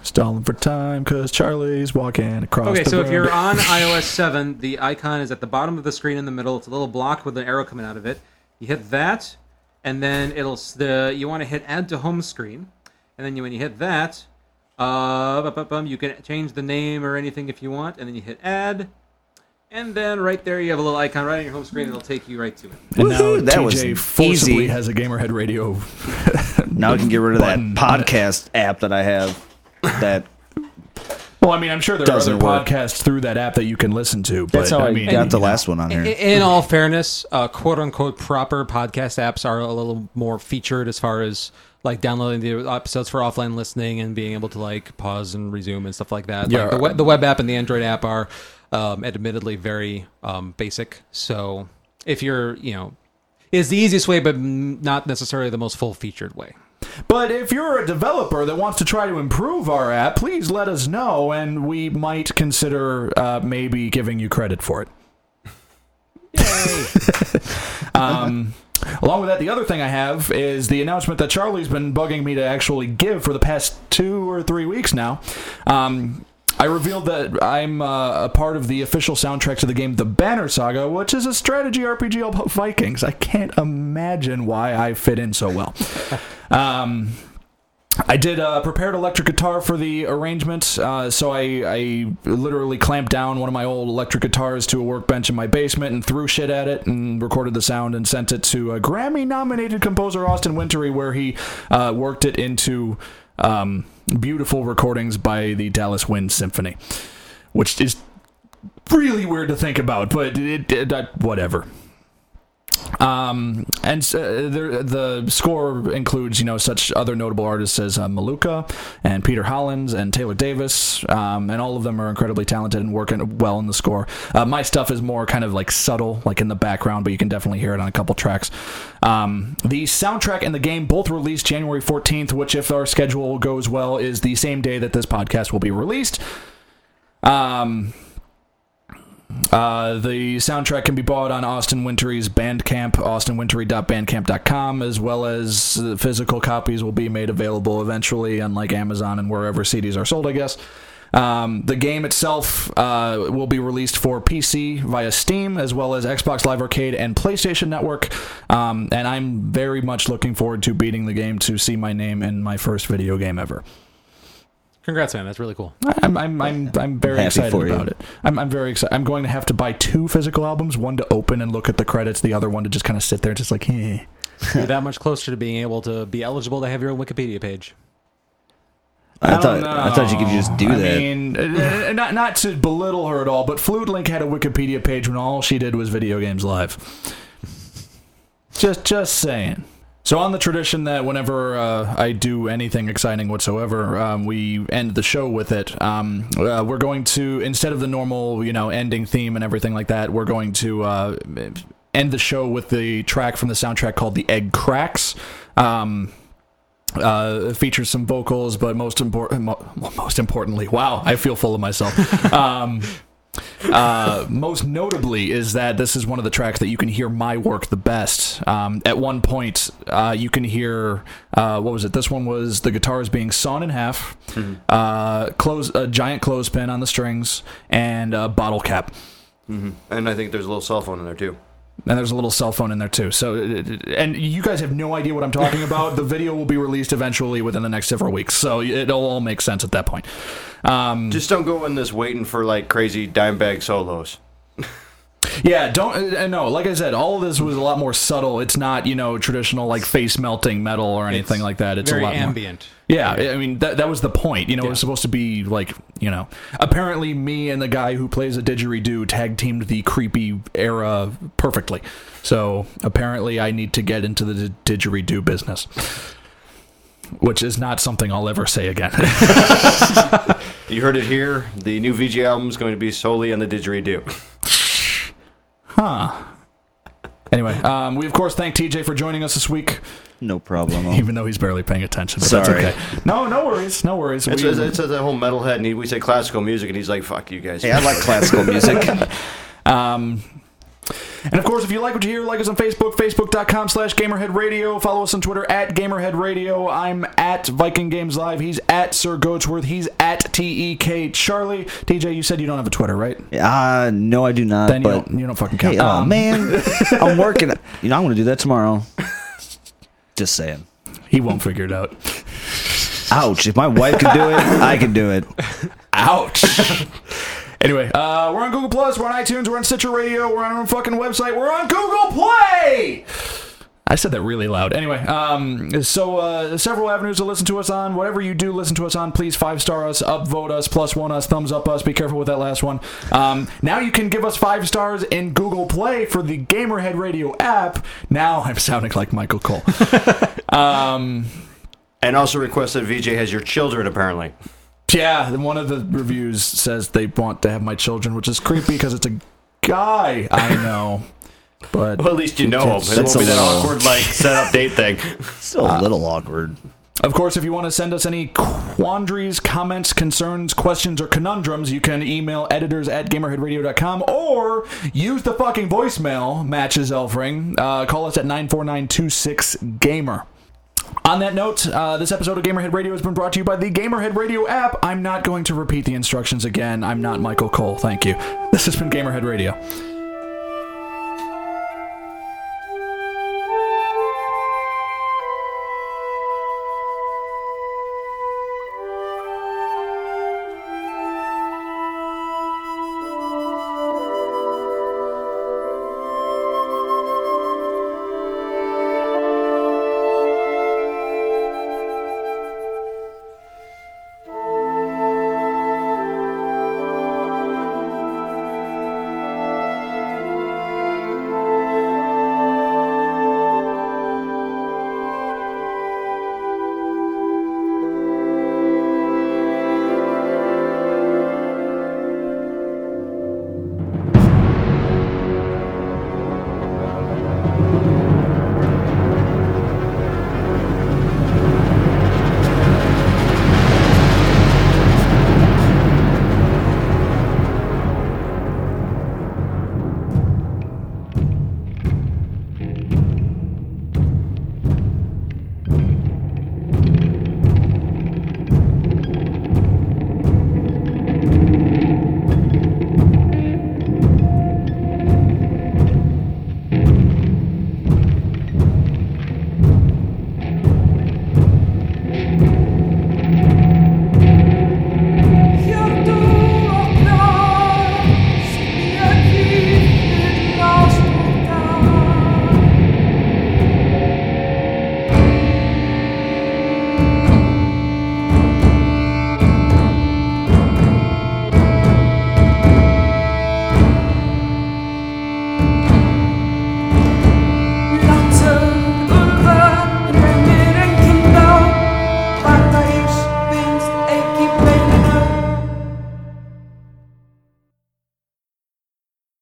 A: Stalling for time because Charlie's walking across
B: Okay,
A: the
B: so if
A: road.
B: you're on iOS 7, the icon is at the bottom of the screen in the middle. It's a little block with an arrow coming out of it. You hit that, and then it'll s- the you want to hit Add to Home Screen, and then you, when you hit that, uh, bum, bum, bum, you can change the name or anything if you want, and then you hit Add, and then right there you have a little icon right on your home screen. It'll take you right to it.
A: and
E: Woohoo,
A: now
E: that
A: TJ
E: was
A: forcibly
E: easy.
A: has a Gamerhead Radio.
E: Now I can get rid of
A: Button.
E: that podcast app that I have. That
A: Well, I mean, I'm sure there
E: Doesn't
A: are other
E: work.
A: podcasts through that app that you can listen to. But
D: That's how
A: I
D: I
A: mean,
E: got the last one on
B: I-
E: here.
B: In all fairness, uh, quote unquote proper podcast apps are a little more featured as far as like downloading the episodes for offline listening and being able to like pause and resume and stuff like that. Like,
A: Yeah.
B: the, web, the web app and the Android app are um, admittedly very um, basic. So if you're, you know, is the easiest way, but m- not necessarily the most full featured way.
A: But if you're a developer that wants to try to improve our app, please let us know, and we might consider uh, maybe giving you credit for it. um, along with that, the other thing I have is the announcement that Charlie's been bugging me to actually give for the past two or three weeks now. Um, I revealed that I'm uh, a part of the official soundtrack to the game The Banner Saga, which is a strategy RPG about Vikings. I can't imagine why I fit in so well. Um, I did uh, prepared electric guitar for the arrangement, uh, so I, I literally clamped down one of my old electric guitars to a workbench in my basement and threw shit at it and recorded the sound and sent it to a Grammy-nominated composer Austin Wintory, where he uh, worked it into um, beautiful recordings by the Dallas Wind Symphony, which is really weird to think about, but it, it, uh, whatever. Um, and uh, there, the score includes, you know, such other notable artists as uh, Maluka and Peter Hollins and Taylor Davis, um, and all of them are incredibly talented and working well in the score. Uh, my stuff is more kind of like subtle, like in the background, but you can definitely hear it on a couple tracks. Um, the soundtrack and the game both released January 14th, which, if our schedule goes well, is the same day that this podcast will be released. Um, uh, the soundtrack can be bought on Austin Wintory's Bandcamp, austinwintory.bandcamp.com, as well as uh, physical copies will be made available eventually, unlike Amazon and wherever CDs are sold, I guess. Um, the game itself uh, will be released for PC via Steam, as well as Xbox Live Arcade and PlayStation Network. Um, and I'm very much looking forward to beating the game to see my name in my first video game ever.
B: Congrats, man. That's really cool.
A: I'm I'm I'm, I'm very
E: Happy
A: excited
E: for you.
A: about it. I'm I'm very excited. I'm going to have to buy two physical albums, one to open and look at the credits, the other one to just kind of sit there, just like, eh.
B: You're that much closer to being able to be eligible to have your own Wikipedia page.
E: I, thought
A: don't
E: I thought you could just do
A: know.
E: that.
A: I mean, uh, uh, not not to belittle her at all, but Flutelink had a Wikipedia page when all she did was video games live. Just just saying. So on the tradition that whenever uh, I do anything exciting whatsoever, um, we end the show with it. Um, uh, we're going to instead of the normal you know ending theme and everything like that, we're going to uh, end the show with the track from the soundtrack called "The Egg Cracks." Um, uh, it features some vocals, but most important, mo- most importantly, wow, I feel full of myself. um, uh, most notably is that this is one of the tracks that you can hear my work the best. Um, at one point, uh, you can hear uh, what was it? This one was the guitar is being sawn in half, uh, close a giant clothespin on the strings, and a bottle cap.
C: And I think there's a little cell phone in there too.
A: And there's a little cell phone in there too. So, it- it- and you guys have no idea what I'm talking about. the video will be released eventually within the next several weeks, so it'll all make sense at that point. Um,
C: Just don't go in this waiting for like crazy dime bag solos.
A: yeah, don't. uh, No, like I said, all of this was a lot more subtle. It's not you know traditional like face melting metal or anything like that. It's
B: Very
A: a lot more.
B: ambient.
A: Yeah, I I mean that that was the point. You know, it was supposed to be like you know. Apparently, me and the guy who plays a didgeridoo tag teamed the creepy era perfectly. So apparently, I need to get into the di- didgeridoo business, which is not something I'll ever say again.
C: You heard it here. The new VG album is going to be solely on the didgeridoo.
A: Huh. Anyway, um, we of course thank TJ for joining us this week,
E: No problem.
A: even though he's barely paying attention. But
E: Sorry.
A: That's okay. No, no worries. No worries.
C: It's,
A: We-
C: it's, it's that whole metalhead, and he, we say classical music, and he's like, "Fuck you guys."
E: hey, I like classical music.
A: Um, and of course, if you like what you hear, like us on Facebook, facebook.com slash Gamerhead Radio. Follow us on Twitter at Gamerhead Radio. I'm at Viking Games Live. He's at Sir Goatsworth. He's at TEK Charlie. TJ, you said you don't have a Twitter, right?
E: Uh, no, I do not.
A: Then you
E: but
A: don't, you don't fucking count.
E: hey, oh
A: Um,
E: man, I'm working. You know, I'm gonna do that tomorrow. Just saying.
A: He won't figure it out.
E: Ouch! If my wife could do it, I could do it.
A: Ouch. anyway, uh, we're on Google Plus, we're on iTunes, we're on Stitcher Radio, we're on our own fucking website, we're on Google Play. I said that really loud. Anyway, um, so uh, several avenues to listen to us on. Whatever you do, listen to us on. Please five star us, upvote us, plus one us, thumbs up us. Be careful with that last one. Um, now you can give us five stars in Google Play for the Gamerhead Radio app. Now I'm sounding like Michael Cole.
C: And also request that VJ has your children. Apparently,
A: Yeah, then one of the reviews says they want to have my children, which is creepy because it's a guy I know. But
C: well, at least you know him. It
E: That's
C: won't be
E: a
C: that
E: little-
C: awkward like set up date thing.
E: Still a little awkward.
A: of course, if you want to send us any quandaries, comments, concerns, questions, or conundrums, you can email editors at gamerheadradio.com or use the fucking voicemail, matches Elfring. Uh, call us at 94926Gamer. On that note, uh, this episode of Gamerhead Radio has been brought to you by the Gamerhead Radio app. I'm not going to repeat the instructions again. I'm not Michael Cole. Thank you. This has been Gamerhead Radio.